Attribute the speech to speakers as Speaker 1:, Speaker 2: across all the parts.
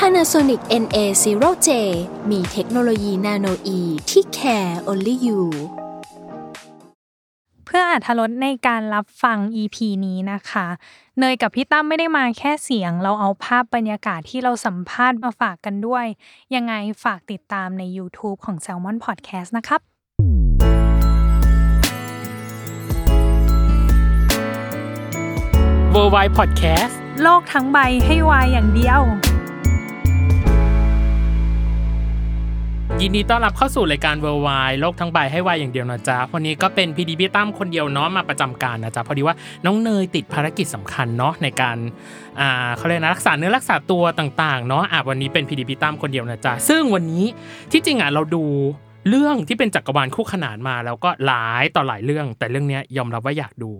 Speaker 1: Panasonic NA0J มีเทคโนโลยีนาโนอีที่ care only you
Speaker 2: เพื่ออาธรตในการรับฟัง EP นี้นะคะ เนยกับพี่ตั้มไม่ได้มาแค่เสียง เราเอาภาพบรรยากาศที่เราสัมภาษณ์มาฝากกันด้วย ยังไงฝากติดตามใน YouTube ของ Salmon Podcast นะครับ
Speaker 3: w o r l d w i d e Podcast
Speaker 2: โลกทั้งใบให้วายอย่างเดียว
Speaker 3: ยินดีต้อนรับเข้าสู่รายการ w o r l d w i d e โลกทั้งใบให้วายอย่างเดียวนะจ๊ะ วันนี้ก็เป็นพีดีพี่ตั้มคนเดียวเนาะมาประจำการนะจ๊ะ พอดีว่าน้องเนยติดภารกิจสำคัญเนาะในการอ่าเขาเรียกนะรักษาเนื้อรักษาตัวต่างๆเนาะอ่ะวันนี้เป็นพีดีพี่ตั้มคนเดียวนะจ๊ะ ซึ่งวันนี้ที่จริงอ่ะเราดูเรื่องที่เป็นจักรวาลคู่ขนานมา แล้วก็หลายต่อหลายเรื่อง แต่เรื่องเนี้ยยอมรับว่าอยากดู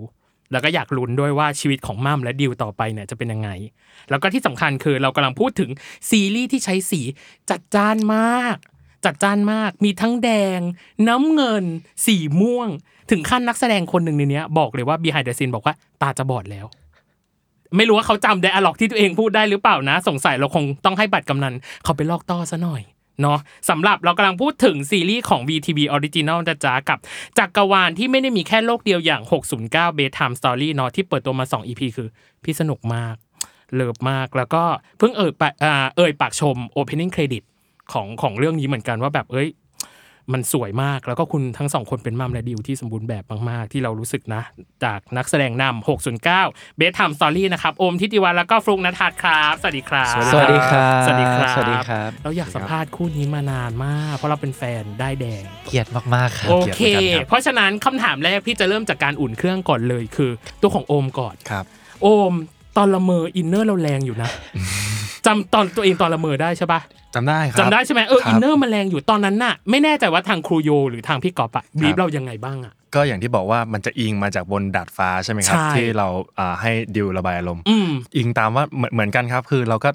Speaker 3: แล้วก็อยากลุ้นด้วยว่าชีวิตของมั่มและดิวต่อไปเนี่ยจะเป็นยังไง แล้วก็ที่สำคัญคือเรากำลังพูดถึงซีรีส์ที่ใช้สีจัดจ้านมาก จัดจ้านมาก มีทั้งแดง น้ำเงิน สีม่วง ถึงขั้นนักแสดงคนหนึ่งในเนี้ยบอกเลยว่า behind the scene บอกว่าตาจะบอดแล้ว ไม่รู้ว่าเขาจำไดอะล็อกที่ตัวเองพูดได้หรือเปล่านะ สงสัยเราคงต้องให้บัตรกำนันเขาไปลอกต้อซะหน่อย เนาะสำหรับเรากำลังพูดถึงซีรีส์ของ VTV Original นะจ๊ะกับจักรวาลที่ไม่ได้มีแค่โลกเดียวอย่าง 609 Bedtime Story เนาะที่เปิดตัวมา 2 EP คือ พี่สนุกมาก เลิฟมากแล้วก็เพิ่งเอ่ยปากอ่าเอ่ยปากชม Opening Credit ของของเรื่องนี้เหมือนกันว่าแบบเอ้ย มันสวยมากแล้วก็คุณทั้งสองคนเป็นมัมและดิวที่สมบูรณ์แบบมาก ๆ ที่เรารู้สึกนะ จากนักแสดงนำ609 Best Time Story นะครับ โอมทิติวันแล้วก็ฟลุกนัทัศน์ครับ สวัสดีครับ
Speaker 4: สวัสดีครับ
Speaker 3: สวัสดีครับ
Speaker 4: สวัสดีครับ
Speaker 3: เราอยากสัมภาษณ์คู่นี้มานานมาก เพราะเราเป็นแฟนได้ายแดง
Speaker 4: เกลียดมากๆครับ
Speaker 3: โอเค
Speaker 4: กลียดหมืนกัน
Speaker 3: เพราะฉะนั้นคำถามแรกพี่จะเริ่มจากการอุ่นเครื่องก่อนเลยคือ ตัวของโอมก่อน
Speaker 4: ครับ
Speaker 3: โอมตอนละเมออินเนอร์เราแรงอยู่ นะจำตอนตัวเองตอนละเมอได้ใช่ปะ
Speaker 4: จำได้ครับ
Speaker 3: จำได้ใช่ไหมเออ
Speaker 4: ครับ
Speaker 3: อินเนอร์มันแรงอยู่ตอนนั้นน่ะ ไม่แน่ใจว่าทางครูโยหรือทางพี่กอบอะบีบเรายังไงบ้างอะ
Speaker 4: ก็อย่างที่บอกว่ามันจะอิงมาจากบนดาดฟ้าใช่ไหมครับ
Speaker 3: ใช่
Speaker 4: ที่เราอ่าให้ดิวระบายอารมณ์
Speaker 3: อืม
Speaker 4: อิงตามว่าเหมือนเหมือนกันครับ คือเราก็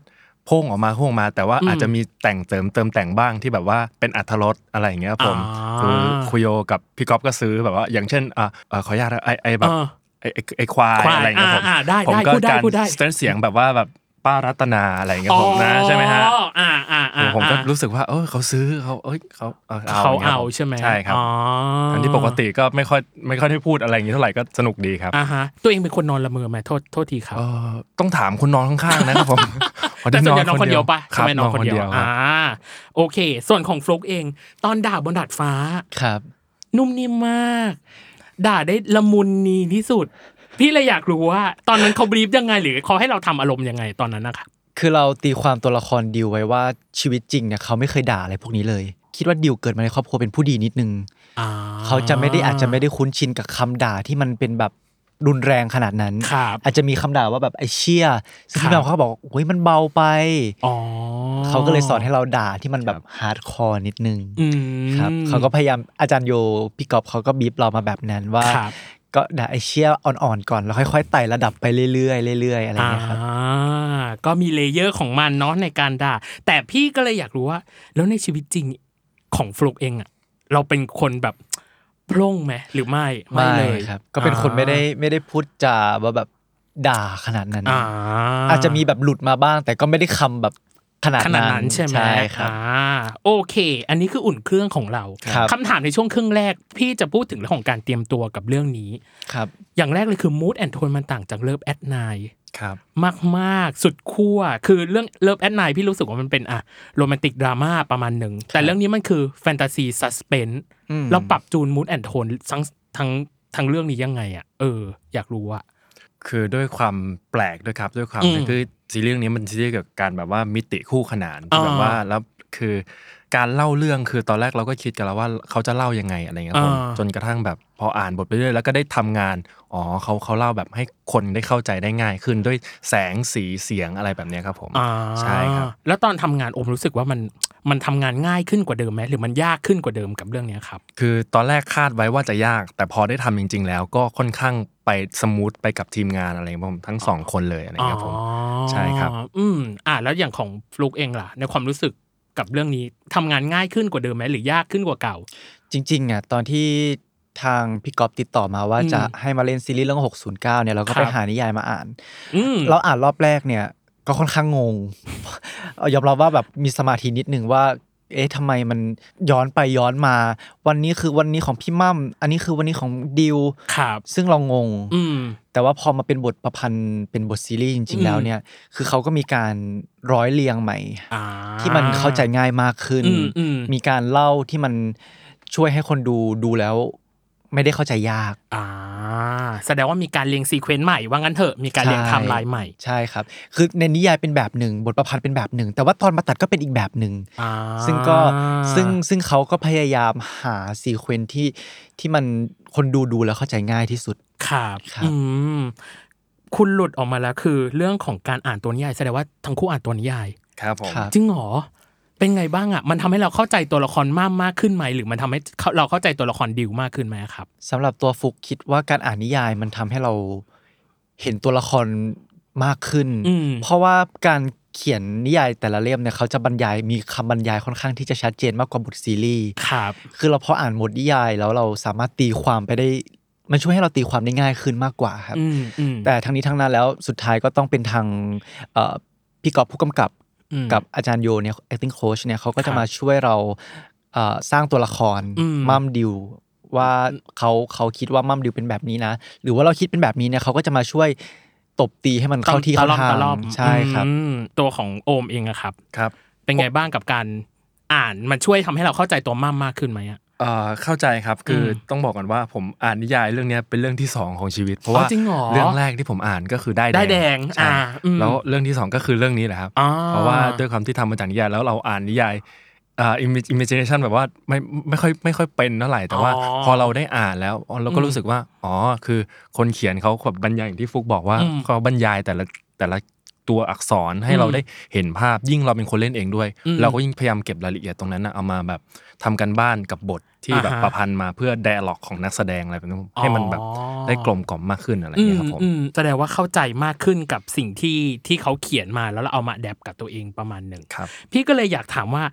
Speaker 4: พุ่งออกมาพุ่งออกมา แต่ว่า
Speaker 3: อืม
Speaker 4: อาจจะมีแต่งเติมเติมแต่งบ้างที่แบบว่าเป็นอัธรสอะไรอย่างเงี้ยครับผม
Speaker 3: อ่า
Speaker 4: คือคุยโยกับพี่ก๊อฟก็ซื้อแบบว่า อย่างเช่นอ่าเอ่อขออนุญาตนะไอไอแบบ
Speaker 3: เออ
Speaker 4: ไอไอ้ไอควาย
Speaker 3: ควาย
Speaker 4: อะไรอย่างเงี้ยผม
Speaker 3: อ่าอ่าได้
Speaker 4: ผม
Speaker 3: ได้
Speaker 4: ก็
Speaker 3: พูดได้
Speaker 4: การ
Speaker 3: พูดได้
Speaker 4: สเตนเสียงแบบว่าแบบป้ารัตนาอะไรอย่างเงี้ยผมนะใช่ไหมฮะ
Speaker 3: อ๋ออ่าอ่าอ่า
Speaker 4: ผมก็รู้สึกว่าเออเขาซื้อเขาเอ้ยเขาเอา
Speaker 3: เขา
Speaker 4: ย่งงี้ย
Speaker 3: เอา
Speaker 4: ครับ
Speaker 3: ใช่ไหม
Speaker 4: ใช่ครับ
Speaker 3: อ๋ออั
Speaker 4: นที่ปกติก็ไม่ค่อยไม่ค่อยได้พูดอะไรอย่างนี้เท่าไหร่ก็สนุกดีครับ
Speaker 3: อ่าฮะตัวเองเป็นคนนอนละเมอไหมโทษโทษทีครับ
Speaker 4: เออต้องถามคนนอนข้างๆนะครับผมพ
Speaker 3: แต่
Speaker 4: ดี
Speaker 3: ส่วนใหญ่น้องคนเดียวปะ
Speaker 4: รั
Speaker 3: ใช่
Speaker 4: บ
Speaker 3: ไหมน้องคนเดียว
Speaker 4: ครับ
Speaker 3: อ่าโอเค ส่วนของฟลุกเอง ตอนด่าบนดาดฟ้า
Speaker 5: ครับ
Speaker 3: นุ่มนิ่มมาก ด่าได้ละมุนนีที่สุด พี่เลยอยากรู้ว่า ตอนนั้นเขาบรีฟยังไง หรือเขาให้เราทำอารมณ์ยังไงตอนนั้นนะคะ
Speaker 5: คือเราตีความตัวละครดิวไว้ว่าชีวิตจริงเนี่ยเขาไม่เคยด่าอะไรพวกนี้เลย คิดว่าดิวเกิดมาในครอบครัวเป็นผู้ดีนิดนึง
Speaker 3: อ่
Speaker 5: เขาจะไม่ได้อาจจะไม่ได้คุ้นชินกับคำด่าที่มันเป็นแบบรุนแรงขนาดนั้น
Speaker 3: ครับ
Speaker 5: อาจจะมีคำด่าว่าแบบไอ้เชี่ยซึ่ง
Speaker 3: ครับ
Speaker 5: พี่แบมเขาบอกโอ้ยมันเบาไป
Speaker 3: อ๋อ
Speaker 5: เขาก็เลยสอนให้เราด่าที่มันแบบฮาร์ดคอร์นิดนึง
Speaker 3: อืม
Speaker 5: ครับเขาก็พยายามอาจารย์โยพี่กอบเขาก็บีบเรามาแบบนั้นว่า
Speaker 3: ครับ
Speaker 5: ก็ด่าไอ้เชี่ยอ่อนๆก่อนแล้วค่อยๆไต่ระดับไปเรื่อยๆเรื่อยๆอะไรอย่างเงี้ยครับ
Speaker 3: อ่าก็มีเลเยอร์ของมันเนาะในการด่า แต่พี่ก็เลยอยากรู้ว่า แล้วในชีวิตจริงของฟลุกเองอะเราเป็นคนแบบโปร่งไหมหรือไม่
Speaker 5: ไม่
Speaker 3: เล
Speaker 5: เลย ยครับ ก็เป็นคนไม่ได้ไม่ได้พูดจาว่าแบบด่าขนาดนั้น
Speaker 3: อ่า
Speaker 5: อาจจะมีแบบหลุดมาบ้าง แต่ก็ไม่ได้คำแบบขนาด
Speaker 3: ขนาดนั้นใช่ไหม
Speaker 5: ใช่ครับ
Speaker 3: อ่าโอเค อันนี้คืออุ่นเครื่องของเรา
Speaker 5: ครับ
Speaker 3: ถามในช่วงครึ่งแรก พี่จะพูดถึงเรื่องของการเตรียมตัวกับเรื่องนี้
Speaker 5: ครับ
Speaker 3: อย่างแรกเลยคือ mood and tone มันต่างจากเลิฟแอดไน
Speaker 4: ครับ
Speaker 3: มาก ๆ สุดขั้วคือเรื่องเลิฟแอดไนพี่รู้สึกว่ามันเป็นอะโรแมนติกดราม่าประมาณหนึ่ง แต่เรื่องนี้มันคือแฟนตาซีซัสเพน
Speaker 5: อืม
Speaker 3: เราปรับจูนมูดแอนโทนทั้งทั้งทั้งเรื่องนี้ยังไงอะเออ อยากรู้อะ
Speaker 4: คือด้วยความแปลกด้วยครับด้วยความ
Speaker 3: อืม
Speaker 4: คือซีรีส์เรื่องนี้มันซีรีส์เกี่ยวกับการแบบว่ามิติคู่ขนาน
Speaker 3: อ่า
Speaker 4: ที่แบบว่าแล้ว คือการเล่าเรื่องคือตอนแรกเราก็คิดกันแล้วว่าเขาจะเล่ายังไงอะไรเงี้ยครับผม
Speaker 3: อ่า
Speaker 4: จนกระทั่งแบบพออ่านบทไปเรื่อยแล้วก็ได้ทำงานอ๋อเขาเขาเล่าแบบให้คนได้เข้าใจได้ง่าย ขึ้นด้วยแสงสีเสียงอะไรแบบเนี้ยครับผม
Speaker 3: อ่า
Speaker 4: ใช่ครับ
Speaker 3: แล้วตอนทำงานโอมรู้สึกว่ามันมันทำงานง่ายขึ้นกว่าเดิมไหมหรือมันยากขึ้นกว่าเดิมกับเรื่องเนี้ยครับ
Speaker 4: คือตอนแรกคาดไว้ว่าจะยาก แต่พอได้ทำจริง ๆ แล้วก็ค่อนข้างไปสมูทไปกับทีมงานอะไรครับผมทั้งสองคนเลยอะไรเงี้ยครับผม
Speaker 3: อ๋อ
Speaker 4: ใช่ครับ
Speaker 3: อืมอ่าแล้วอย่างของฟลุกเองล่ะ ในความรู้สึกกับเรื่องนี้ทำงานง่ายขึ้นกว่าเดิมไหมหรือยากขึ้นกว่าเก่า
Speaker 5: จริงๆอ่ะตอนที่ทางพี่ก๊อฟติดต่อมาว่า
Speaker 3: อืม
Speaker 5: จะให้มาเล่นซีรีส์เรื่อง 609 เนี่ยเราก็
Speaker 3: ค
Speaker 5: ไป
Speaker 3: รับ
Speaker 5: หานิยายมาอ่าน
Speaker 3: อืม
Speaker 5: เราอ่านรอบแรกเนี่ยก็ค่อนข้างงง เอายอมรับว่าแบบมีสมาธินิดนึงว่า เอ๊ะทำไมมันย้อนไปย้อนมา วันนี้คือวันนี้ของพี่มั่มอันนี้คือวันนี้ของดิว
Speaker 3: ครับ
Speaker 5: ซึ่งเรางง
Speaker 3: อืม
Speaker 5: แต่ว่าพอมาเป็นบทประพันธ์เป็นบทซีรีส์จริง ๆ แล้วเนี่ย คือเขาก็มีการร้อยเรียงใหม่
Speaker 3: อ่า
Speaker 5: ที่มันเข้าใจง่ายมากขึ้น
Speaker 3: อืมอืม
Speaker 5: มีการเล่าที่มันช่วยให้คนดูดูแล้ว ไม่ได้เข้าใจยาก
Speaker 3: อ่า แสดงว่ามีการเรียงซีเควนต์ใหม่ ว่างั้นเถอะมีการเรียงไทม์ไลน์ใหม่
Speaker 5: ใช่ครับ คือในนิยายเป็นแบบหนึ่ง บทประพันธ์เป็นแบบหนึ่ง แต่ว่าตอนมาตัดก็เป็นอีกแบบหนึ่ง
Speaker 3: อ่า
Speaker 5: ซึ่งก็ซึ่งซึ่งเขาก็พยายามหาซีเควนซ์ที่ที่มันคนดูดูแล้วเข้าใจง่ายที่สุด
Speaker 3: ครับ
Speaker 5: ครับ
Speaker 3: อืมคุณหลุดออกมาแล้วคือ เรื่องของการอ่านตัวนิยายแสดงว่าทั้งคู่อ่านตัวนิยาย
Speaker 4: ครับผม
Speaker 5: ครับ
Speaker 3: จริงเหรอ เป็นไงบ้างอ่ะ มันทำให้เราเข้าใจตัวละครมากมากขึ้นไหม หรือมันทำให้เราเข้าใจตัวละครดิวมากขึ้นไหมครับ
Speaker 5: สำหรับตัวฟุกคิดว่าการอ่านนิยายมันทำให้เราเห็นตัวละครมากขึ้น
Speaker 3: อืม
Speaker 5: เพราะว่าการเขียนนิยายแต่ละเล่มเนี่ยเขาจะบรรยายมีคำบรรยายค่อนข้างที่จะชัดเจนมากกว่าบทซีรีส์
Speaker 3: ครับ
Speaker 5: คือเราพออ่านบทนิยายแล้วเราสามารถตีความไปได้ มันช่วยให้เราตีความได้ง่ายขึ้นมากกว่าครับ
Speaker 3: อืมอืม
Speaker 5: แต่ทั้งนี้ทั้งนั้นแล้วสุดท้ายก็ต้องเป็นทางเอ่อพี่กอบผู้กำกับ
Speaker 3: อืม
Speaker 5: กับอาจารย์โยเนี่ย acting coach เนี่ยเขาก็
Speaker 3: ค
Speaker 5: จะ
Speaker 3: รับ
Speaker 5: มาช่วยเราเอ่อสร้างตัวละคร
Speaker 3: อืม
Speaker 5: มัมดิวว่าเขาเขาคิดว่ามัมดิวเป็นแบบนี้นะ หรือว่าเราคิดเป็นแบบนี้เนี่ยเขาก็จะมาช่วยตบตีให้มันเข้าที่เข้า
Speaker 3: ตะล่อม
Speaker 5: ทา
Speaker 3: ตะ
Speaker 5: ง
Speaker 3: ล่อม
Speaker 5: ใช่ครับ
Speaker 3: อืมตัวของโอมเองอะครับ
Speaker 4: ครับ
Speaker 3: เป็นไงบ้างกับการอ่านมันช่วยทำให้เราเข้าใจตัวมั่มมากขึ้นไหมอ่ะ
Speaker 4: เอ่อเข้าใจครับคืออ
Speaker 3: ม
Speaker 4: ต้องบอกก่อนว่าผมอ่านนิยายเรื่องเนี้ยเป็นเรื่องที่สองของชีวิต เพราะ
Speaker 3: อ๋อ
Speaker 4: ว่า
Speaker 3: จริงเหรอ
Speaker 4: เรื่องแรกที่ผมอ่านก็คือได้
Speaker 3: ได้แดง
Speaker 4: ใช่
Speaker 3: อ่าอืม
Speaker 4: แล้วเรื่องที่สองก็คือเรื่องนี้แหละครับ
Speaker 3: อ่
Speaker 4: เพราะว่าด้วยความที่ทำมาจากนิยายแล้วเราอ่านนิยายเอ่าอิมเมจเนชันแบบว่าไม่ไม่ค่อยไม่ค่อยเป็นเท่าไหร่แต่ว่า
Speaker 3: อ๋อ
Speaker 4: พอเราได้อ่านแล้วอ๋อเราก็
Speaker 3: อืม
Speaker 4: รู้สึกว่าอ๋อคือคนเขียนเขาแบบบรรยายอย่างที่ฟุกบอกว่า
Speaker 3: อืม
Speaker 4: เขาบรรยายแต่ละแต่ละตัวอักษรให้เรา
Speaker 3: อืม
Speaker 4: ได้เห็นภาพยิ่งเราเป็นคนเล่นเองด้วย
Speaker 3: อืม
Speaker 4: เราก็ยิ่งพยายามเก็บรายละเอียดตรงนั้นนะเอามาแบบทำกันบ้านกับบทที่แบบ
Speaker 3: อ่าฮะ
Speaker 4: ประพันธ์มาเพื่อ d ด a l ล็อกของนักแสดงอะไรแบบนั้นให้มันแบบได้กลมกล่อมมากขึ้นอะไรอย่างเงี้ยครับผม
Speaker 3: อือืแสดงว่าเข้าใจมากขึ้นกับสิ่งที่ที่เขาเขียนมาแล้วเราเอามาแดบกับตัวเองประมาณหนึ่ง
Speaker 4: ครับ
Speaker 3: พี่ก็เลยอยากถามว่า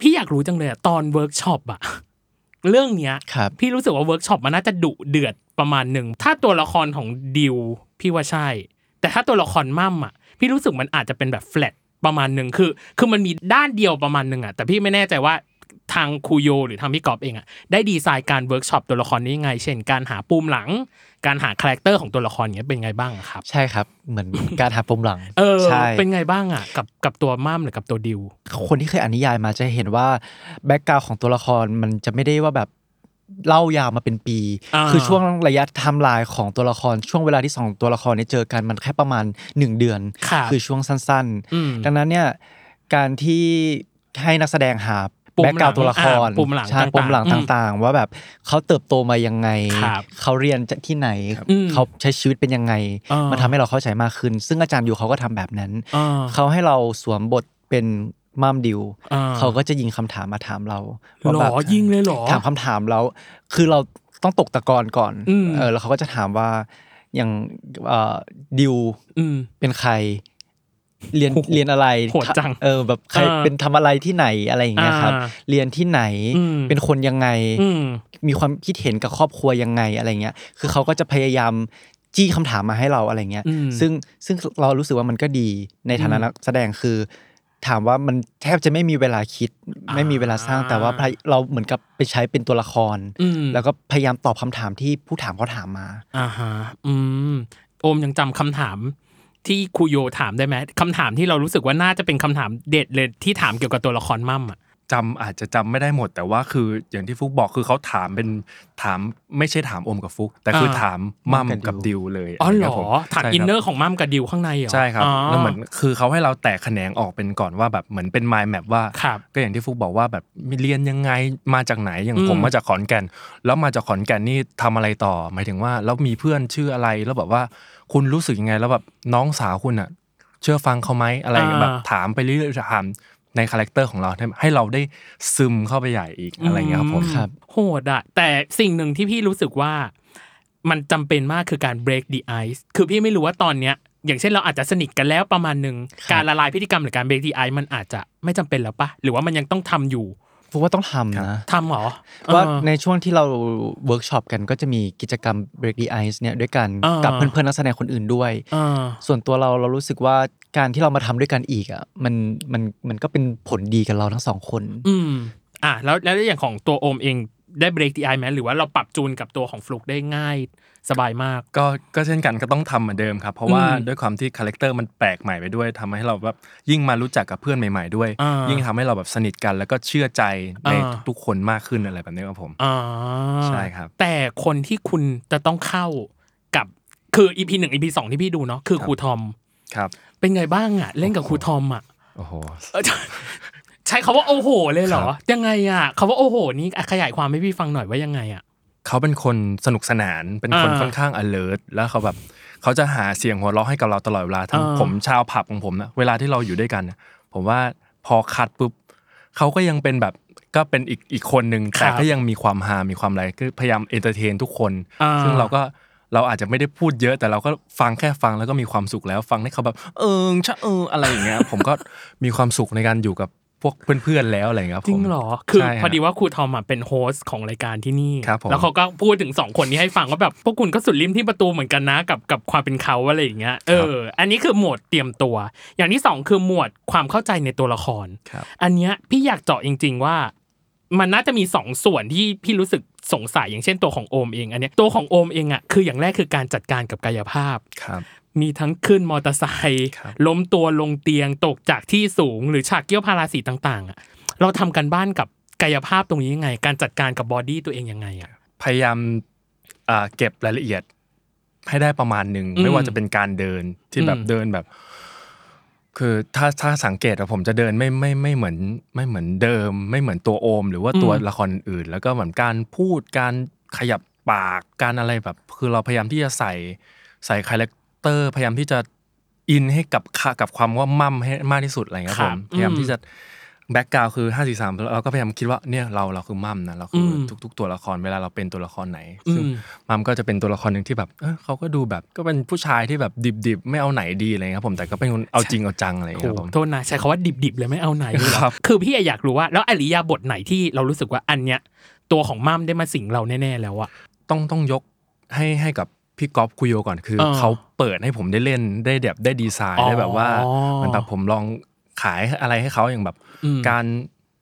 Speaker 3: พี่อยากรู้จังเลยอะตอนเวิร์กช็อปอะ เรื่องเนี้ย
Speaker 5: ครับ
Speaker 3: พี่รู้สึกว่าเวิร์กช็อปมันน่าจะดุเดือดประมาณหนึ่ง ถ้าตัวละครของดิวพี่ว่าใช่ แต่ถ้าตัวละครมั่มอ่ะ พี่รู้สึกมันอาจจะเป็นแบบแฟลตประมาณหนึ่งคือ คือมันมีด้านเดียวประมาณหนึ่งอ่ะ แต่พี่ไม่แน่ใจว่าทางครูโยหรือทางพี่กอบเองอ่ะ ได้ดีไซน์การเวิร์กช็อปตัวละครนี้ยังไง เช่น การหาปูมหลัง การหาคาแรคเตอร์ของตัวละครเนี้ยเป็นไงบ้างอะครับ
Speaker 5: ใช่ครับ เหมือน การหาปมหลัง
Speaker 3: เออ
Speaker 5: ใช่
Speaker 3: เป็นไงบ้างอ่ะ กับกับตัวมั่มหรือกับตัวดิว
Speaker 5: คนที่เคยอ่านนิยายมาจะเห็นว่าแบ็กกราวของตัวละครมันจะไม่ได้ว่าแบบเล่ายาวมาเป็นปี
Speaker 3: อ่า
Speaker 5: คือช่วงระยะไทม์ไลน์ของตัวละครช่วงเวลาที่สองตัวละครเนี่ยเจอกันมันแค่ประมาณหนึ่งเดือน
Speaker 3: ค่ะ
Speaker 5: คือช่วงสั้น
Speaker 3: ม
Speaker 5: ๆ ดังนั้นเนี่ยการที่ให้นักแสดงหา
Speaker 3: ปมหลัง
Speaker 5: แบ็กกราวตัวละคร
Speaker 3: อ่าปมหลัง
Speaker 5: ใช่
Speaker 3: ต่างๆ
Speaker 5: ปมหลัง
Speaker 3: อืม
Speaker 5: ต่างๆ ว่าแบบเขาเติบโตมายังไง
Speaker 3: ครับ
Speaker 5: เขาเรียนจากที่ไหน
Speaker 3: ครับอืม
Speaker 5: เขาใช้ชีวิตเป็นยังไง
Speaker 3: อ่ามั
Speaker 5: มันทำให้เราเข้าใจมากขึ้น ซึ่งอาจารย์อยู่เขาก็ทำแบบนั้น
Speaker 3: อ่า
Speaker 5: เขาให้เราสวมบทเป็นมามดิว
Speaker 3: อ่า
Speaker 5: เขาก็จะยิงคำถามมาถามเรา
Speaker 3: ห
Speaker 5: ว่า
Speaker 3: ล
Speaker 5: แบ
Speaker 3: อบ ยิงเลยเหรอ
Speaker 5: ถามคำถามเรา คือเราต้องตกตะกอนก่อน
Speaker 3: อืม
Speaker 5: เออแล้วเขาก็จะถามว่าอย่างเอ่อดิว
Speaker 3: อืม
Speaker 5: เป็นใคร เรียน
Speaker 3: โอ้โห
Speaker 5: เรียนอะไร
Speaker 3: โหดจัง
Speaker 5: เออแบบใคร
Speaker 3: อ่า
Speaker 5: เป็นทำอะไรที่ไหนอะไรอย่างเงี้ยครับ
Speaker 3: อ่า
Speaker 5: เรียนที่ไหน
Speaker 3: อืม
Speaker 5: เป็นคนยังไง
Speaker 3: อืม
Speaker 5: มีความคิดเห็นกับครอบครัวยังไงอะไรเงี้ย คือเขาก็จะพยายามจี้คำถามมาให้เราอะไรเงี้ย
Speaker 3: อืม
Speaker 5: ซึ่งซึ่งเรารู้สึกว่ามันก็ดีในฐานะ
Speaker 3: อืม
Speaker 5: นักแสดงคือ ถามว่ามันแทบจะไม่มีเวลาคิด
Speaker 3: อ่า
Speaker 5: ไม่มีเวลาสร้างแต่ว่าเราเหมือนกับไปใช้เป็นตัวละคร
Speaker 3: อืม
Speaker 5: แล้วก็พยายามตอบคำถามที่ผู้ถามเขาถามมา
Speaker 3: อ่าฮะ อืม โอมยังจำคำถามที่ครูโยถามได้ไหมคำถามที่เรารู้สึกว่าน่าจะเป็นคำถามเด็ดเลยที่ถามเกี่ยวกับตัวละครมั่มอ่ะ
Speaker 4: จำอาจจะจำไม่ได้หมด แต่ว่าคืออย่างที่ฟุกบอกคือเขาถามเป็นถามไม่ใช่ถามอมกับฟุก แต่คือ
Speaker 3: เออ
Speaker 4: ถามมั่ม
Speaker 5: มั่มกั
Speaker 4: กับบ
Speaker 5: ดิ
Speaker 4: ดิว
Speaker 5: ว
Speaker 4: เลย
Speaker 3: อ๋อเหร
Speaker 4: ค
Speaker 3: อบ
Speaker 4: ผม
Speaker 3: ถาม
Speaker 4: ใช่คบ
Speaker 3: อินเนอร์ของมัมกับดิวข้างในเหรอ
Speaker 4: ใช่ครับ
Speaker 3: อ๋อ
Speaker 4: แล้วเหมือนคือเขาให้เราแตกแขนงออกเป็นก่อนว่าแบบเหมือนเป็นไมล์แมปว่า
Speaker 3: ครับ
Speaker 4: ก็อย่างที่ฟุกบอกว่าแบบเรียนยังไงมาจากไหนอย่าง
Speaker 3: อืม
Speaker 4: ผมมาจากขอนแก่น แล้วมาจากขอนแก่นนี่ทำอะไรต่อ หมายถึงว่าแล้วมีเพื่อนชื่ออะไรแล้วแบบว่าคุณรู้สึกยังไงแล้วแบบน้องสาวคุณอ่ะ เชื่อฟังเขาไหมอะไรแบบถามไปเรื่อยๆถามในคาแรคเตอร์ของเราให้เราได้ซึมเข้าไปใหญ่อีกอะไรเงี้ยครับผม
Speaker 5: ครับ
Speaker 3: โหดอะแต่สิ่งหนึ่งที่พี่รู้สึกว่ามันจำเป็นมากคือการ break the ice คือพี่ไม่รู้ว่าตอนเนี้ย อย่างเช่นเราอาจจะสนิทกันแล้วประมาณหนึ่งการละลายพฤติกรรมหรือการ break the ice มันอาจจะไม่จำเป็นแล้วปะหรือว่ามันยังต้องทำอยู่
Speaker 5: ฟุกว่าต้องทำนะ
Speaker 3: ทำเหรอ
Speaker 5: ว่า
Speaker 3: เออ
Speaker 5: ในช่วงที่เราเวิร์กช็อปกันก็จะมีกิจกรรม break the ice เนี่ยด้วยกัน
Speaker 3: อ่ากั
Speaker 5: กับเพื่อนๆนักแสดงคนอื่นด้วย
Speaker 3: เออ
Speaker 5: ส่วนตัวเราเรารู้สึกว่าการที่เรามาทำด้วยกันอีกอ่ะมันมันมันก็เป็นผลดีกับเราทั้งสองคน
Speaker 3: อืม อ่ะแล้วแล้วอย่างของตัวโอมเองได้ break the ice ไหมหรือว่าเราปรับจูนกับตัวของฟลุกได้ง่ายสบายมาก
Speaker 4: ก็ก็เช่นกันก็ต้องทำเหมือนเดิมครับ เพราะว่า
Speaker 3: อืม
Speaker 4: ด้วยความที่คาแรคเตอร์มันแปลกใหม่ไปด้วยทำให้เราแบบยิ่งมารู้จักกับเพื่อนใหม่ ๆ ด้วย
Speaker 3: อ่ายิ่
Speaker 4: ยิ่งทำให้เราแบบสนิทกัน แล้วก็เชื่อใจใน
Speaker 3: อ่า
Speaker 4: ทุกๆคนมากขึ้นอะไรแบบนี้ครับผม
Speaker 3: อ่า
Speaker 4: ใช่ครับ
Speaker 3: แต่คนที่คุณจะต้องเข้ากับคืออีพีหนึ่งอีพีสองที่พี่ดูเนาะคือ
Speaker 4: ครับ
Speaker 3: ครูทอม
Speaker 4: ครับ
Speaker 3: เป็นไงบ้างอะเล่นกับครูทอมอะ
Speaker 4: โอ้โห
Speaker 3: เออใช้คาว่าโอ้โห เลยเหรอ
Speaker 4: ครับ
Speaker 3: ยังไงอะคาว่าโอ้โห นี้ขยายความให้พี่ฟังหน่อยว่ายังไงอะ
Speaker 4: เขาเป็นคนสนุกสนาน เป็นคน
Speaker 3: อ่า
Speaker 4: ค่อนข้าง alert แล้วเขาแบบเขาจะหาเสียงหัวเราะให้กับเราตลอดเวลาทั้ง
Speaker 3: อ่า
Speaker 4: ผมชาวผับของผมนะเวลาที่เราอยู่ด้วยกันนะผมว่าพอคัดปุ๊บเขาก็ยังเป็นแบบก็เป็นอีกอีกคนหนึ่งแต่ก็ยังมีความฮา มีความอะไรคือพยายามเอนเตอร์เทนทุกคน
Speaker 3: อ่า
Speaker 4: ซึ่งเราก็เราอาจจะไม่ได้พูดเยอะแต่เราก็ฟังแค่ฟังแล้วก็มีความสุขแล้ว ฟังให้เขาแบบ เอิงชะเอิงอะไรอย่างเงี้ย ผมก็มีความสุขในการอยู่กับพวกเพื่อนๆแล้วอะไรอย่างเงี้ยคบผม
Speaker 3: จริงเหรอ คือ
Speaker 4: ใช่ฮะ
Speaker 3: พอดีว่าครูทอมอะเป็นโฮสต์ของรายการที่นี่
Speaker 4: ครับผม
Speaker 3: แล้วเขาก็พูดถึงสองคนนี้ให้ฟังว่าแบบพวกคุณก็สุดริมที่ประตูเหมือนกันนะกับกับความเป็นเขาอะไรอย่างเงี้ย เออ อันนี้คือหมวดเตรียมตัว อย่างที่สองคือหมวดความเข้าใจในตัวละคร
Speaker 4: ครับ
Speaker 3: อันเนี้ยพี่อยากเจาะจริง ๆว่า มันน่าจะมีสองส่วนที่พี่รู้สึกสงสัยอย่างเช่นตัวของโอมเองอันเนี้ยตัวของโอมเองอ่ะคืออย่างแรกคือการจัดการกับกายภาพ
Speaker 4: ครับ
Speaker 3: มีทั้งขึ้นมอเตอร์ไซค์
Speaker 4: ครับ
Speaker 3: ล้มตัวลงเตียงตกจากที่สูง หรือฉากเกี้ยวพาราสีต่างๆอะเราทำกันบ้านกับกายภาพตรงนี้ยังไง การจัดการกับบอดี้ตัวเองยังไงอ่ะ
Speaker 4: พยายามอ่าเก็บรายละเอียดให้ได้ประมาณหนึ่ง
Speaker 3: อืม
Speaker 4: ไม่ว่าจะเป็นการเดินที่แบบ
Speaker 3: อืม
Speaker 4: เดินแบบ คือถ้าถ้าสังเกตอะผมจะเดินไม่ไม่ไม่เหมือนไม่เหมือนเดิม ไม่เหมือนตัวโอม หรือว่าตัวละครอื่นๆแล้วก็เหมือนการพูดการขยับปากการอะไรแบบ คือเราพยายามที่จะใส่ใส่คาแรคเตอร์ พยายามที่จะอินให้กับค่ะกับความว่ามั่มให้มากที่สุดอะไรอย่างเงี้ยครับผม
Speaker 3: ครับ
Speaker 4: พยายาม
Speaker 3: อืม
Speaker 4: ที่จะแบ็กกราวคือห้าสี่สามเราก็พยายามคิดว่าเนี่ยเราเราคือมั่มนะเราคืออ
Speaker 3: ม
Speaker 4: ทุก ๆ ตัวละครเวลาเราเป็นตัวละครไหน
Speaker 3: อื
Speaker 4: ซึ่ง
Speaker 3: ม
Speaker 4: มัมก็จะเป็นตัวละครหนึ่งที่แบบเอ้อเขาก็ดูแบบก็เป็นผู้ชายที่แบบดิบๆ ไม่เอาไหนดีอะไรเงี้ยครับผมแต่ก็เป็นคนเอาจริงเอาจังอะไรเงี้ยครับผม
Speaker 3: โทษนะใช้คาว่าดิบๆเลยไม่เอาไหนเลยเหรอ
Speaker 4: ครับ
Speaker 3: คือพี่อยากรู้ว่าแล้วอริยาบทไหนที่เรารู้สึกว่าอันเนี้ยตัวของมั่มได้มาสิงเราแน่ๆแล้วอ่ะ
Speaker 4: ต้องต้องยกให้ให้กับพี่ก๊อฟคุโยก่อนคือ
Speaker 3: เออ
Speaker 4: เขาเปิดให้ผมได้เล่นได้แบบได้ดีไซน์
Speaker 3: อ๋อ
Speaker 4: ได้แบบว่าเหมันแบบผมลองขายอะไรให้เขาอย่างแบบ
Speaker 3: อืม
Speaker 4: การ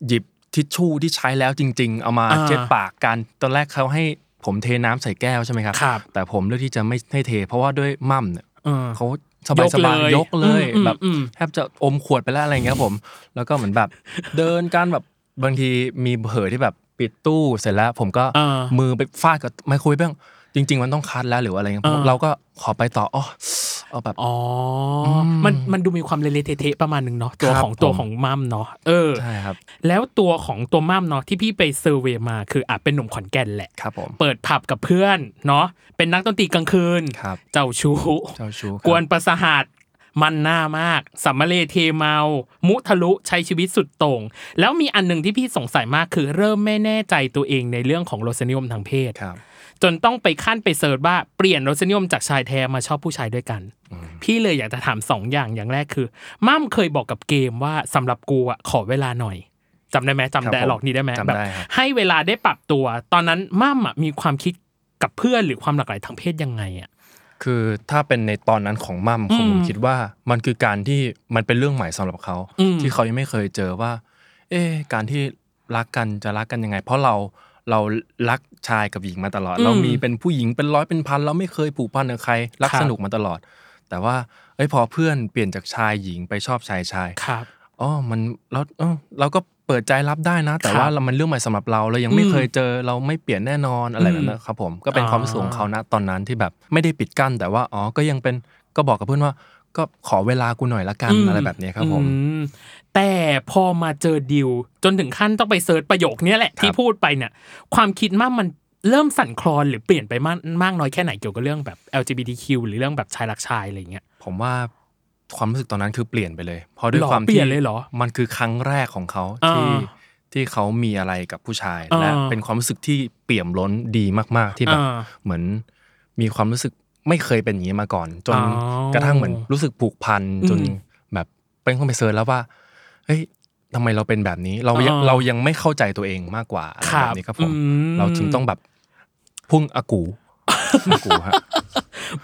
Speaker 4: หยิบทิชชู่ที่ใช้แล้วจริง ๆ เอามา
Speaker 3: อ่า
Speaker 4: เช็ดปากกันตอนแรกเขาให้ผมเทน้ำใส่แก้วใช่ไหมครับ
Speaker 3: ครับ
Speaker 4: แต่ผมเลือกที่จะไม่ให้เท เพราะว่าด้วยมั่มเนี่ย
Speaker 3: เออ
Speaker 4: เขาสบายสบาย
Speaker 3: ย
Speaker 4: ย
Speaker 3: ก
Speaker 4: ก
Speaker 3: เล
Speaker 4: เลย ย
Speaker 3: อืม
Speaker 4: แบบ
Speaker 3: อืม
Speaker 4: แทบจะอมขวดไปแล้วอะไรอย่างเงี้ยครับผม แล้วก็เหมือนแบบ เดินการแบบบางทีมีเผลอที่แบบปิดตู้เสร็จแล้วผมก็
Speaker 3: อ่า
Speaker 4: มือไปฟาดกับไมโครเวฟบ้างจริง ๆ มันต้องคัดแล้วหรือว่าอะไรเงี้ย
Speaker 3: อ่า
Speaker 4: เราก็ขอไปต่ออ๋อเอาแบบ
Speaker 3: อ๋ออ
Speaker 4: ม
Speaker 3: มันมันดูมีความเละๆเทะๆประมาณหนึ่งเนาะตัว
Speaker 4: ครับ
Speaker 3: ของตัว
Speaker 4: ผม
Speaker 3: ของมั่มเนาะเออ
Speaker 4: ใช่ครับ
Speaker 3: แล้วตัวของตัวมั่มเนาะที่พี่ไปเซอร์เวยมาคืออาจเป็นหนุ่มขอนแก่นแหละ
Speaker 4: ครับผม
Speaker 3: เปิดผับกับเพื่อนเนาะเป็นนักดนตรีกลางคืน
Speaker 4: ครับ
Speaker 3: เจ้าชู้
Speaker 4: เจ้าชู้ครับ
Speaker 3: กวนประสหัสมันหน้ามากสัมมาเลเทเมา มุทะลุใช้ชีวิตสุดโต่ง แล้วมีอันหนึ่งที่พี่สงสัยมากคือเริ่มไม่แน่ใจตัวเองในเรื่องของรสนิยมทางเพศ
Speaker 4: ครับ
Speaker 3: จนต้องไปขั้นไปเสิร์ชว่าเปลี่ยนรสนิยมจากชายแท้มาชอบผู้ชายด้วยกัน พี่เลยอยากจะถามสองอย่างอย่างแรกคือมั่มเคยบอกกับเกมว่าสำหรับกูอ่ะขอเวลาหน่อยจำได้ไหมจำ
Speaker 4: ครับ
Speaker 3: ได
Speaker 4: ผม
Speaker 3: หลอกนี้ได้ไหม
Speaker 4: จำ
Speaker 3: แบบ
Speaker 4: ได้ครับ
Speaker 3: ให้เวลาได้ปรับตัว ตอนนั้นมั่มอ่ะมีความคิดกับเพื่อนหรือความหลากหลายทางเพศยังไงอ่ะ
Speaker 4: คือถ้าเป็นในตอนนั้นของมั่ม
Speaker 3: อื
Speaker 4: ผม มคิดว่ามันคือการที่มันเป็นเรื่องใหม่สำหรับเขา
Speaker 3: อืม
Speaker 4: ที่เขายังไม่เคยเจอว่า เอ๊ะการที่รักกันจะรักกันยังไง เพราะเราเรารักชายกับหญิงมาตลอด
Speaker 3: อืม
Speaker 4: เรามีเป็นผู้หญิงเป็นร้อยเป็นพันเราไม่เคยผูกพันกับใคร รัก
Speaker 3: ครับ
Speaker 4: สนุกมาตลอด แต่ว่าเอ้ยพอเพื่อนเปลี่ยนจากชายหญิงไปชอบชายชาย
Speaker 3: ครับ
Speaker 4: อ๋อ มันแล้วเอ้าเราก็ เปิดใจรับได้นะ
Speaker 3: ค
Speaker 4: แต่
Speaker 3: รับ
Speaker 4: ว่าเรามันเรื่องใหม่สำหรับเราเรายังไม่
Speaker 3: อืม
Speaker 4: เคยเจอเราไม่เปลี่ยนแน่นอนอะไร
Speaker 3: อืม
Speaker 4: แบบนั้นครับผมก็เป็น
Speaker 3: อ่า
Speaker 4: ความรู้สึกของเขานะตอนนั้นที่แบบไม่ได้ปิดกั้นแต่ว่าอ๋อก็ยังเป็นก็บอกกับเพื่อนว่าก็ขอเวลากูหน่อยละกันอะไรแบบนี้ครับผม
Speaker 3: อืแต่พอมาเจอดิว จนถึงขั้นต้องไปเซิร์ชประโยคเนี้ยแหละ ที่พูดไปเนี่ย ความคิดมากมันเริ่มสั่นคลอนหรือเปลี่ยนไปมากมากน้อยแค่ไหนเกี่ยวกับเรื่องแบบ LGBTQ หรือเรื่องแบบชายรักชายอะไรเงี้ย
Speaker 4: ผมว่าความรู้สึกตอนนั้นคือเปลี่ยนไปเลยเพราะด้วย
Speaker 3: หรอ
Speaker 4: ความ
Speaker 3: เปลี่ย
Speaker 4: ที่
Speaker 3: นเลยเหรอ
Speaker 4: มันคือครั้งแรกของเขา
Speaker 3: อ่า
Speaker 4: ที่ที่เขามีอะไรกับผู้ชาย
Speaker 3: อ่า
Speaker 4: และเป็นความรู้สึกที่เปี่ยมล้นดีมากๆที่แบบ
Speaker 3: อ่า
Speaker 4: เหมือนมีความรู้สึกไม่เคยเป็นอย่างนี้มาก่อน จ
Speaker 3: อ๋
Speaker 4: น
Speaker 3: อก
Speaker 4: ระทั่งเหมือนรู้สึกผูกพัน
Speaker 3: อืม
Speaker 4: จนแบบเป็นคนไปเซิร์ชแล้วว่าเฮ้ยทำไมเราเป็นแบบนี้เรายัง
Speaker 3: อ่า
Speaker 4: เรายังไม่เข้าใจตัวเองมากกว่าอะไร
Speaker 3: ครับ
Speaker 4: แบบนี้ครับผม
Speaker 3: อืม
Speaker 4: เราจึงต้องแบบพุ่งอากูอากู ฮะ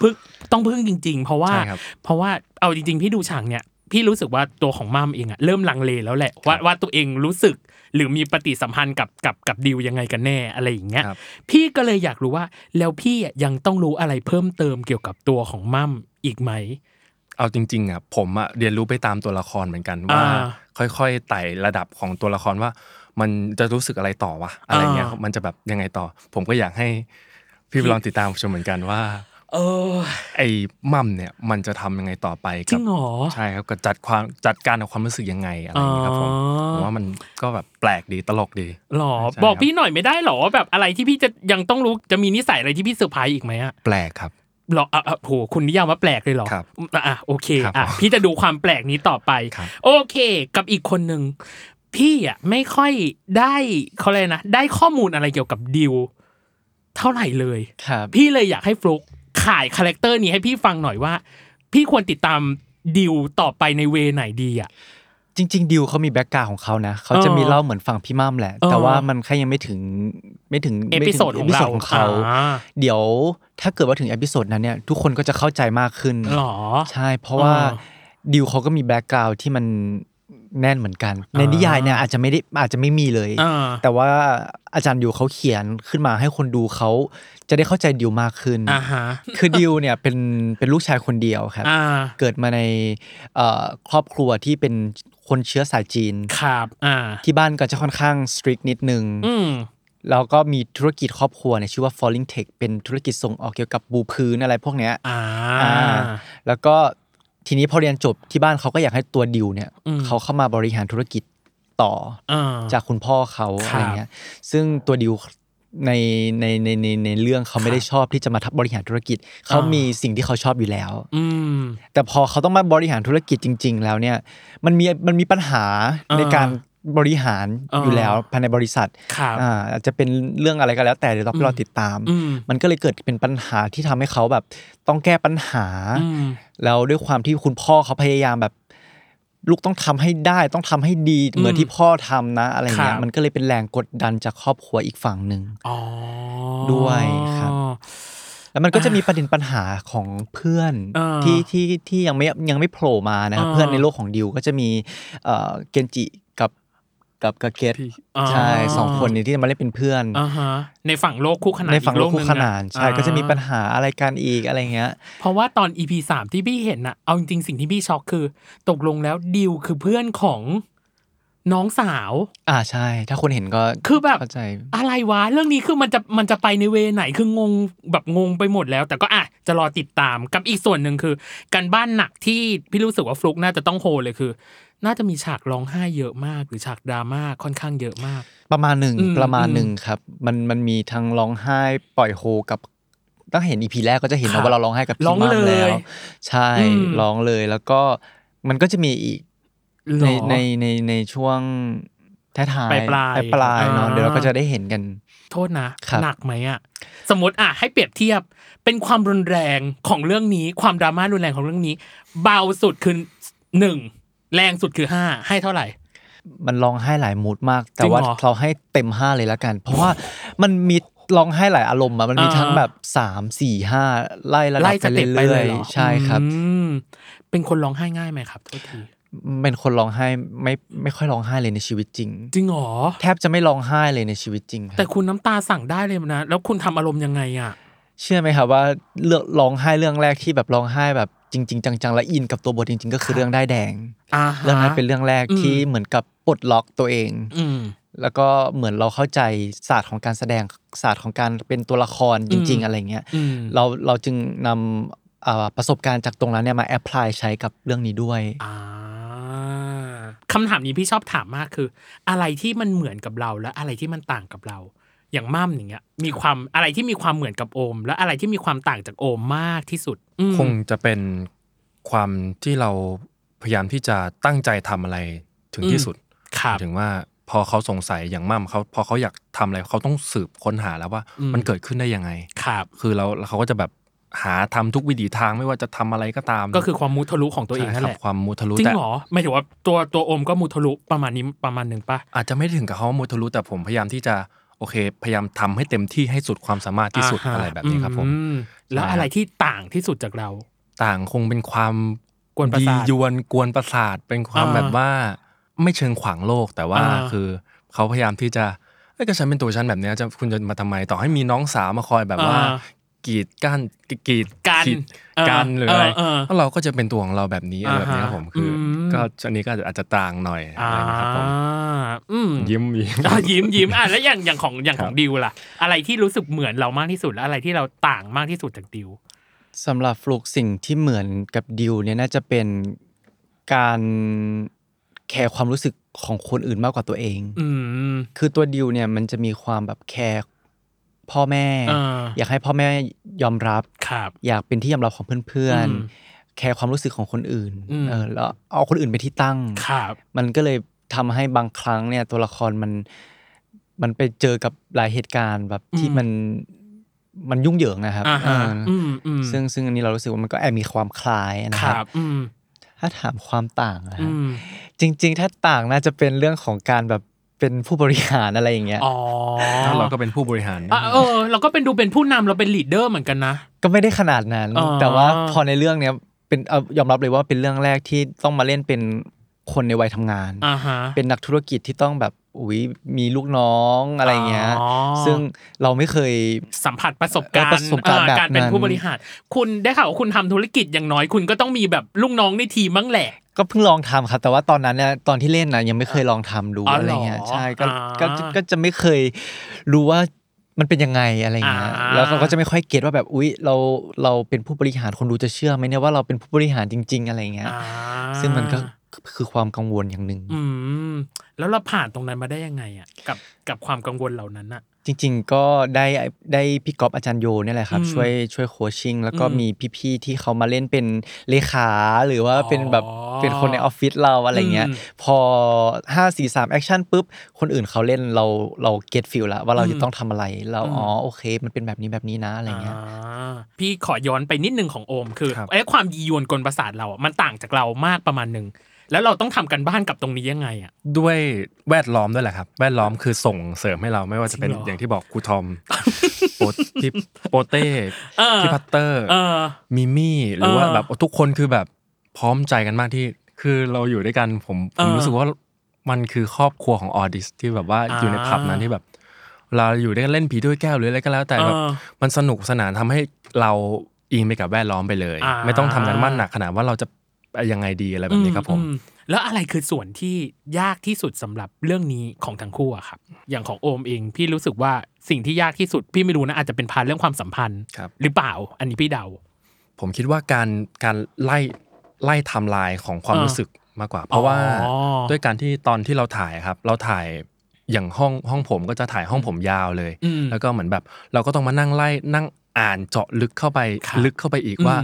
Speaker 3: พึ่งต้องพึ่งจริง ๆ เพราะว่า
Speaker 4: ใช่ครับ
Speaker 3: เพราะว่าเอาจริง ๆ พี่ดูฉากเนี่ย พี่รู้สึกว่าตัวของมัมเองอะเริ่มลังเลแล้วแหละว่าว่าตัวเองรู้สึกหรือมีปฏิสัมพันธ์กับกับกับดิวยังไงกันแน่อะไรอย่างเงี้ย
Speaker 4: ครับ
Speaker 3: พี่ก็เลยอยากรู้ว่า แล้วพี่อะยังต้องรู้อะไรเพิ่มเติมเกี่ยวกับตัวของมัมอีกไหม
Speaker 4: เอาจริงๆอ่ะผมอ่ะเรียนรู้ไปตามตัวละครเหมือนกันว่า
Speaker 3: อ่
Speaker 4: ค่อยๆไต่ระดับของตัวละครว่า มันจะรู้สึกอะไรต่อวะอะไรเงี้ย
Speaker 3: อ่ามั
Speaker 4: มันจะแบบยังไงต่อ ผมก็อยากให้พี่ลองติดตามชมเหมือนกันว่า
Speaker 3: เออ
Speaker 4: ไอ้มั่มเนี่ยมันจะทำยังไงต่อไป
Speaker 3: จริ
Speaker 4: กั
Speaker 3: งเหรอ
Speaker 4: ใช่ครับกับจัดความจัดการกับความรู้สึกยังไงอะไรอย่างเงี้ยครับผม
Speaker 3: อ๋อ
Speaker 4: ผมว่ามันก็แบบแปลกดีตลกดี
Speaker 3: หรอ
Speaker 4: ใช่
Speaker 3: บอก
Speaker 4: ครับ
Speaker 3: พี่หน่อยไม่ได้หรอแบบอะไรที่พี่จะยังต้องรู้จะมีนิสัยอะไรที่พี่เซอร์ไพรส์อีกไหมอะ
Speaker 4: แปลกครับ
Speaker 3: หรออ่ะอ่ะโหคุณนิยามว่าแปลกเลยเหรอ
Speaker 4: ครับ
Speaker 3: อ่ะอ่ะโอเค
Speaker 4: ครับ
Speaker 3: อ่ะพี่จะดูความแปลกนี้ต่อไป
Speaker 4: ครับ
Speaker 3: โอเค กับอีกคนหนึ่งพี่อ่ะไม่ค่อยได้เขาเลยกนะ ได้ข้อมูลอะไรเกี่ยวกับดิวเท่าไหร่เลย
Speaker 5: ครับ
Speaker 3: พี่เลยอยากให้ฟลุกขายคาแรคเตอร์นี้ให้พี่ฟังหน่อยว่า พี่ควรติดตามดิวต่อไปในเวไหนดีอ่ะ
Speaker 5: จริง ๆ ดิวเขามีแบ็กกราวของเขานะเขาจะมีเล่าเหมือนฝั่งพี่มั่มแหละ
Speaker 3: เออ
Speaker 5: แต่ว่ามันแค่ยังไม่ถึงไม่ถึง
Speaker 3: เอพิโซดของเรา
Speaker 5: ไม่ถึ episode ของเขา
Speaker 3: อ่า
Speaker 5: เดี๋ยวถ้าเกิดว่าถึงเอพิโซดนั้นเนี่ยทุกคนก็จะเข้าใจมากขึ้น
Speaker 3: หรอ
Speaker 5: ใช่ เพราะว่า
Speaker 3: อ่า
Speaker 5: ดิวเขาก็มีแบ็กกราวที่มันแน่นเหมือนกัน ใน
Speaker 3: อ่านิ
Speaker 5: นิยายเนี่ยอาจจะไม่ได้อาจจะไม่มีเลย
Speaker 3: อ่า
Speaker 5: แต่ว่าอาจารย์ดิวเขาเขียนขึ้นมาให้คนดูเขาจะได้เข้าใจดิวมากขึ้น
Speaker 3: อ่าฮะ
Speaker 5: คือดิวเนี่ย เป็นเป็นลูกชายคนเดียวครับ
Speaker 3: อ่า
Speaker 5: เกิดมาในเอ่อครอบครัวที่เป็นคนเชื้อสายจีน
Speaker 3: ครับอ่า
Speaker 5: ที่บ้านก็จะค่อนข้างสตรีกนิดนึง
Speaker 3: อืม
Speaker 5: แล้วก็มีธุรกิจครอบครัวเนี่ยชื่อว่า Falling Tech เป็นธุรกิจส่งออกเกี่ยวกับบูพื้นอะไรพวกเนี้ย
Speaker 3: อ่า
Speaker 5: อ่าแล้วก็ทีนี้พอเรียนจบที่บ้านเขาก็อยากให้ตัวดิวเนี่ย
Speaker 3: อืม
Speaker 5: เขาเข้ามาบริหารธุรกิจต่อ
Speaker 3: อ่า
Speaker 5: จากคุณพ่อเขา
Speaker 3: ค
Speaker 5: อะ
Speaker 3: รับ
Speaker 5: ไรเงี้ยซึ่งตัวดิวในในในในในเรื่องเขาไม่ได้ชอบที่จะมาทับบริหารธุรกิจเขา
Speaker 3: อ่ามี
Speaker 5: มีสิ่งที่เขาชอบอยู่แล้ว
Speaker 3: อืม
Speaker 5: แต่พอเขาต้องมาบริหารธุรกิจจริง ๆ แล้วเนี่ยมันมีมันมีปัญหา
Speaker 3: อ่า
Speaker 5: ในการบริหารอยู่แล้วภายในบริษัท
Speaker 3: ครับ
Speaker 5: อาอาจจะเป็นเรื่องอะไรก็แล้วแต่เดี๋ยวเรา
Speaker 3: อืม
Speaker 5: เราติดตาม
Speaker 3: อืม
Speaker 5: มันก็เลยเกิดเป็นปัญหาที่ทำให้เขาแบบต้องแก้ปัญหา
Speaker 3: อืม
Speaker 5: แล้วด้วยความที่คุณพ่อเขาพยายามแบบ ลูกต้องทำให้ได้ต้องทำให้ดีเหมือนที่พ่อทำนะ อะไร
Speaker 3: ครั
Speaker 5: เงี้ย
Speaker 3: บ
Speaker 5: มันก็เลยเป็นแรงกดดันจากครอบครัวอีกฝั่งหนึ่ง
Speaker 3: อ๋อ
Speaker 5: ด้วยครับ แล้วมันก็จะมีประเด็นปัญหาของเพื่อน
Speaker 3: อ่า
Speaker 5: ที่ที่ที่ยังไม่ยังไม่โผล่มานะครับ
Speaker 3: อ่า
Speaker 5: เพื่อนในโลกของดิวก็จะมีเอ่อเกนจิกับกับกาเกต
Speaker 4: พี่
Speaker 3: อ่า
Speaker 5: ใช่สองคนนี้ที่มาเล่นเป็นเพื่อน
Speaker 3: อ่าฮะในฝั่งโลกคู่ขนาน
Speaker 5: ในฝั่งโลกคู่ขนาน
Speaker 3: อีโลหงอ
Speaker 5: ใช่ก็จะมีปัญหาอะไรกันอีกอะไรเงี้ย
Speaker 3: เพราะว่าตอน EP สามที่พี่เห็นนะเอาจริงๆสิ่งที่พี่ช็อกคือ ตกลงแล้วดิวคือเพื่อนของน้องสาว
Speaker 5: อ่าใช่ ถ้าคนเห็นก็
Speaker 3: คือแบบ
Speaker 5: เข้าใจ
Speaker 3: อะไรวะ เรื่องนี้คือมันจะมันจะไปในเวไหนคืองงแบบงงไปหมดแล้ว แต่ก็อ่ะจะรอติดตามกับอีกส่วนหนึ่งคือ การบ้านหนักที่พี่รู้สึกว่าฟลุกน่าจะต้องโฮเลยคือ น่าจะมีฉากร้องไห้เยอะมาก หรือฉากดราม่าค่อนข้างเยอะมาก
Speaker 5: ประมาณหนึ่ง
Speaker 3: อืม
Speaker 5: ประมาณ
Speaker 3: อืม
Speaker 5: หนึ่งครับ มันมันมีทั้งร้องไห้ปล่อยโฮกับตั้งเห็นอีพีแรกก็จะเห็น
Speaker 3: ครับ
Speaker 5: นะว่าเราร้องไห้กับ
Speaker 3: ร้
Speaker 5: พี่
Speaker 3: อง
Speaker 5: มาก
Speaker 3: เลย
Speaker 5: แล้วใช่
Speaker 3: อืม
Speaker 5: ร้องเลยแล้วก็มันก็จะมีอีก
Speaker 3: หร
Speaker 5: ใน
Speaker 3: อ
Speaker 5: ในในในช่วงท้ายๆ
Speaker 3: ปลายๆ
Speaker 5: ปลายๆเนาะ
Speaker 3: อ่า
Speaker 5: เดี๋ยวเราก็จะได้เห็นกัน
Speaker 3: โทษนะ
Speaker 5: ครับ
Speaker 3: หนักไหมอะสมมติอะให้เปรียบเทียบเป็นความรุนแรงของเรื่องนี้ความดราม่ารุนแรงของเรื่องนี้ เบาสุดคือหนึ่งแรงสุดคือห้าให้เท่าไหร่
Speaker 5: มันร้องไห้หลายมูดมาก แต่
Speaker 3: จริงเหรอ
Speaker 5: ว่าเราให้เต็มห้าเลยละกัน เพราะว่ามันมีร้องไห้หลายอารมณ์อะมันมี
Speaker 3: อ่า
Speaker 5: ทั้งแบบสามสี่ห้าไล่ระดั
Speaker 3: ไล่
Speaker 5: บ
Speaker 3: ส
Speaker 5: ไป
Speaker 3: เต็ปไป
Speaker 5: เรื่
Speaker 3: เล
Speaker 5: อย ย
Speaker 3: เหรอ
Speaker 5: ๆใช่ครับ
Speaker 3: อืมเป็นคนร้องไห้ง่ายไหมครับโทษที
Speaker 5: เป็นคนร้องไห้ไม่ไม่ค่อยร้องไห้เลยในชีวิตจริง
Speaker 3: จริงเหรอ
Speaker 5: แทบจะไม่ร้องไห้เลยในชีวิตจริงครับ
Speaker 3: แต่คุณน้ำตาสั่งได้เลยนะ แล้วคุณทำอารมณ์ยังไงอ่ะ
Speaker 5: เชื่อไหมครับว่าเลือกร้องไห้เรื่องแรกที่แบบร้องไห้แบบจริง ๆ จังๆและอินกับตัวบทจริง ๆ ก็คือเรื่องได้ายแดง
Speaker 3: อ่าฮะ
Speaker 5: เรื่องนั้นเป็นเรื่องแรกที่เหมือนกับ ปลดล็อกตัวเอง
Speaker 3: อืม
Speaker 5: แล้วก็เหมือนเราเข้าใจศาสตร์ของการแสดงศาสตร์ของการเป็นตัวละครจริง
Speaker 3: อืม
Speaker 5: ๆ อะไรเงี้ย
Speaker 3: อืม
Speaker 5: เราเราจึงนำอ่าประสบการณ์จากตรงนั้นเนี่ยมาแอพพลายใช้กับเรื่องนี้ด้วย
Speaker 3: อ่าคำถามนี้พี่ชอบถามมากคือ อะไรที่มันเหมือนกับเราและอะไรที่มันต่างกับเรา อย่างม่ามอย่างเงี้ย มีความอะไรที่มีความเหมือนกับโอม และอะไรที่มีความต่างจากโอมมากที่สุดอืม
Speaker 4: คงจะเป็นความที่เราพยายามที่จะตั้งใจทำอะไรถึงที่สุด
Speaker 3: ครับ
Speaker 4: ถึงว่าพอเขาสงสัยอย่างมั่มเขาพอเขาอยากทำอะไรเขาต้องสืบค้นหาแล้วว่า
Speaker 3: อืม
Speaker 4: มันเกิดขึ้นได้ยังไง
Speaker 3: ครับ
Speaker 4: คือเราเราเขาก็จะแบบหาทำทุกวิถีทางไม่ว่าจะทำอะไรก็ตาม
Speaker 3: ก็คือความมุทะลุของตัวเอง
Speaker 4: ใช่
Speaker 3: นั่น
Speaker 4: ครั
Speaker 3: แห
Speaker 4: บ
Speaker 3: ละ
Speaker 4: ความมุทะลุ
Speaker 3: จริง
Speaker 4: แต่
Speaker 3: เหรอไม่ถือว่าตัวตัวโอมก็มุทะลุประมาณนี้ประมาณหนึ่งปะ
Speaker 4: อาจจะไม่ถึงกับเขาว่ามุทะลุแต่ผมพยายามที่จะโอเค พยายามทำให้เต็มที่ให้สุดความสามารถที่สุด
Speaker 3: าฮ
Speaker 4: อะไรแบบนี้ครับผม
Speaker 3: อืแล้ว
Speaker 4: ใช่ครับ
Speaker 3: อะไรที่ต่างที่สุดจากเรา
Speaker 4: ต่างคงเป็นความ
Speaker 3: กวนประสาท
Speaker 4: ยียวนกวนประสาทเป็นความ
Speaker 3: อ่า
Speaker 4: แบบว่าไม่เชิงขวางโลกแต่ว่า
Speaker 3: อ่า
Speaker 4: คือเขาพยายามที่จะเอ้ยก็ฉันเป็นตัวฉันแบบเนี้ยจะคุณจะมาทำไมต่อให้มีน้องสาวมาคอยแบบว่า กีดกั้นกีด
Speaker 3: การ
Speaker 4: ขีดกันหรืออะไร
Speaker 3: เอ
Speaker 4: แล้วเราก็จะเป็นตัวของเราแบบนี้อะไรแบบนี้
Speaker 3: อ่าฮะ
Speaker 4: ครับผมคืออ
Speaker 3: ม
Speaker 4: ก็อันนี้ก็อาจจะอาจจะต่างหน่อยอะ
Speaker 3: อ่า
Speaker 4: ไรนะครับผม
Speaker 3: อืม
Speaker 4: ยิ้มยิ้ม
Speaker 3: อ่ะยิ้มยิ้มอ่ะแล้วอย่างอย่างของอย่าง
Speaker 4: ค
Speaker 3: ข
Speaker 4: รั
Speaker 3: อบ งดิวล่ะ อะไรที่รู้สึกเหมือนเรามากที่สุดและอะไรที่เราต่างมากที่สุดจากดิว
Speaker 5: สำหรับฟลุกสิ่งที่เหมือนกับดิวเนี่ยน่าจะเป็นการแคร์ความรู้สึกของคนอื่นมากกว่าตัวเอง
Speaker 3: อืม
Speaker 5: คือตัวดิวเนี่ยมันจะมีความแบบแคร์พ่อแม่
Speaker 3: อ่า
Speaker 5: อยากให้พ่อแม่ยอมรับ
Speaker 3: ครับ
Speaker 5: อยากเป็นที่ยอมรับของเพื่อน
Speaker 3: อืม
Speaker 5: ๆ แคร์ความรู้สึกของคนอื่น
Speaker 3: อืม
Speaker 5: เออแล้วเอาคนอื่นเป็นที่ตั้ง
Speaker 3: ครับ
Speaker 5: มันก็เลยทำให้บางครั้งเนี่ยตัวละครมันมันไปเจอกับหลายเหตุการณ์แบบที่
Speaker 3: อืม
Speaker 5: มันมันยุ่งเหยิงนะครับ
Speaker 3: อ่าฮะ
Speaker 5: เอออ
Speaker 3: อืมอืม
Speaker 5: ซึ่งซึ่งอันนี้เรารู้สึกว่ามันก็แอบมีความคล้ายนะ
Speaker 3: ค
Speaker 5: ค
Speaker 3: รั
Speaker 5: รั
Speaker 3: บบ อืม
Speaker 5: ถ้าถามความต่างนะ
Speaker 3: อื
Speaker 5: ฮะ
Speaker 3: ม
Speaker 5: จริง ๆ ถ้าต่างน่าจะเป็นเรื่องของการแบบเป็นผู้บริหารอะไรอย่างเงี้ย
Speaker 3: อ๋อ
Speaker 4: แล้วเราก็เป็นผู้บริหาร
Speaker 3: อ่ะเออ เราก็เป็นดูเป็นผู้นำเราเป็นลีดเดอร์เหมือนกันนะ
Speaker 5: ก็ไม่ได้ขนาดนั้น
Speaker 3: อ๋อ
Speaker 5: แต่ว่าพอในเรื่องเนี้ยเป็นเอายอมรับเลยว่าเป็นเรื่องแรกที่ต้องมาเล่นเป็นคนในวัยทำงาน
Speaker 3: อ่าฮะ
Speaker 5: เป็นนักธุรกิจที่ต้องแบบอุ๊ยมีลูกน้องอะไรอย่างเงี้ย
Speaker 3: อ๋อ
Speaker 5: ซึ่งเราไม่เคย
Speaker 3: สัมผัสประสบการณ์
Speaker 5: ประสบการณ์
Speaker 3: เอ่อ
Speaker 5: แบบ
Speaker 3: การเป็น
Speaker 5: นั้น
Speaker 3: ผู้บริหาร คุณได้ข่าวว่าคุณทำธุรกิจอย่างน้อยคุณก็ต้องมีแบบลูกน้องในทีมบ้างแหละ
Speaker 5: ก็เพิ่งลองทำครับแต่ว่าตอนนั้นเนี่ยตอนที่เล่นนะยังไม่เคยลองทำดู
Speaker 3: อ๋อเหรอ
Speaker 5: อะไรเงี้ยใช่ก็
Speaker 3: อ่า
Speaker 5: ก็ก็ก็จะไม่เคยรู้ว่ามันเป็นยังไงอะไรเงี้ย
Speaker 3: อ่า
Speaker 5: แล้วเราก็จะไม่ค่อยเก็ตว่าแบบอุ๊ยเราเราเป็นผู้บริหารคนดูจะเชื่อไหมเนี่ยว่าเราเป็นผู้บริหารจริง ๆ อะไรเงี้ย
Speaker 3: อ่า
Speaker 5: ซึ่งมันก็คือความกังวลอย่างหนึ่ง
Speaker 3: อืม แล้วเราผ่านตรงนั้นมาได้ยังไงอ่ะกับกับความกังวลเหล่านั้นอ่ะ
Speaker 5: จริง ๆ ก็ได้ได้พี่ก๊อฟอาจารย์โยเนี่ยแหละครับ
Speaker 3: อืม
Speaker 5: ช่วยช่วยโคชชิ่งแล้วก็
Speaker 3: อืม
Speaker 5: มีพี่ๆที่เขามาเล่นเป็นเลขาหรือว่าเป็นแบบ
Speaker 3: อ๋อ
Speaker 5: เป็นคนในออฟฟิศเราอะไรเงี้ย พอ 5 4 3 แอคชั่นปุ๊บ คนอื่นเขาเล่นเราเราเก็ตฟิลละว่าเรา
Speaker 3: อืม
Speaker 5: จะต้องทำอะไร เรา
Speaker 3: อืม
Speaker 5: อ๋อโอเค มันเป็นแบบนี้แบบนี้นะอะไรเงี้ย
Speaker 3: อ่าพี่ขอย้อนไปนิดนึงของโอม คือ
Speaker 4: ครับ
Speaker 3: ไอ้ความยียวนกลประสาทเราอ่ะมันต่างจากเรามากประมาณหนึ่งแล้วเราต้องทำกันบ้านกับตรงนี้ยังไงอ่ะ
Speaker 4: ด้วยแวดล้อมด้วยแหละครับ แวดล้อมคือส่งเสริมให้เราไม่ว่าจะเป็น
Speaker 3: จริงเหรอ
Speaker 4: อ
Speaker 3: อ
Speaker 4: ย่างที่บอกครูท อมโปที่โปเต้
Speaker 3: เออ
Speaker 4: ที่พัตเตอร์
Speaker 3: เออ
Speaker 4: มิมี่หรือ
Speaker 3: เออ
Speaker 4: ว่าแบบทุกคนคือแบบพร้อมใจกันมากที่คือเราอยู่ด้วยกันผมผม
Speaker 3: เออ
Speaker 4: รู้สึกว่ามันคือครอบครัวของออดิสที่แบบว่า
Speaker 3: อ่า
Speaker 4: อยู่ในผับนั้นที่แบบ เราอยู่ด้วยกันเล่นผีด้วยแก้วหรืออะไรก็แล้วแต่
Speaker 3: เอ
Speaker 4: แบบ
Speaker 3: อ
Speaker 4: มันสนุกสนานทำให้เราอิงไปกับแวดล้อมไปเลย
Speaker 3: อ่า
Speaker 4: ไม่ต้องทำกันบ้านหนักขนาดว่าเราจะยังไงดีอะไรแบบนี้ครับผม
Speaker 3: อือืแล้วอะไรคือส่วนที่ยากที่สุดสำหรับเรื่องนี้ของทั้งคู่อะครับ อย่างของโอมเองพี่รู้สึกว่าสิ่งที่ยากที่สุดพี่ไม่รู้นะอาจจะเป็นพาร์ทเรื่องความสัมพันธ์
Speaker 4: ครับ
Speaker 3: หรือเปล่า อันนี้พี่เดา
Speaker 4: ผมคิดว่าการการไล่ไล่ไทม์ไลน์ของความ
Speaker 3: อ่า
Speaker 4: รู้สึกมากกว่า เพราะว่า
Speaker 3: อ๋อ
Speaker 4: ด้วยการที่ตอนที่เราถ่ายครับ เราถ่ายอย่างห้องห้องผมก็จะถ่ายห้องผมยาวเลย
Speaker 3: อืม
Speaker 4: แล้วก็เหมือนแบบ เราก็ต้องมานั่งไล่นั่งอ่านเจาะลึกเข้าไป
Speaker 3: ครับ
Speaker 4: ลึกเข้าไปอีก
Speaker 3: อืม
Speaker 4: ว่า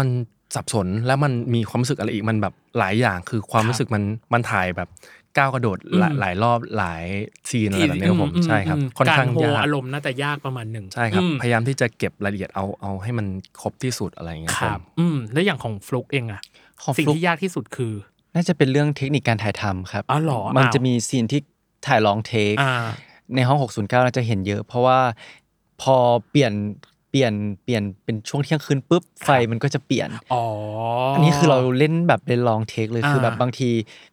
Speaker 4: มันสับสนแล้วมันมีความรู้สึกอะไรอีกมันแบบหลายอย่างคือความ
Speaker 3: ครับ
Speaker 4: รู้สึกมันมันถ่ายแบบก้าวกระโดดหลาย
Speaker 3: อืม
Speaker 4: หลายรอบหลายซีนอะไรแบบนี้ครับผม
Speaker 3: อื
Speaker 4: ใช่ครับ
Speaker 3: อืม
Speaker 4: ค่อนข้าง
Speaker 3: กรโฮ
Speaker 4: ยาก
Speaker 3: อารมณ์น่าจะยากประมาณหนึ่ง
Speaker 4: ใช่ครับ
Speaker 3: อืม
Speaker 4: พยายามที่จะเก็บรายละเอียดเอาเอาให้มันครบที่สุดอะไรอย่างเงี้ย
Speaker 3: ค
Speaker 4: ค
Speaker 3: รั
Speaker 4: รั
Speaker 3: บบ อืมแล้วอย่างของฟลุกเองอะ
Speaker 5: ของ
Speaker 3: สิ่ง
Speaker 5: ฟลุก
Speaker 3: ที่ยากที่สุดคือ
Speaker 5: น่าจะเป็นเรื่องเทคนิคการถ่ายทำครับ
Speaker 3: อ๋อเหรอ
Speaker 5: มัน
Speaker 3: อ้าว
Speaker 5: จะมีซีนที่ถ่ายลองเทค
Speaker 3: อ่า
Speaker 5: ในห้อง 609 น่าจะเห็นเยอะ เพราะว่าพอเปลี่ยนเปลี่ยนเปลี่ยนเป็นช่วงเที่ยงคืนปุ๊บไฟมันก็จะเปลี่ยน
Speaker 3: อ๋อ
Speaker 5: อั
Speaker 3: อั
Speaker 5: นนี้คือเราเล่นแบบเป็นลองเทคเลย
Speaker 3: อ่า
Speaker 5: คือแบบบางที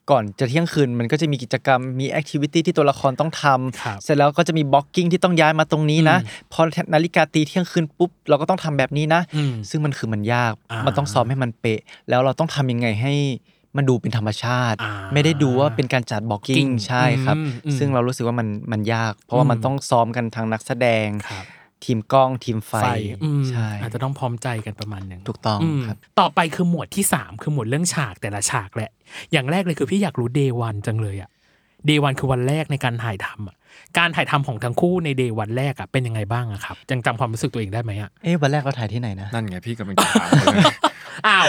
Speaker 5: ก่อนจะเที่ยงคืนมันก็จะมีกิจกรรมมีแอคทิวิตี้ที่ตัวละครต้องทำ
Speaker 3: ครับ
Speaker 5: เสร็จแล้วก็จะมีบล็อกกิ้งที่ต้องย้ายมาตรงนี้นะ พอนาฬิกาตีเที่ยงคืนปุ๊บเราก็ต้องทำแบบนี้นะ
Speaker 3: อืม
Speaker 5: ซึ่งมันคือมันยาก
Speaker 3: อ่ามั
Speaker 5: มันต้องซ้อมให้มันเป๊ะ แล้วเราต้องทำยังไงให้ มันดูเป็นธรรมชาติ
Speaker 3: อ่า
Speaker 5: ไม่ได้ดูว่าเป็นการจัดบอกกิ้ง
Speaker 3: Blocking
Speaker 5: ใช่ครับ
Speaker 3: อืมอืม
Speaker 5: ซึ่งเรารู้สึกว่ามันมันยาก เพราะว่ามัน
Speaker 3: อืม
Speaker 5: ต้องซ้อมกันทางนักแสดง
Speaker 3: ครับ
Speaker 5: ทีมกล้องทีมไฟ
Speaker 3: ไฟอืม
Speaker 5: ใช่
Speaker 3: อาจจะต้องพร้อมใจกันประมาณหนึ่ง
Speaker 5: ถูกต้อง
Speaker 3: อืม
Speaker 5: ครับ
Speaker 3: ต่อไปคือหมวดที่ 3 คือหมวดเรื่องฉากแต่ละฉากแหละ อย่างแรกเลยคือพี่อยากรู้เดวันจังเลยอะเดวันคือวันแรกในการถ่ายทำอะการถ่ายทำของทั้งคู่ในเดวันแรกอะเป็นยังไงบ้างอะครับยังจำความรู้สึกตัวเองได้ไหมอะ
Speaker 5: เอ๊ะวันแรกเราถ่ายที่ไหนนะ
Speaker 4: นั่นไงพี่กำลังจะถามเลย
Speaker 3: อ้าว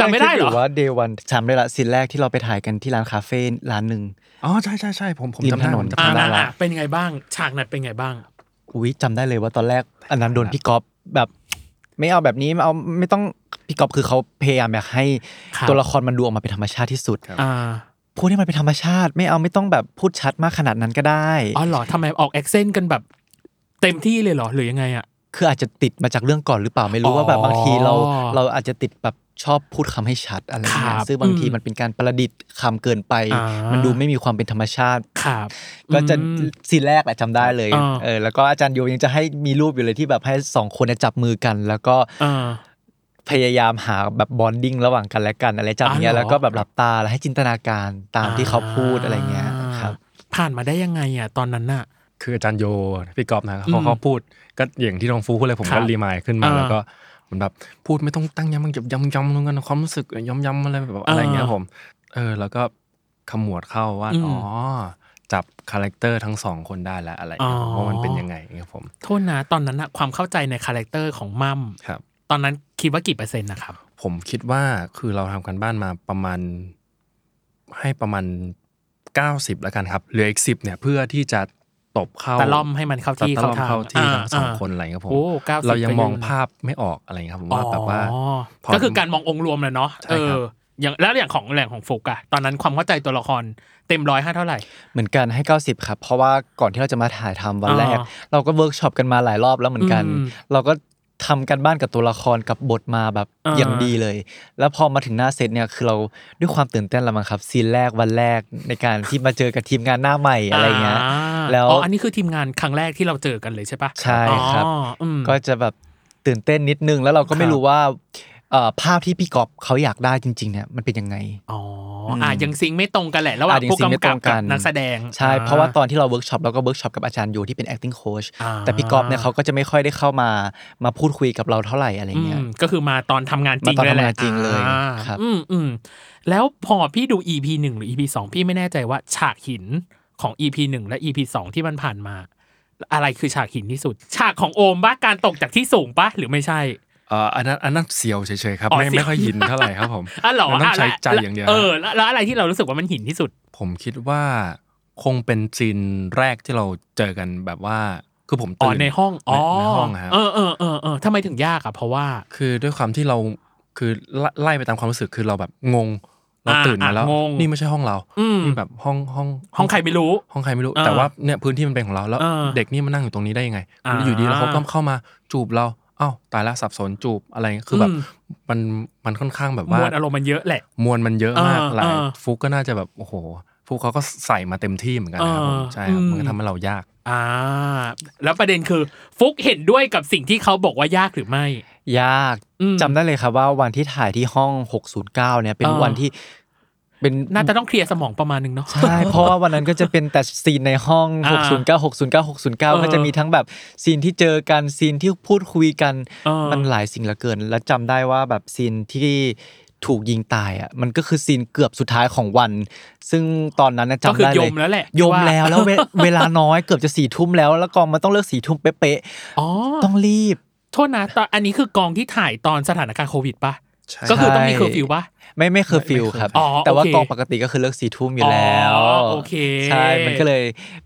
Speaker 3: จำไม่ได้เหรอ
Speaker 5: กำลังคิยู่ว่าเดวันจำได้ละซีนแรกที่เราไปถ่ายกันที่ร้านคาเฟ่ร้านหนึ่ง
Speaker 4: อ๋อใช่ใช่ใช่ผมผม
Speaker 5: ริม
Speaker 4: จำได้
Speaker 5: ถนน
Speaker 4: ผมจำ
Speaker 3: อ่า
Speaker 4: ได้
Speaker 5: ได้ละ
Speaker 3: อ่าเป็นยังไงบ้าง ฉากนั้นเป็นยังไงบ้าง
Speaker 5: อุ้ยจำได้เลยว่าตอนแรกอันนั้นโดนพี่ก๊อฟแบบ ไม่เอาแบบนี้ไม่เอาไม่ต้องพี่ก๊อฟคือเขาพยายามอยากให้
Speaker 3: ครับ
Speaker 5: ตัวละครมันดูออกมาเป็นธรรมชาติที่สุด
Speaker 4: ครับ
Speaker 3: อ่า
Speaker 5: พูดให้มันเป็นธรรมชาติ ไม่เอาไม่ต้องแบบพูดชัดมากขนาดนั้นก็ได้
Speaker 3: อ๋อเหรอทำไมออกแอคเซนต์กันแบบ เต็มที่เลยเหรอหรือยังไงอะ
Speaker 5: คืออาจจะติดมาจากเรื่องก่อนหรือเปล่าไม่รู้ว่าแบบบางทีเราเราอาจจะติดแบบชอบพูดคำให้ชัดอะไรอย่างเงี้
Speaker 3: ค
Speaker 5: ย
Speaker 3: รับ
Speaker 5: ซึ่งบางที
Speaker 3: อืม
Speaker 5: มันเป็นการประดิษฐ์คำเกินไป
Speaker 3: อ่ามั
Speaker 5: มันดูไม่มีความเป็นธรรมชาติ
Speaker 3: ครับ
Speaker 5: ก็จะ
Speaker 3: อืม
Speaker 5: ซีนแรกแหละจำได้เลย
Speaker 3: อ่า
Speaker 5: เออแล้วก็อาจารย์โยยังจะให้มีรูปอยู่เลยที่แบบให้สองคนเนี่ยจับมือกัน แล้วก็
Speaker 3: อ่า
Speaker 5: พยายามหาแบบบอนดิ้งระหว่างกันและกันอะไรจำเนี้
Speaker 3: อ๋
Speaker 5: ย
Speaker 3: อเหรอ
Speaker 5: แล้วก็แบบหลับตาแล้วให้จินตนาการตามที่เขาพูดอะไรเงี้ยครับ
Speaker 3: ผ่านมาได้ยังไงอะตอนนั้นอะ
Speaker 4: คืออาจารย์โยพี่กอบนะ
Speaker 3: อื
Speaker 4: เขา
Speaker 3: ม
Speaker 4: เขาพูดก็อย่างที่น้องฟูพูดเลยผม
Speaker 3: ครั
Speaker 4: ก็
Speaker 3: บ
Speaker 4: รีมายขึ้นมา
Speaker 3: อ่า
Speaker 4: แล้วก็เหมันแบบพูดไม่ต้องตั้งย้ำมันจะย้ำย้ำลงกันนะความรู้สึกย้ำย้ำอะไรแบบอะไรอย่างเงี้ย
Speaker 3: อ่า
Speaker 4: ผม เออ แล้วก็ขมวดเข้าว่า
Speaker 3: อืม
Speaker 4: อ๋อจับคาแรคเตอร์ทั้งสองคนได้แล้วอะไรอย่างเงี้ย
Speaker 3: อ๋อ
Speaker 4: ว่ามันเป็นยังไงอย่างเงี้ยครับผม
Speaker 3: โทษนะตอนนั้นอะความเข้าใจในคาแรคเตอร์ของมัม
Speaker 4: ครับ
Speaker 3: ตอนนั้นคิดว่ากี่เปอร์เซ็นต์นะครับ
Speaker 4: ผมคิดว่าคือเราทำกันบ้านมาประมาณให้ประมาณ 90 แล้วกันครับเหลืออีกสิเนี่ยเพื่อที่จะตบเข้า
Speaker 3: ตะล่อมให้มันเข้าที่
Speaker 4: ตะล่อมเข้า
Speaker 3: เข้าทาง
Speaker 4: ที่
Speaker 3: อ่า
Speaker 4: ทั้งสอง
Speaker 3: อ่า
Speaker 4: คนอะไรครับผม
Speaker 3: โอ้90
Speaker 4: เรายังมอง
Speaker 3: ก็ยัง
Speaker 4: ภาพไม่ออกอะไรครับผมว่าแบบว่า
Speaker 3: อ๋อ
Speaker 4: พอ
Speaker 3: ก็คือการมององค์รวมเลยเนาะ
Speaker 4: ใช่
Speaker 3: เอ
Speaker 4: ครั
Speaker 3: อบ อย่างแล้วอย่างของแหล่งของโฟกอะตอนนั้นความเข้าใจตัวละครเต็มร้อยห้าเท่าไหร่
Speaker 5: เหมือนกันให้ 90 ครับ เพราะว่าก่อนที่เราจะมาถ่ายทำวันแรก
Speaker 3: อ่า
Speaker 5: เราก็เวิร์กช็อปกันมาหลายรอบแล้วเหมือนกัน
Speaker 3: อืม
Speaker 5: เราก็ทำกันบ้านกับตัวละครกับบทมาแบบ
Speaker 3: อ่า
Speaker 5: อย่างดีเลย แล้วพอมาถึงหน้าเซตเนี่ยคือเราด้วยความตื่นเต้นละมั้งครับซีนแรกวันแรกในการที่มาเจอกับทีมงานหน้าใหม่อะไรเงี้ย
Speaker 3: า
Speaker 5: แล้ว
Speaker 3: อ๋ออันนี้คือทีมงานครั้งแรกที่เราเจอกันเลยใช่ปะ
Speaker 5: ใช่ครับ
Speaker 3: อ๋ออืม
Speaker 5: ก็จะแบบตื่นเต้นนิดนึงแล้วเราก็ไม่
Speaker 3: ครับ
Speaker 5: รู้ว่าเอ่อภาพที่พี่กอบเขาอยากได้จริงๆเนี่ยมันเป็นยังไง
Speaker 3: อ๋อ
Speaker 5: อืม
Speaker 3: อ่ะยังซิงค์ไม่ตรงกันแหละระหว่าง
Speaker 5: อ่ะยัง
Speaker 3: ผู้
Speaker 5: ซิงค์ไม่
Speaker 3: กำกับ
Speaker 5: ตรงกั
Speaker 3: กับ
Speaker 5: น
Speaker 3: นักแสดง
Speaker 5: ใช่ เพราะว่าตอนที่เราเวิร์กช็อปเราก็เวิร์กช็อปกับอาจารย์อยู่ที่เป็น acting coach
Speaker 3: อ่า
Speaker 5: แต่พี่ก๊อฟเนี่ยเขาก็จะไม่ค่อยได้เข้ามามาพูดคุยกับเราเท่าไหร่อะไรเงี้ย
Speaker 3: อืมก็คือมาตอนทำงานจริง
Speaker 5: มาตอน
Speaker 3: เลยแหละ
Speaker 5: ทำงานจริงเลย
Speaker 3: อ่า
Speaker 5: ครับ
Speaker 3: อืมอืมแล้วพอพี่ดู EP หนึ่งหรือ EP สองพี่ไม่แน่ใจว่าฉากหินของ EP หนึ่งและ EP สองที่มันผ่านมา อะไรคือฉากหินที่สุด ฉากของโอมบ้าการตกจากที่สูงปะหรือไม่ใช่
Speaker 4: เอ่ออันนั้นอันนั้นเสียวเฉยๆครับ
Speaker 3: อ๋อ
Speaker 4: ไม่
Speaker 3: เสียว
Speaker 4: ไม่ค่อยหินเท่าไหร่ครับผม
Speaker 3: อ่ะเหรอ
Speaker 4: มันต้องใช้
Speaker 3: ะแล้ว
Speaker 4: ใจอย่างเดียว
Speaker 3: เออแล้วแล้วอะไรที่เรารู้สึกว่ามันหินที่สุด
Speaker 4: ผมคิดว่าคงเป็นซีนแรกที่เราเจอกันแบบว่าคือผม
Speaker 3: อ๋อ
Speaker 4: ตื่น
Speaker 3: ในห้องอ๋อ
Speaker 4: ในห้องครับ
Speaker 3: เออเออเออเออทำไมถึงยากอ่ะเพราะว่า
Speaker 4: คือด้วยความที่เราคือไล่ไล่ไปตามความรู้สึกคือเราแบบงง เรา
Speaker 3: อ่า
Speaker 4: ตื่นมาแล้ว
Speaker 3: อ่ะงง
Speaker 4: นี่ไม่ใช่ห้องเรา
Speaker 3: อืม
Speaker 4: นี่แบบห้องห้อง
Speaker 3: ห้องใครไม่รู้
Speaker 4: ห้องใครไม่รู้
Speaker 3: อ่า
Speaker 4: แต่ว่าเนี่ยพื้นที่มันเป็นของเราแล้ว
Speaker 3: อ่า
Speaker 4: เด็กนี่มานั่งอยู่ตรงนี้ได้ยังไง
Speaker 3: อ่า
Speaker 4: อยู่ดีแล้วเขาก็เข้ามาจูบเราอ้าวตายละสับสนจูบอะไรเงี้ยคืออ
Speaker 3: ม
Speaker 4: แบบมันมันค่อนข้างแบบ
Speaker 3: ม
Speaker 4: ว่าม
Speaker 3: วลอารมณ์มันเยอะแหละ
Speaker 4: มวลมันเยอะมาก
Speaker 3: อ่า
Speaker 4: หลาย
Speaker 3: อ่า
Speaker 4: ฟุกก็น่าจะแบบโอ้โหฟุกเขาก็ใส่มาเต็มที่เหมือนกันนะครับผม
Speaker 3: อ่า
Speaker 4: ใช่ครับ
Speaker 3: อืม
Speaker 4: มันก็ทำให้เรายาก
Speaker 3: อ่า แล้วประเด็นคือฟุกเห็นด้วยกับสิ่งที่เขาบอกว่ายากหรือไม่
Speaker 5: ยาก
Speaker 3: อืม
Speaker 5: จำได้เลยครับว่าวันที่ถ่ายที่ห้อง 609 เนี่ยเป็น
Speaker 3: อ่า
Speaker 5: วันที่เป็น
Speaker 3: น่าจะต้องเคลียร์สมองประมาณนึงเนาะ
Speaker 5: ใช่เพราะว่าวันนั้นก็จะเป็นแต่ซีนในห้อง
Speaker 3: อ่า
Speaker 5: 609 609 609 ก็จะมีทั้งแบบซีนที่เจอกันซีนที่พูดคุยกัน
Speaker 3: อ่ามั
Speaker 5: มันหลายสิ่งเหลือเกิน และจำได้ว่าแบบซีนที่ถูกยิงตายอ่ะมันก็คือซีนเกือบสุดท้ายของวัน ซึ่งตอนนั้นนะ
Speaker 3: ก็
Speaker 5: จำ
Speaker 3: คือ
Speaker 5: ได้
Speaker 3: ย
Speaker 5: เลย
Speaker 3: มแล้วแหละ
Speaker 5: โยมแล้วแล้วเว
Speaker 3: า
Speaker 5: เวลาน้อยเกือบจะสี่ทุ่มแล้ว แล้วกองมันต้องเลิกสี่ทุ่มเป๊ะ
Speaker 3: อ๋อ
Speaker 5: ๆต้องรีบ
Speaker 3: โทษนะตอนอันนี้คือกองที่ถ่ายตอนสถานการณ์โควิดปะ
Speaker 4: ใช่
Speaker 3: ก็คือต้องมีเคอร์ฟิวปะ
Speaker 5: ไม่ไม่เคอร์ฟิวครับ
Speaker 3: อ๋อ
Speaker 5: แต่ว่า
Speaker 3: โอเค
Speaker 5: กองปกติก็คือเลิกสี่ทุ่มอยู่แล้ว
Speaker 3: อ๋อโอเค
Speaker 5: ใช่มันก็เลย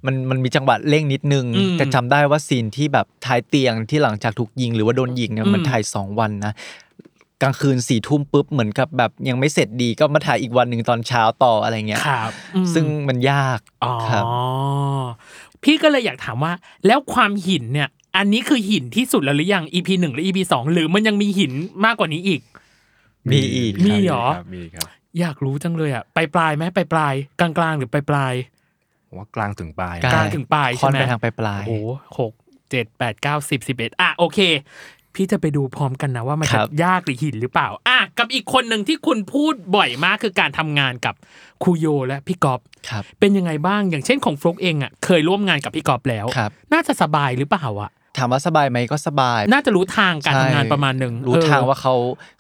Speaker 5: มันมันมีจังหวะเร่งนิดนึง
Speaker 3: อืม
Speaker 5: แต่จำได้ว่าซีนที่แบบท้ายเตียงที่หลังจากถูกยิงหรือว่าโดนยิงเนี่ย
Speaker 3: อืม
Speaker 5: มันถ่ายสองวันนะกลางคืนสี่ทุ่มปุ๊บเหมือนกับแบบยังไม่เสร็จดีก็มาถ่ายอีกวันหนึ่งตอนเช้าต่ออะไรเงี้ย
Speaker 3: ครับอืม
Speaker 5: ซึ่งมันยาก
Speaker 3: อ๋อ
Speaker 5: ครับ
Speaker 3: พี่ก็เลยอยากถามว่า แล้วความหินเนี่ย อันนี้คือหินที่สุดแล้วหรือยัง EP หนึ่งและ EP สองหรือมันยังมีหินมากกว่านี้อีก
Speaker 5: มีอีก
Speaker 3: มีเหรอ
Speaker 4: มีครับ
Speaker 3: อยากรู้จังเลยอ่ะไปปลายไหมไปปลายกลางกลางๆหรือไปปลาย
Speaker 4: ผมว่ากลางถึงปลาย
Speaker 3: กลางถึงปลาย
Speaker 5: ค่
Speaker 3: ใช่
Speaker 5: อน
Speaker 3: ไหม
Speaker 5: ไปทางปลายๆ
Speaker 3: โอ้โหหกเจ็ดแปดเก้าสิบสิบเอ็ดอ่ะโอเค พี่จะไปดูพร้อมกันนะว่ามัน
Speaker 5: ค
Speaker 3: จะ
Speaker 5: รับ
Speaker 3: ยากหรือหินหรือเปล่า อ่ะกับอีกคนหนึ่งที่คุณพูดบ่อยมากคือการทำงานกับครูโยและพี่กอบ
Speaker 5: ครับ
Speaker 3: เป็นยังไงบ้างอย่างเช่นของฟลุกเองอ่ะเคยร่วมงานกับพี่กอบแล้ว
Speaker 5: ครับ
Speaker 3: น่าจะสบายหรือเปล่าอ่ะ
Speaker 5: ถามว่าสบายไหมก็สบาย
Speaker 3: น่าจะรู้ทางการทำงานประมาณหนึ่ง
Speaker 5: ใช่รู้ทางว่าเขา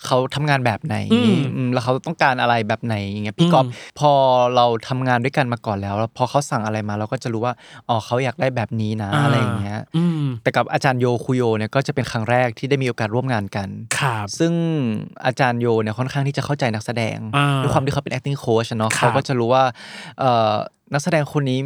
Speaker 5: เขาทำงานแบบไหน
Speaker 3: อืม
Speaker 5: อืมแล้วเขาต้องการอะไรแบบไหนอย่างเงี้ยพี่
Speaker 3: อืม
Speaker 5: กอฟพอเราทำงานด้วยกันมาก่อนแล้วแล้ว พอเขาสั่งอะไรมาเราก็จะรู้ว่าอ๋อเขาอยากได้แบบนี้นะ
Speaker 3: อ่า
Speaker 5: อะไรอย่างเงี้ย
Speaker 3: อืม
Speaker 5: แต่กับอาจารย์โยคุโยเนี่ยก็จะเป็นครั้งแรกที่ได้มีโอกาสร่วมงานกัน
Speaker 3: ครับ
Speaker 5: ซึ่งอาจารย์โยเนี่ยค่อนข้างที่จะเข้าใจนักแสดง
Speaker 3: อ่า
Speaker 5: ด้วยความที่เขาเป็น acting coach อะเนาะ
Speaker 3: ครับ
Speaker 5: เขาก็จะรู้ว่าเอ่อนักแสดงคนนี้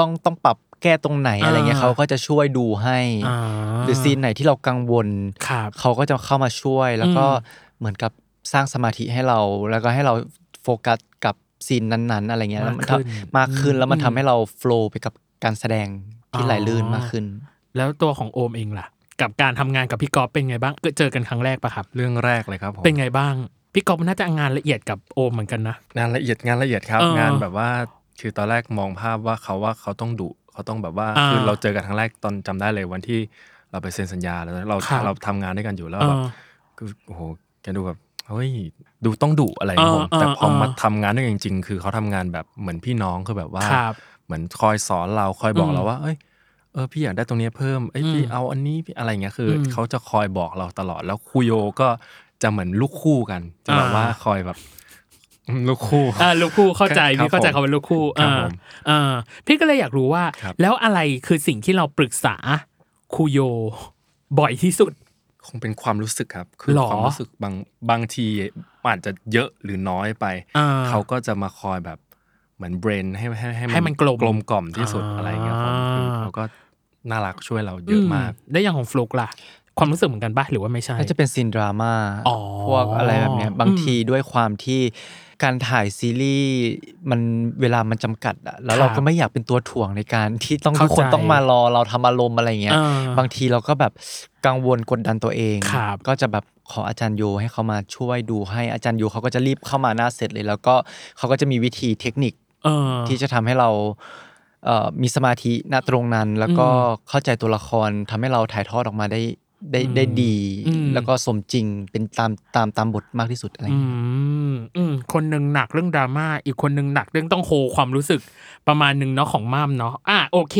Speaker 5: ต้องต้องปรับแก้ตรงไหนอะไรเงี้ย
Speaker 3: อ่า
Speaker 5: เขาก็จะช่วยดูให้
Speaker 3: อ่า
Speaker 5: หรือซีนไหนที่เรากังวล
Speaker 3: ครับ
Speaker 5: เขาก็จะเข้ามาช่วยแล้วก็
Speaker 3: อื
Speaker 5: เหมือนกับสร้างสมาธิให้เรา แล้วก็ให้เราโฟกัสกับซีนนั้นๆ อะไรเงี้ยแล้ว
Speaker 3: มาก
Speaker 5: มัน
Speaker 3: ขึ้
Speaker 5: ท
Speaker 3: น
Speaker 5: ำมากขึ้นแล้วมันทำให้เราโฟล์ไปกับการแสดงที่ไหลลื่น
Speaker 3: อ๋อ
Speaker 5: มากขึ้น
Speaker 3: แล้วตัวของโอมเองล่ะ กับการทำงานกับพี่กอบเป็นไงบ้างเกิดเจอกันครั้งแรกปะครับ
Speaker 4: เรื่องแรกเลยครับผม
Speaker 3: เป็นไงบ้าง พี่กอบน่าจะงานละเอียดกับโอมเหมือนกันนะ
Speaker 4: งานละเอียดงานละเอียดครับ
Speaker 3: เออง
Speaker 4: านแบบว่าคือตอนแรกมองภาพว่าเขาว่าเขาต้องดุเขาต้องแบบว่า
Speaker 3: อ่า
Speaker 4: คือเราเจอกันครั้งแรกตอนจำได้เลยวันที่เราไปเซ็นสัญญาแล้วเรา
Speaker 3: ครับ
Speaker 4: เราทำงานด้วยกันอยู่แล้ว
Speaker 3: เอ
Speaker 4: แบบ
Speaker 3: อ
Speaker 4: คือโอ้โหแกดูแบบเฮ้ยดูต้องดุอะไรนะผม
Speaker 3: อ่า
Speaker 4: แต่พอมา
Speaker 3: อ่า
Speaker 4: ทำงานด้วยกันจริง ๆ คือเขาทำงานแบบเหมือนพี่น้องคือแบบว่า
Speaker 3: ครับ
Speaker 4: เหมือนคอยสอนเราคอยบอก
Speaker 3: อืม
Speaker 4: เราว่า เอ้ยเออพี่อยากได้ตรงเนี้ยเพิ่มเอ้ยพี่
Speaker 3: อืม
Speaker 4: เอาอันนี้พี่อะไรเงี้ยคืออ
Speaker 3: ม
Speaker 4: เขาจะคอยบอกเราตลอดแล้วคุโยก็จะเหมือนลูกคู่กันจะแบบ
Speaker 3: อ่า
Speaker 4: ว่าคอยแบบ อืมลูกคู่
Speaker 3: อ่าลูกคู่เข้าใจ
Speaker 4: ครับ
Speaker 3: พี่เข้าใจ
Speaker 4: ผม
Speaker 3: คำว่าลูกคู่
Speaker 4: ครับ
Speaker 3: อ่า
Speaker 4: ผม
Speaker 3: อ่าพี่ก็เลยอยากรู้ว่า
Speaker 4: ครับ
Speaker 3: แล้วอะไรคือสิ่งที่เราปรึกษาครูโย บ่อยที่สุด
Speaker 4: คงเป็นความรู้สึกครับ คือ
Speaker 3: หรอ
Speaker 4: ความรู้สึกบางบางทีอาจจะเยอะหรือน้อยไป
Speaker 3: อ่า
Speaker 4: เขาก็จะมาคอยแบบเหมือนเบรนให้ให้
Speaker 3: ให้มันกลม
Speaker 4: กลมกล่อมที่สุด
Speaker 3: อ่า
Speaker 4: อะไรเงี้ยผมคือเขาก็น่ารักช่วยเราเยอะมาก
Speaker 3: ได้วอย่างของฟลุกล่ะ ความรู้สึกเหมือนกันปะหรือว่าไม่ใช่
Speaker 5: น่าจะเป็นซีนดราม่า
Speaker 3: อ๋อ
Speaker 5: พวกอะไรแบบเนี้ยบาง
Speaker 3: อืม
Speaker 5: ทีด้วยความที่การถ่ายซีรีส์มันเวลามันจำกัดอะแล้วเรา
Speaker 3: ครับ
Speaker 5: ก็ไม่อยากเป็นตัวถ่วงในการที่ต้อง
Speaker 3: เข้า
Speaker 5: ทุกคน
Speaker 3: ใจ
Speaker 5: ต้องมารอเราทำอารมณ์อะไรเงี้ย
Speaker 3: อ่า
Speaker 5: บางทีเราก็แบบกังวลกดดันตัวเอง
Speaker 3: ครับ
Speaker 5: ก็จะแบบขออาจารย์โยให้เขามาช่วยดูให้อาจารย์โยเขาก็จะรีบเข้ามาหน้าเสร็จเลย แล้วก็เขาก็จะมีวิธีเทคนิค
Speaker 3: เออ
Speaker 5: ที่จะทำให้เราเอ่อมีสมาธิณตรงนั้น แล้วก็
Speaker 3: อืม
Speaker 5: เข้าใจตัวละครทำให้เราถ่ายทอดออกมาได้ ได้ได้ดี
Speaker 3: อืม
Speaker 5: แล้วก็สมจริงเป็นตามตามตามบทมากที่สุดอะไรอย่าง
Speaker 3: อื
Speaker 5: เงี้ย
Speaker 3: มอืมคนหนึ่งหนักเรื่องดราม่าอีกคนหนึ่งหนักเรื่องต้องโฮความรู้สึกประมาณหนึ่งเนาะของม่ามเนาะอ่ะโอเค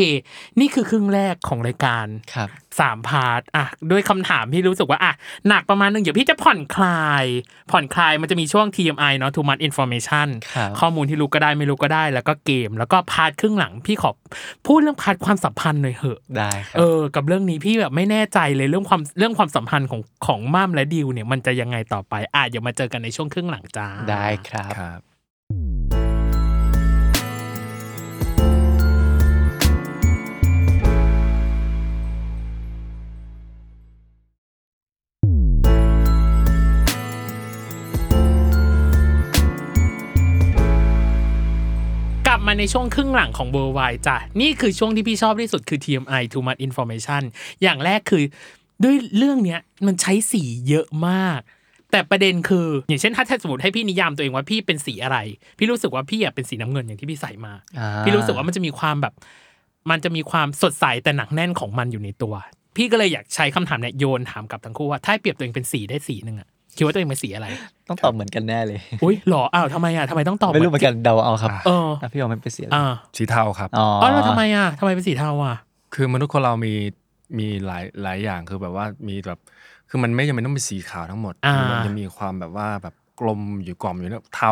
Speaker 3: นี่คือครึ่งแรกของรายการ
Speaker 5: ครับ
Speaker 3: สามพาร์ทอ่ะด้วยคำถามที่รู้สึกว่าอ่ะหนักประมาณหนึงเดี๋ยวพี่จะผ่อนคลาย ผ่อนคลายมันจะมีช่วง TMI เนาะ Too Much Information
Speaker 5: ครับ
Speaker 3: ข้อมูลที่รู้ก็ได้ไม่รู้ก็ได้ แล้วก็เกม แล้วก็พาร์ทครึ่งหลังพี่ขอพูดเรื่องพาร์ทความสัมพันธ์หน่อยเหอะ
Speaker 5: ได้ครับ
Speaker 3: เออ กับเรื่องนี้พี่แบบไม่แน่ใจเลยเรื่องความเรื่องความสัมพันธ์ของของม่ามและดิวเนี่ยมันจะยังไงต่อไปอ่ะเดี๋ยวมาเจอกันในช่วงครึ่งหลังจ้า
Speaker 5: ได้ครับ
Speaker 4: ครับ
Speaker 3: กลับมาในช่วงครึ่งหลังของเบอร์ไวจ้ะ นี่คือช่วงที่พี่ชอบที่สุดคือ TMI Too Much Information อย่างแรกคือ ด้วยเรื่องเนี้ยมันใช้สีเยอะมาก แต่ประเด็นคือ อย่างเช่นถ้าสมมติให้พี่นิยามตัวเองว่าพี่เป็นสีอะไร พี่รู้สึกว่าพี่อะเป็นสีน้ำเงินอย่างที่พี่ใส่มา
Speaker 5: อ่า
Speaker 3: พี่รู้สึกว่ามันจะมีความแบบ มันจะมีความสดใสแต่หนักแน่นของมันอยู่ในตัว พี่ก็เลยอยากใช้คำถามเนี่ยโยนถามกลับทั้งคู่ว่าถ้าให้เปรียบตัวเองเป็นสีได้สีหนึ่งอะคิดว่าตัวเองเป็นสีอะไร
Speaker 5: ต้องตอบเหมือนกันแน่เลย
Speaker 3: อุ้ยหรออ้าวทำไมอะทำไมต้องตอบ
Speaker 5: ไม่รู้เหมือนกันเดาเอาครับ
Speaker 3: เออ
Speaker 5: อ่ะพี่ยอมไม่ไปเสีย
Speaker 3: อ่า
Speaker 4: สีเทาครับ
Speaker 5: อ๋อ
Speaker 3: อ๋อแล้วทำไมอ่ะทำไมเป็นสีเทาอ่ะ
Speaker 4: คือมนุษย์คนเรามีมีหลายหลายอย่างคือแบบว่ามีแบบคือมันไม่จำเป็นต้องเป็นสีขาวทั้งหมด
Speaker 3: อ่า
Speaker 4: มันจะมีความแบบว่าแบบกลมอยู่กล่อมอยู่เนี่ยเทา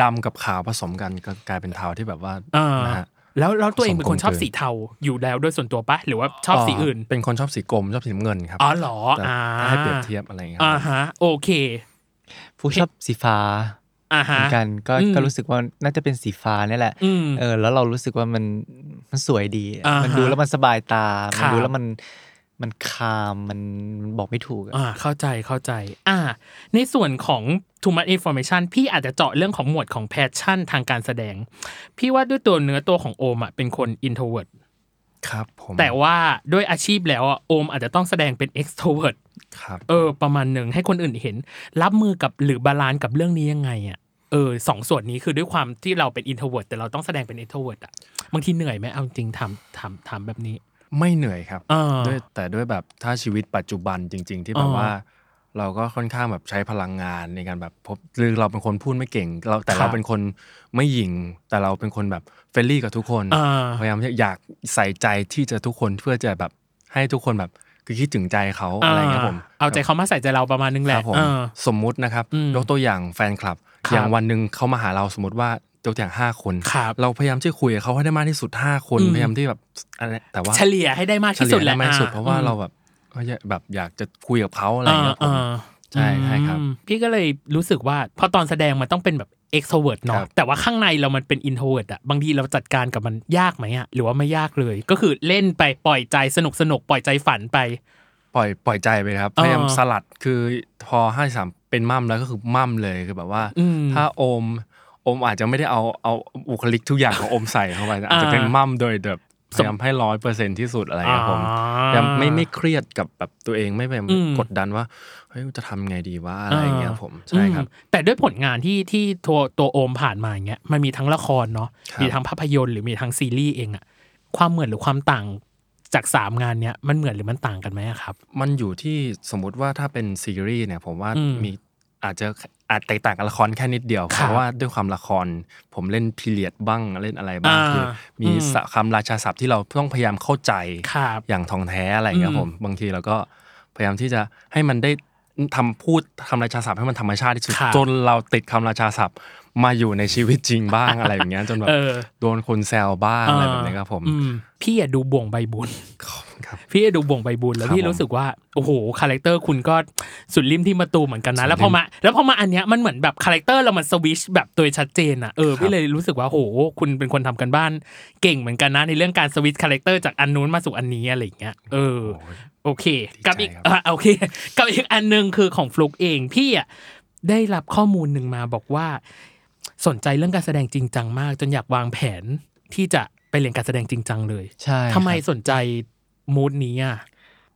Speaker 4: ดำกับขาวผสมกันก็กลายเป็นเทาที่แบบว่า
Speaker 3: อ่าน
Speaker 4: นะฮะ
Speaker 3: แล้วแล้วตัวเองเป็นคนชอบ
Speaker 4: สมกลม
Speaker 3: สีเทาอยู่แล้วด้วยส่วนตัวปะหรือว่าชอบสีอื่น
Speaker 4: เป็นคนชอบสีกลมชอบสีน้ำเงินครับ
Speaker 3: อ๋อเหรอ
Speaker 4: แต่
Speaker 3: อ่า
Speaker 4: ถ้าให้เปรียบเทียบอะไรอย่างเงี้ย
Speaker 3: อ่า
Speaker 4: ครับ
Speaker 3: ฮะโอเค
Speaker 5: ผู้ชอบสีฟ้า
Speaker 3: อ่า
Speaker 5: เห
Speaker 3: ฮะ
Speaker 5: มือนกันก็
Speaker 3: อืม
Speaker 5: ก็รู้สึกว่าน่าจะเป็นสีฟ้านี่แหละ
Speaker 3: อืม
Speaker 5: เออแล้วเรารู้สึกว่ามันมันสวยดี
Speaker 3: อ่ามั
Speaker 5: มันดูแล้วมันสบายตา
Speaker 3: ครั
Speaker 5: มั
Speaker 3: บ
Speaker 5: นดูแล้วมันมันคามมันมันบอกไม่ถูกอะ
Speaker 3: อ่าเข้าใจเข้าใจ อ่า ในส่วนของ too much information พี่อาจจะเจาะเรื่องของหมวดของ passion ทางการแสดง พี่ว่าด้วยตัวเนื้อตัวของโอมอ่ะเป็นคน introvert
Speaker 4: ครับผม
Speaker 3: แต่ว่าด้วยอาชีพแล้วอ่ะโอมอาจจะต้องแสดงเป็น extrovert
Speaker 4: ครับ
Speaker 3: เออประมาณหนึ่งให้คนอื่นเห็น รับมือกับหรือบาลานซ์กับเรื่องนี้ยังไงอ่ะเออสองส่วนนี้คือด้วยความที่เราเป็นอินโทรเวิร์ดแต่เราต้องแสดงเป็นเอ็กโทรเวิร์ดอ่ะบางทีเหนื่อยไหมเอาจริงๆถามถามถามแบบนี้
Speaker 4: ไม่เหนื่อยครับ
Speaker 3: เออ
Speaker 4: ด้วยแต่ด้วยแบบถ้าชีวิตปัจจุบันจริง ๆ ที่แบบ
Speaker 3: อ่า
Speaker 4: ว่า เราก็ค่อนข้างแบบใช้พลังงานในการแบบพบหรือเราเป็นคนพูดไม่เก่ง เราแต่เราเป็นคนไม่หยิง แต่เราเป็นคนแบบเฟรนลี่กับทุกคน
Speaker 3: เออ
Speaker 4: พยายามจะอยากใส่ใจที่จะทุกคนเพื่อจะแบบให้ทุกคนแบบคือคิดถึงใจเขาอะไรเงี้ยผม
Speaker 3: เอาใจเขามาใส่ใจเราประมาณนึงแห
Speaker 4: ค
Speaker 3: ละ
Speaker 4: รับผม
Speaker 3: เออ
Speaker 4: สมมุตินะครับ
Speaker 3: อืม
Speaker 4: ยกตัวอย่างแฟนคลับ
Speaker 3: ครับ
Speaker 4: อย่างวันหนึ่งเขามาหาเราสมมติว่ายกตัวอย่างห้าคน
Speaker 3: ครับ
Speaker 4: เราพยายามที่จะคุยกับเขาให้ได้มากที่สุดห้าคน
Speaker 3: อืม
Speaker 4: พยายามที่แบบอะไรแต่ว่า
Speaker 3: เฉลี่ยให้ได้มาก
Speaker 4: เฉ
Speaker 3: ที่สุ
Speaker 4: ลี่
Speaker 3: ดแห
Speaker 4: ยได้
Speaker 3: ละ
Speaker 4: มากที่สุด
Speaker 3: อ่
Speaker 4: เพราะว่าเราแบบเอ้ยแบบอยากจะคุยกับเขาอะไรเงี้ยครับผม
Speaker 3: อ่า
Speaker 4: ใช่ใช่ครับ
Speaker 3: อืมพี่ก็เลยรู้สึกว่าพอตอนแสดงมันต้องเป็นแบบ extrovert
Speaker 4: ค
Speaker 3: เนาะ
Speaker 4: รับ
Speaker 3: แต่ว่าข้างในเรามันเป็น introvert อะบางทีเราจัดการกับมันยากไหมอะหรือว่าไม่ยากเลย ก็คือเล่นไปปล่อยใจสนุกสนุกปล่อยใจฝันไป
Speaker 4: ปล่อยปล่อยใจไปครับ
Speaker 3: อ่า
Speaker 4: พยายามสลัดคือพอห้าสามเป็นมั่มแล้วก็คือมั่มเลยคือแบบว่า
Speaker 3: อืม
Speaker 4: ถ้าโอมโอมอาจจะไม่ได้เอาเอาบุคลิกทุกอย่างของโอมใส่เข้าไปนะอาจจะ
Speaker 3: อ่า
Speaker 4: เป็นมั่มโดยแบบพ
Speaker 3: สม
Speaker 4: ยายามให้ร้อยเปอร์เซ็นที่สุดอะไรครับผม
Speaker 3: อ่า
Speaker 4: พยายามไม่ไม่เครียดกับแบบตัวเองไม่ไป
Speaker 3: อืม
Speaker 4: กดดันว่าเฮ้ยจะทำไงดีว่าอะไรเงี้ยผมใช่ครับ
Speaker 3: อืมแต่ด้วยผลงานที่ที่ตัวตัวโอมผ่านมาอย่างเงี้ยมันมีทั้งละครเนาะ
Speaker 4: ครับ
Speaker 3: มีทั้งภาพยนตร์หรือมีทั้งซีรีส์เองอะความเหมือนหรือความต่างจากสามงานเนี้ยมันเหมือนหรือมันต่างกันไหมอะครับ
Speaker 4: มันอยู่ที่สมมุติว่าถ้าเป็นซีรีส์เนี่ยผมว่า
Speaker 3: อืม
Speaker 4: มีอาจจะอาจแตกต่างกับละครแค่นิดเดียว
Speaker 3: ค
Speaker 4: เพ
Speaker 3: รับ
Speaker 4: ราะว่าด้วยความละคร ผมเล่นพีเรียดบ้างเล่นอะไรบ้าง
Speaker 3: อ่า
Speaker 4: คือมี
Speaker 3: อืม
Speaker 4: สะคำราชาศัพท์ที่เราต้องพยายามเข้าใจ
Speaker 3: ครับ
Speaker 4: อย่างทองแท้อะไรอย่างเงี้ย
Speaker 3: อืม
Speaker 4: ผมบางทีเราก็พยายามที่จะให้มันได้ทำพูดทำราชาศัพท์ให้มันธรรมชาติที่สุด
Speaker 3: ครับ
Speaker 4: จนเราติดคำราชาศัพท์มาอยู่ในชีวิตจริงบ้าง อะไรอย่างเงี้ยจนแบบ
Speaker 3: เออ
Speaker 4: โดนคนแซวบ้างอะไรแบบเนี้ยครับผม
Speaker 3: อืพี่อะดูบ่วงใบบุญ
Speaker 4: ครับ
Speaker 3: พี่ดูบ่วงใบบุญแล้ว
Speaker 4: ครับ
Speaker 3: พี่รู้สึกว่าโอ้โหคาแรคเตอร์คุณก็สุดริมที่มาตูมเหมือนกันนะ แล้วพอมาแล้วพอมาอันเนี้ยมันเหมือนแบบคาแรคเตอร์เรามันสวิชแบบโดยชัดเจนอ่ะเออ
Speaker 4: ครับ
Speaker 3: พี่เลยรู้สึกว่าโหคุณเป็นคนทำกันบ้านเก่งเหมือนกันนะในเรื่องการสวิชคาแรคเตอร์จากอันนู้นมาสู่อันนี้อะไรอย่างเงี้ยเออ
Speaker 4: โอ้ย
Speaker 3: โอเค
Speaker 4: ดีใจ
Speaker 3: กับอีก
Speaker 4: ครับ
Speaker 3: อ่ะโอเค กับอีกอันหนึงคือของฟลุกเองพี่อ่ะได้รับข้อมูลหนึ่งมาบอกว่า สนใจเรื่องการแสดงจริงจังมาก จนอยากวางแผนที่จะไปเรียนการแสดงจริงจังเลย
Speaker 5: ใช่
Speaker 3: ทำไม
Speaker 5: ครับ
Speaker 3: สนใจมูดนี้อ่ะ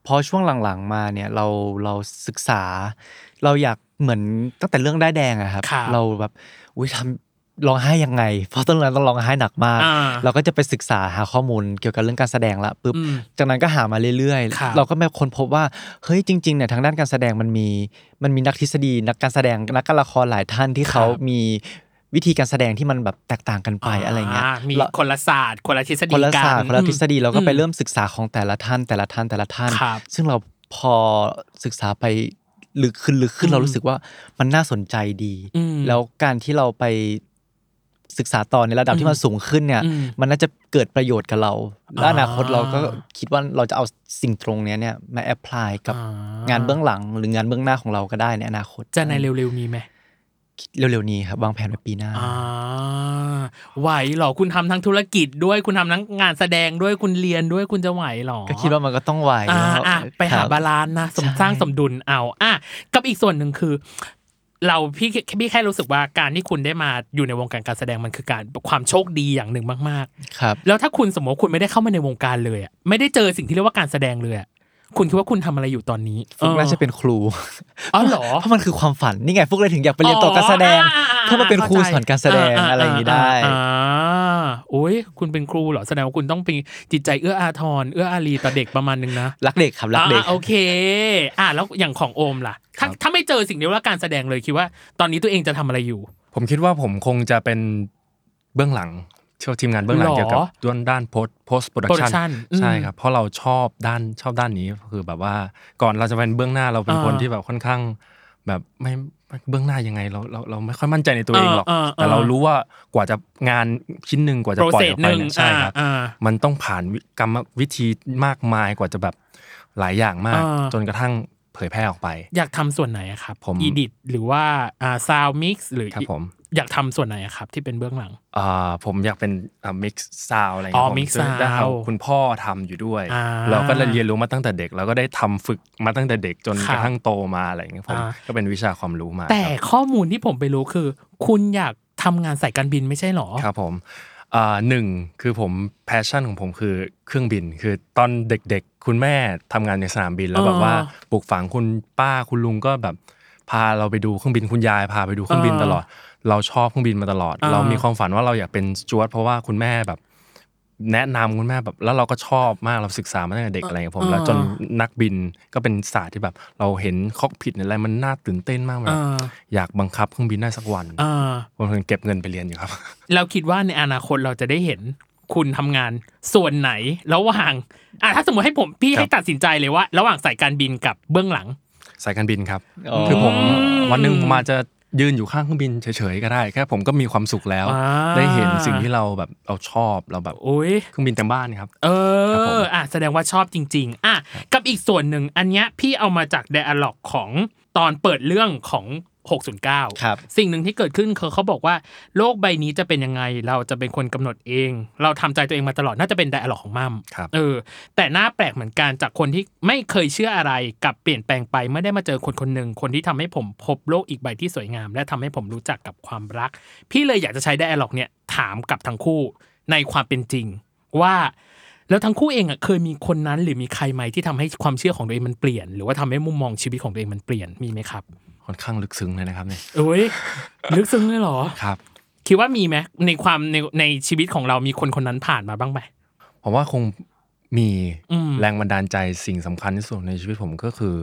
Speaker 5: เพอช่วงหลังๆมาเนี่ยเราเราศึกษา เราอยากเหมือนตั้งแต่เรื่องได้ายแดงอะครับ
Speaker 3: ครับ
Speaker 5: เราแบบอุ้ยทำร้องไห้ยังไง เพราะตอนนั้นต้องร้องไห้หนักมาก
Speaker 3: อ่า
Speaker 5: เราก็จะไปศึกษาหาข้อมูลเกี่ยวกับเรื่องการแสดงละปุ๊บ
Speaker 3: อืม
Speaker 5: จากนั้นก็หามาเรื่อย
Speaker 3: ครับ
Speaker 5: ๆ เราก็มาค้นพบว่าเฮ้ยจริงๆเนี่ยทางด้านการแสดงมันมีมันมีนักทฤษฎีนักการแสดงนักการละครหลายท่านที่เขามีวิธีการแสดงที่มันแบบแตกต่างกันไปอะไรเงี้ย
Speaker 3: มี
Speaker 5: เรา
Speaker 3: คนละศาสตร์คนละทฤษฎี
Speaker 5: คนละศา
Speaker 3: กั
Speaker 5: สตร์คนละทฤษฎีเราก็ไป
Speaker 3: อื
Speaker 5: เริ่มศึกษาของแต่ละท่านแต่ละท่านแต่ละท่าน
Speaker 3: ครับ
Speaker 5: ซึ่งเราพอศึกษาไปลึกขึ้นลึกขึ้
Speaker 3: อื
Speaker 5: น
Speaker 3: ม
Speaker 5: เรารู้สึกว่ามันน่าสนใจดี
Speaker 3: อืม
Speaker 5: แล้วการที่เราไปศึกษาต่อในระดับ
Speaker 3: อื
Speaker 5: ที่
Speaker 3: ม
Speaker 5: มันสูงขึ้นเนี่ย
Speaker 3: อืม
Speaker 5: มันน่าจะเกิดประโยชน์กับเรา และ
Speaker 3: อ่า
Speaker 5: อนาคตเราก็คิดว่าเราจะเอาสิ่งตรงเนี้ยเนี่ยมาแอพพลายกับ
Speaker 3: อ่
Speaker 5: งานเบื้องหลัง หรืองานเบื้องหน้าของเราก็ได้ในอนาคต
Speaker 3: จะในเร็วๆนี้ไหม
Speaker 5: คิดเร็วๆนี้ครับวางแผนไว้ปีหน้า
Speaker 3: อ่าไหวเหรอคุณทำทั้งธุรกิจด้วยคุณทำทั้งงานแสดงด้วยคุณเรียนด้วยคุณจะไหวเหรอ
Speaker 5: ก็คิดว่ามันก็ต้องไหว
Speaker 3: อ่า
Speaker 5: เนอะ
Speaker 3: อ่ะไปหา
Speaker 5: ครับ
Speaker 3: บาลานซ์นะสม
Speaker 5: ใช่
Speaker 3: สร้างสมดุลเอาอ่ะกับอีกส่วนหนึ่งคือ เราพี่พี่แค่รู้สึกว่าการที่คุณได้มาอยู่ในวงการการแสดงมันคือการความโชคดีอย่างหนึ่งมาก
Speaker 5: ครับ
Speaker 3: ๆ แล้วถ้าคุณสมมติว่าคุณไม่ได้เข้ามาในวงการเลยอะไม่ได้เจอสิ่งที่เรียกว่าการแสดงเลยอะคุณคิดว่าคุณทำอะไรอยู่ตอนนี้
Speaker 5: ฟุกน่าจะเป็นครู
Speaker 3: อ๋อเหรอ
Speaker 5: เพราะมันคือความฝันนี่ไงฟุกเลยถึงอยากไปเรียนต่อการแสดง
Speaker 3: อ๋ออ่
Speaker 5: เพื่อมาเป็นครูสอนการแสดง
Speaker 3: า
Speaker 5: อะไรอย่างนี้ได้
Speaker 3: อ่าโอ้ยคุณเป็นครูเหรอแสดงว่าคุณต้องเป็นจิตใจเอื้ออาทรเอื้ออารีต่อเด็กประมาณนึงนะ
Speaker 5: รักเด็กครับรักเด็ก
Speaker 3: อ่าโอเค อ่าแล้วอย่างของโอมล่ะ ถ้าถ้าไม่เจอสิ่งนี้ว่าการแสดงเลยคิดว่า ตอนนี้ตัวเองจะทำอะไรอยู่
Speaker 4: ผมคิดว่าผมคงจะเป็นเบื้องหลังเชี่ยวทีมงานเบื้องห
Speaker 3: ห
Speaker 4: ลัง
Speaker 3: รอ
Speaker 4: เกี่ยวกับด้านด้านโพสโพสโปรดักชั
Speaker 3: production
Speaker 4: น
Speaker 3: อืม
Speaker 4: ใช่ครับ เพราะเราชอบด้านชอบด้านนี้คือแบบว่าก่อนเราจะเป็นเบื้องหน้าเราเป็น
Speaker 3: อ่า
Speaker 4: คนที่แบบค่อนข้าง แบบไม่เบื้องหน้ายังไงเราเราเราไม่ค่อยมั่นใจในตัวเองหรอก
Speaker 3: อ่าอ่าอ่า
Speaker 4: แต่เรารู้ว่ากว่าจะงานชิ้นหนึ่งกว่าจะ
Speaker 3: โปร
Speaker 4: ปล่อ
Speaker 3: เซ
Speaker 4: ย
Speaker 3: ส
Speaker 4: อ
Speaker 3: ห
Speaker 4: อกไป
Speaker 3: นึ่ง
Speaker 4: เนี่ยใช่ครับ
Speaker 3: อ่า
Speaker 4: มันต้องผ่านวิกรรมวิธีมากมายกว่าจะแบบหลายอย่างมาก
Speaker 3: อ่า
Speaker 4: จนกระทั่งเผยแพร่ออกไป
Speaker 3: อยากทำส่วนไหนอะครับ
Speaker 4: ผม
Speaker 3: อีดิทหรือว่าอ่าซาวมิกซ์หรือ
Speaker 4: ครับผม
Speaker 3: อยากทำส่วนไหนอะครับ ที่เป็นเบื้องหลัง
Speaker 4: อ่าผมอยากเป็นมิกซ์ซาวอะไร
Speaker 3: อ๋
Speaker 4: เงี้
Speaker 3: อย
Speaker 4: ผม
Speaker 3: mix
Speaker 4: ซึ่งได้
Speaker 3: sound
Speaker 4: เอาคุณพ่อทำอยู่ด้วย
Speaker 3: อ่า
Speaker 4: เราก็ได้เรียนรู้มาตั้งแต่เด็กเราก็ได้ทำฝึกมาตั้งแต่เด็กจน
Speaker 3: ค
Speaker 4: ก
Speaker 3: รับ
Speaker 4: ระทั่งโตมาอะไรเงี้ยผม
Speaker 3: อ่า
Speaker 4: ก็เป็นวิชาความรู้มา
Speaker 3: แต่
Speaker 4: ครับ
Speaker 3: ข้อมูลที่ผมไปรู้คือ คุณอยากทำงานสายการบินไม่ใช่หรอ
Speaker 4: ครับผมอ่าหนึ่งคือผมแพชชั่นของผมคือเครื่องบิน คือตอนเด็กๆ คุณแม่ทำงานในสนามบินแล้ว
Speaker 3: อ่า
Speaker 4: แบบว่าปลูกฝังคุณป้าคุณลุงก็แบบพาเราไปดูเครื่องบินคุณยายพาไปดูเครื่องบิน
Speaker 3: อ่า
Speaker 4: ตลอด เราชอบเครื่องบินมาตลอด
Speaker 3: อ่า
Speaker 4: เรามีความฝันว่าเราอยากเป็นสจวตเพราะว่าคุณแม่แบบ แนะนำคุณแม่แบบแล้วเราก็ชอบมากเราศึกษามาตั้งแต่เด็กอะไรอย่างเงี้ยผม
Speaker 3: อ่า
Speaker 4: แล้วจนนักบินก็เป็นศาสตร์ที่แบบ เราเห็นคอกผิดอะไรมันน่าตื่นเต้นมากแบบ
Speaker 3: อ่า
Speaker 4: อยากบังคับเครื่องบินได้สักวัน
Speaker 3: อ่า
Speaker 4: ผมถึงเก็บเงินไปเรียนอยู่ครับ
Speaker 3: เราคิดว่าในอนาคตเราจะได้เห็นคุณทำงานส่วนไหนระหว่างอ่ะถ้าสมมติให้ผมพี่
Speaker 4: ครับ
Speaker 3: ให้ตัดสินใจเลยว่า ระหว่างสายการบินกับเบื้องหลัง
Speaker 4: สายการบินครับ
Speaker 5: อ๋อ
Speaker 4: คือผม
Speaker 3: ม
Speaker 4: วันหนึ่งผมอาจจะยืนอยู่ข้างเครื่องบินเฉยๆก็ได้ แค่ผมก็มีความสุขแล้ว
Speaker 3: อ่า
Speaker 4: ได้เห็นสิ่งที่เราแบบเราชอบเราแบบ
Speaker 3: โอ้ย
Speaker 4: เครื่องบินเต็มบ้านครับ
Speaker 3: เอ
Speaker 4: ครับผ
Speaker 3: อ
Speaker 4: ม
Speaker 3: อ่ะ แสดงว่าชอบจริง ๆ อ่ะ กับอีกส่วนหนึ่ง อันเนี้ยพี่เอามาจากไดอะล็อกของตอนเปิดเรื่องของ 609
Speaker 5: ครับ
Speaker 3: สิ่งหนึ่งที่เกิดขึ้นคือเขาบอกว่า โลกใบนี้จะเป็นยังไง เราจะเป็นคนกำหนดเอง เราทำใจตัวเองมาตลอด น่าจะเป็นไดอะล็อกของมัม
Speaker 4: ครับ
Speaker 3: เออ แต่น่าแปลกเหมือนกันจากคนที่ไม่เคยเชื่ออะไรกลับเปลี่ยนแปลงไปเมื่อได้มาเจอคนคนหนึ่งคนที่ทำให้ผมพบโลกอีกใบที่สวยงาม และทำให้ผมรู้จักกับความรัก พี่เลยอยากจะใช้ไดอะล็อกเนี่ยถามกับทั้งคู่ในความเป็นจริง ว่าแล้วทั้งคู่เองอ่ะเคยมีคนนั้นหรือมีใครไหมที่ทำให้ความเชื่อของตัวเองมันเปลี่ยน หรือว่าทำให้มุมมองชีวิตของตัวเองมันเปลี่ยนมีไหมครับ
Speaker 4: ค่อนข้างลึกซึ้งเลยนะครับเนี่ย
Speaker 3: เอ้ยลึกซึ้งเลยเหรอ
Speaker 4: ครับ
Speaker 3: คิดว่ามีไหมในความในในชีวิตของเรามีคนคนนั้นผ่านมาบ้างไหม
Speaker 4: ผมว่าคงมี
Speaker 3: อืม
Speaker 4: แรงบันดาลใจสิ่งสำคัญที่สุดในชีวิตผมก็คือ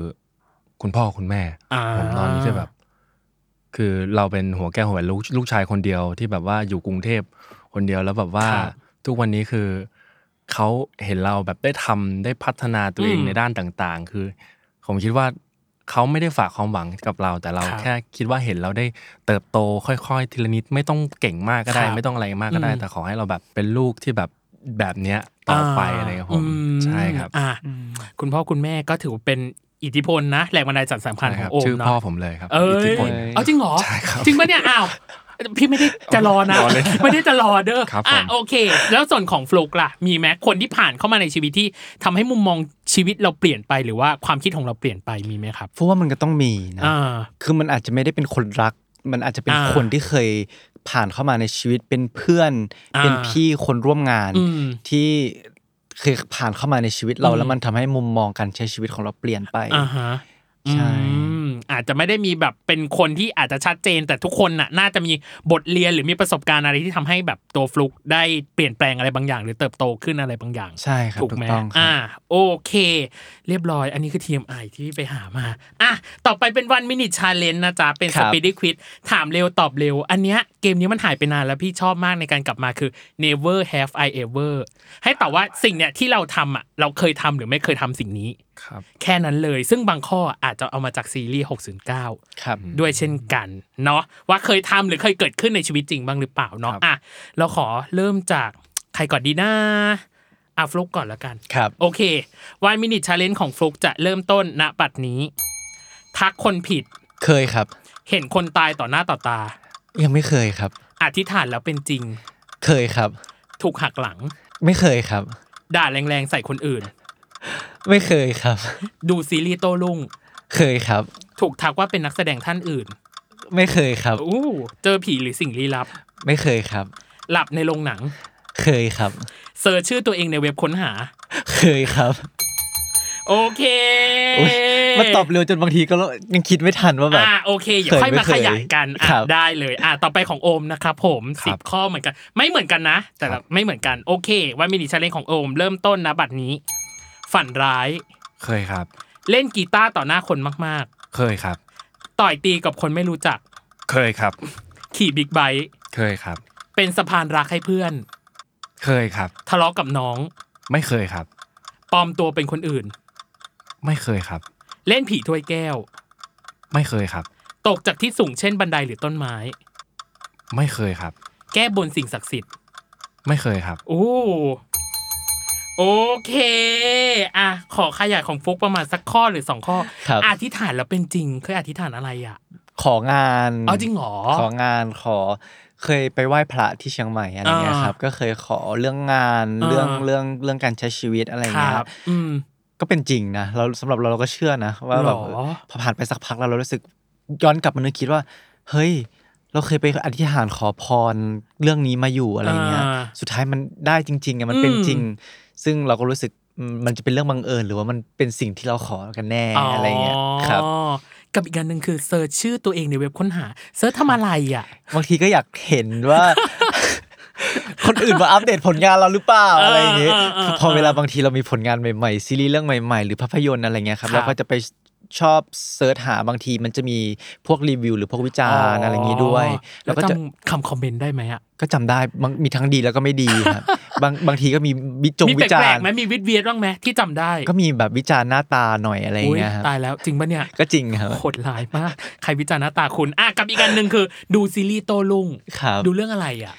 Speaker 4: คุณพ่อคุณแม่
Speaker 3: อ่า
Speaker 4: ผมตอนนี้จะแบบ คือเราเป็นหัวแก้วหัวแหวนลูกลูกชายคนเดียวที่แบบว่าอยู่กรุงเทพคนเดียวแล้วแบบว่า
Speaker 3: ครับ
Speaker 4: ทุกวันนี้คือเขาเห็นเราแบบได้ทำได้พัฒนาตัวเอง
Speaker 3: อืม
Speaker 4: ในด้านต่างๆ คือ ผมคิดว่าเขาไม่ได้ฝากความหวังกับเรา แต่เรา
Speaker 3: ครับ
Speaker 4: แค่คิดว่าเห็นเราได้เติบโตค่อยๆ ทีละนิดไม่ต้องเก่งมากก็ได้
Speaker 3: ครับ
Speaker 4: ไม่ต้องอะไรมากก็ได้
Speaker 3: อืม
Speaker 4: แต่ขอให้เราแบบเป็นลูกที่แบบแบบเนี้ยต่อไปอะไรครับผม
Speaker 3: ม
Speaker 4: ใช่ครับ
Speaker 3: อ่าคุณพ่อคุณแม่ก็ถือว่าเป็นอิทธิพลนะแรงบันดาลใจสำคัญ
Speaker 4: ใช่
Speaker 3: ของ
Speaker 4: ครับ
Speaker 3: โอม
Speaker 4: ชื่อ
Speaker 3: เนาะ
Speaker 4: พ่อผมเลยครับ
Speaker 3: เอ้
Speaker 4: อิทธิ
Speaker 3: ย
Speaker 4: พล
Speaker 3: เอาจริงเหรอ
Speaker 4: ใช่ครับ
Speaker 3: จริงปะเนี่ยอ้าวพี่ไม่ได้จะรอนะ
Speaker 4: รอเลย
Speaker 3: ไม่ได้จะรอเด้อ
Speaker 4: ครับผม
Speaker 3: อ่ะโอเค แล้วส่วนของฟลุกล่ะ มีไหมคนที่ผ่านเข้ามาในชีวิตที่ทำให้มุมมองชีวิตเราเปลี่ยนไปหรือว่าความคิดของเราเปลี่ยนไปมีไหมครับ
Speaker 5: เพราะว่ามันก็ต้องมีนะ
Speaker 3: อ่า
Speaker 5: คือมันอาจจะไม่ได้เป็นคนรัก มันอาจจะเป็น
Speaker 3: อ่า
Speaker 5: คนที่เคยผ่านเข้ามาในชีวิตเป็นเพื่อน
Speaker 3: อ่า
Speaker 5: เป็นพี่คนร่วมงาน
Speaker 3: อืม
Speaker 5: ที่เคยผ่านเข้ามาในชีวิตเรา
Speaker 3: อืม
Speaker 5: แล้วมันทำให้มุมมองการใช้ชีวิตของเราเปลี่ยนไป
Speaker 3: อ่าฮะ
Speaker 5: ใช่
Speaker 3: อืมอาจจะไม่ได้มีแบบเป็นคนที่อาจจะชัดเจน แต่ทุกคนน่ะน่าจะมีบทเรียนหรือมีประสบการณ์อะไรที่ทำให้แบบตัวฟลุกได้เปลี่ยนแปลงอะไรบางอย่าง หรือเติบโตขึ้นอะไรบางอย่าง
Speaker 5: ใช่ครับ
Speaker 3: ถูก
Speaker 5: ถู
Speaker 3: ไหม
Speaker 5: กต้องครับ
Speaker 3: อ่าโอเค เรียบร้อย อันนี้คือ TMI ที่ไปหามาอ่ะต่อไปเป็นวันมินิชาเลนนะจ๊ะ เป็น
Speaker 5: ค
Speaker 3: ส
Speaker 5: รับ
Speaker 3: ปีดควิดถามเร็วตอบเร็ว อันเนี้ยเกมนี้มันหายไปนานแล้วพี่ชอบมากในการกลับมาคือ never have I ever ให้ตอบว่าสิ่งเนี้ยที่เราทำอ่ะเราเคยทำหรือไม่เคยทำสิ่งนี้
Speaker 4: ครับ
Speaker 3: แค่นั้นเลย ซึ่งบางข้ออาจจะเอามาจากซีรีส์ 609
Speaker 5: ครับ
Speaker 3: ด้วยเช่นกันเนาะว่าเคยทำหรือเคยเกิดขึ้นในชีวิตจริงบ้างหรือเปล่าเนาะ
Speaker 4: ครับ
Speaker 3: อ่ะเราขอเริ่มจากใครก่อนดีนะอ่ะฟลุกก่อนละกัน
Speaker 5: ครับ
Speaker 3: โอเควันมินิชาเลนของฟลุกจะเริ่มต้นณบัดนี้ ทักคนผิด
Speaker 5: เคยครับ
Speaker 3: เห็นคนตายต่อหน้าต่อตา
Speaker 5: ยังไม่เคยครับ
Speaker 3: อธิษฐานแล้วเป็นจริง
Speaker 5: เคยครับ
Speaker 3: ถูกหักหลัง
Speaker 5: ไม่เคยครับ
Speaker 3: ด่าแรงๆใส่คนอื่น
Speaker 5: ไม่เคยครับ
Speaker 3: ดูซีรีส์โต้รุ่ง
Speaker 5: เคยครับ
Speaker 3: ถูกทักว่าเป็นนักแสดงท่านอื่น
Speaker 5: ไม่เคยครับ
Speaker 3: อู้เจอผีหรือสิ่งลี้ลับ
Speaker 5: ไม่เคยครับ
Speaker 3: หลับในโรงหนัง
Speaker 5: เคยครับ
Speaker 3: เซิร์ชชื่อตัวเองในเว็บค้นหา
Speaker 5: เคยครับ
Speaker 3: โอเค
Speaker 5: โอ๊ยมันตอบเร็วจนบางทีก็ยังคิดไม่ทันว่าแบบ
Speaker 3: อ่าโอเคอย่าค่อยมาขยายกันอ่ะ
Speaker 5: ครับ
Speaker 3: ได้เลย อ่ะต่อไปของโอมนะครับผม
Speaker 4: ค
Speaker 3: สิ
Speaker 4: รั
Speaker 3: บบ ข้อเหมือนกัน ไม่เหมือนกันนะ แต่ละไม่เหมือนกันโอเคว่ามินิชาเลนของโอม เริ่มต้นนะบัดนี้ ฝันร้าย
Speaker 4: เคยครับ
Speaker 3: เล่นกีตาร์ต่อหน้าคนมาก
Speaker 4: เคยครับ
Speaker 3: ๆ ต่อยตีกับคนไม่รู้จัก
Speaker 4: เคยครับ
Speaker 3: ขี่บิ๊กไบค์
Speaker 4: เคยครับ
Speaker 3: เป็นสะพานรักให้เพื่อน
Speaker 4: เคยครับ
Speaker 3: ทะเลาะกับน้อง
Speaker 4: ไม่เคยครับ
Speaker 3: ปลอมตัวเป็นคนอื่น
Speaker 4: ไม่เคยครับ
Speaker 3: เล่นผีถ้วยแก้ว
Speaker 4: ไม่เคยครับ
Speaker 3: ตกจากที่สูงเช่นบันไดหรือต้นไม้
Speaker 4: ไม่เคยครับ
Speaker 3: แก้บนสิ่งศักดิ์สิทธิ์
Speaker 4: ไม่เคยครับ
Speaker 3: โอ้โอเค อ่ะ ขอขยายของฟุกประมาณสักข้อหรือสองข้อ
Speaker 5: ครับ
Speaker 3: อธิษฐานแล้วเป็นจริง เคยอธิษฐานอะไรอ่ะ
Speaker 5: ของาน
Speaker 3: เอาจริงเหรอ
Speaker 5: ของานขอ เคยไปไหว้พระที่เชียงใหม่อะไรเงี้ยครับ ก็เคยขอเรื่องงาน
Speaker 3: อ่า
Speaker 5: เรื่องเรื่องเรื่องการใช้ชีวิตอะไร
Speaker 3: ค
Speaker 5: เงี้ย
Speaker 3: รับ อืม
Speaker 5: ก็เป็นจริงนะเราสำหรับเราเราก็เชื่อนะว่าแบบ
Speaker 3: หรอ
Speaker 5: พอผ่านไปสักพักแล้วเรารู้สึกย้อนกลับมานึกคิดว่า เฮ้ย เราเคยไปอธิษฐานขอพรเรื่องนี้มาอยู่อะไรเงี้ย
Speaker 3: อ่า
Speaker 5: สุดท้ายมันได้จริงๆไงมันเป็นจริง ซึ่งเราก็รู้สึกอืมมันจะเป็นเรื่องบังเอิญ หรือว่ามันเป็นสิ่งที่เราขอกันแน่อะไรเงี้ยครับ
Speaker 3: อ๋อกับอีกอันหนึ่งคือเซิร์ชชื่อตัวเองในเว็บค้นหา เซิร์ชทำอะไรอ่ะ
Speaker 5: บางทีก็อยากเห็นว่า คนอื่นมาอัปเดตผลงานเราหรือเปล่า
Speaker 3: เอออ
Speaker 5: อะไรอย่างเงี้ย
Speaker 3: เออเออ
Speaker 5: คือพอเวลาบางทีเรามีผลงานใหม่ๆ ซีรีส์เรื่องใหม่ ๆ หรือภาพยนตร์อะไรเงี้ยครับ
Speaker 3: ครับ
Speaker 5: เราก็จะไปชอบเซิร์ชหาบางทีมันจะมีพวกรีวิว หรือพวกวิจารณ์อะไรอย่างงี้ด้วย
Speaker 3: อ๋อ แล้
Speaker 5: แล้ว วก็
Speaker 3: จ
Speaker 5: จะ
Speaker 3: ำคำคอมเมนต์ได้ไหมอะ
Speaker 5: ก็จำได้บางมีทั้งดีแล้วก็ไม่ดี ครับ บางบางทีก็มีวิจง
Speaker 3: มี
Speaker 5: วิ
Speaker 3: แป
Speaker 5: จา
Speaker 3: ล
Speaker 5: ร
Speaker 3: กๆ
Speaker 5: ณ์
Speaker 3: ไหมมีวิดเวียดบ้างไหมที่จำได้
Speaker 5: ก็มีแบบวิจารณ์หน้าตาหน่อยอะไรอย่าง
Speaker 3: อุ๊ย
Speaker 5: เงี้ยครับ
Speaker 3: ตายแล้วจริงปะเนี่ย
Speaker 5: ก็จริงครับ
Speaker 3: โหดร้ายมาก ใครวิจารณ์หน้าตาคุณอ่ะกับอีกอันหนึ่งคือ ดูซีรีส์โตลุง
Speaker 5: ครับ
Speaker 3: ดูเรื่องอะไรอ่ะ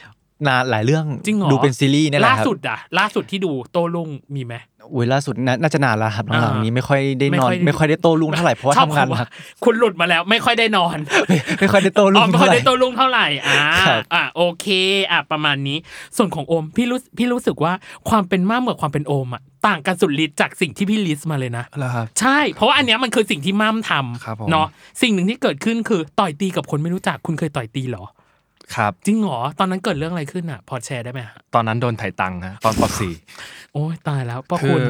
Speaker 5: นานหลายเรื่อง
Speaker 3: จริงเหรอ
Speaker 5: ดูเป็นซีรีส์เนี่ยแหละ
Speaker 3: ล่า
Speaker 5: ครับ
Speaker 3: สุดอ่ะ ล่าสุดที่ดูโตลุงมีไหม
Speaker 5: อุ้ยล่าสุดน่าน่าจะนานแล้วครับหลัง
Speaker 3: อ่า
Speaker 5: ๆนี้ไม่ค่อยได้นอน ไม่ค่อยได้โต้รุ่งเท่าไหร่เพราะว่า
Speaker 3: ชอบ
Speaker 5: ทำงาน
Speaker 3: คำ
Speaker 5: หนัก
Speaker 3: คุณหลุดมาแล้วไม่ค่อยได้นอน
Speaker 5: ไม่ไม่ค่อยได้โต้รุ่
Speaker 3: อ๋อง ไม่ค่อ
Speaker 5: เท่า
Speaker 3: ย
Speaker 5: ไหร่
Speaker 3: ได้โตลุงเท่าไหร่อ่า
Speaker 5: ครับ
Speaker 3: อ่ะโอเคอ่ะประมาณนี้ ส่วนของโอมพี่รู้พี่รู้สึกว่าความเป็นม่ามกับความเป็นโอมอ่ะต่างกันสุดฤทธิ์จากสิ่งที่พี่ลิสต์มาเลยนะ
Speaker 4: แล้วครับ
Speaker 3: ใช่ เพราะว่าอันเนี้ยมันคือสิ่งที่ม่ามท
Speaker 4: ครับผม
Speaker 3: ำเนาะสิ่งหนึ่งที่เกิดขึ้นคือต่อยตีกับคนไม่รู้จักคุณเคยต่อยตีเหรอ
Speaker 4: ครับ
Speaker 3: จริงเหรอตอนนั้นเกิดเรื่องอะไรขึ้นอ่ะ พอแชร์ได้ไหมฮะ
Speaker 4: ตอนนั้นโดนไถ่ตังค์ฮะตอนปอบสี่
Speaker 3: โอ้ยตายแล้วพ่อ
Speaker 4: คื
Speaker 3: คุ
Speaker 4: อ
Speaker 3: ณ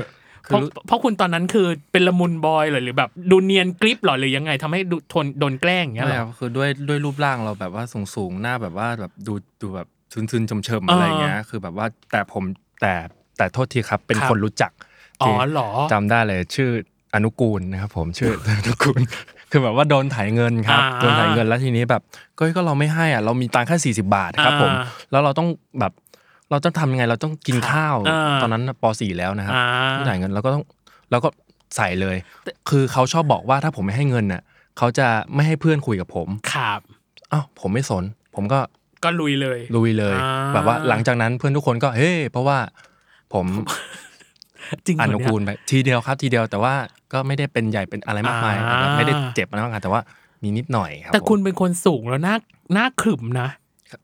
Speaker 3: เพ
Speaker 4: คื
Speaker 3: ราะ
Speaker 4: อ
Speaker 3: เพราะคุณตอนนั้นคือเป็นละมุนบอยเหรอหรือแบบดูเนียนกริปเหรอหรือยังไงทำให้ดูทนโดนแกล้งอย่างเงี้ยเหร
Speaker 4: ไม่ครั
Speaker 3: อ
Speaker 4: บคือด้วยด้วยรูปร่างเราแบบว่าสูงสูงๆหน้าแบบว่าแบบดูดูแบบทึนทึนชมเชิมๆอะไรอย่างเงี้ยคือแบบว่าแต่ผมแต่แต่โทษทีครับ เป็น
Speaker 3: ครับ
Speaker 4: คนรู้จัก
Speaker 3: อ๋อ
Speaker 4: ที่
Speaker 3: เหรอ
Speaker 4: จำได้เลยชื่ออนุกูลนะครับผม ชื่อ อนุกูลคือแบบว่าโดนไถ่ายเงินครับ
Speaker 3: อ่า
Speaker 4: โดนไถ่ายเงินแล้วทีนี้แบบก็ก็เราไม่ให้อ่ะเรามีตังค์แค่40 บาทครับผม
Speaker 3: อ่า
Speaker 4: แล้วเราต้องแบบเราต้องทำยังไงเราต้องกิน
Speaker 3: ครับ
Speaker 4: ข้าว
Speaker 3: อ่า
Speaker 4: ตอนนั้นป .4 แล้วนะครับ
Speaker 3: อ่า
Speaker 4: ไม่จ่ายเงินเราก็ต้องเราก็ใส่เลย คือเขาชอบบอกว่าถ้าผมไม่ให้เงินน่ะเขาจะไม่ให้เพื่อนคุยกับผม
Speaker 3: ครับ
Speaker 4: อ้าวผมไม่สน ผมก็
Speaker 3: ก็ลุยเลย
Speaker 4: ลุยเลย
Speaker 3: อ่า
Speaker 4: แบบว่าหลังจากนั้นเพื่อนทุกคนก็เฮ้เพราะว่าผม
Speaker 3: จริงเหร
Speaker 4: อ
Speaker 3: อ
Speaker 4: นุ
Speaker 3: เนี่ย
Speaker 4: กูลไปทีเดียวครับ ทีเดียวแต่ว่าก็ไม่ได้เป็นใหญ่เป็นอะไรมากมาย
Speaker 3: อ่า
Speaker 4: ไม่ได้เจ็บอะไรมากมายแต่ว่ามีนิดหน่อยครับ
Speaker 3: แต่คุณ
Speaker 4: ผม
Speaker 3: เป็นคนสูงแล้วหน้าหน้าขรึมนะ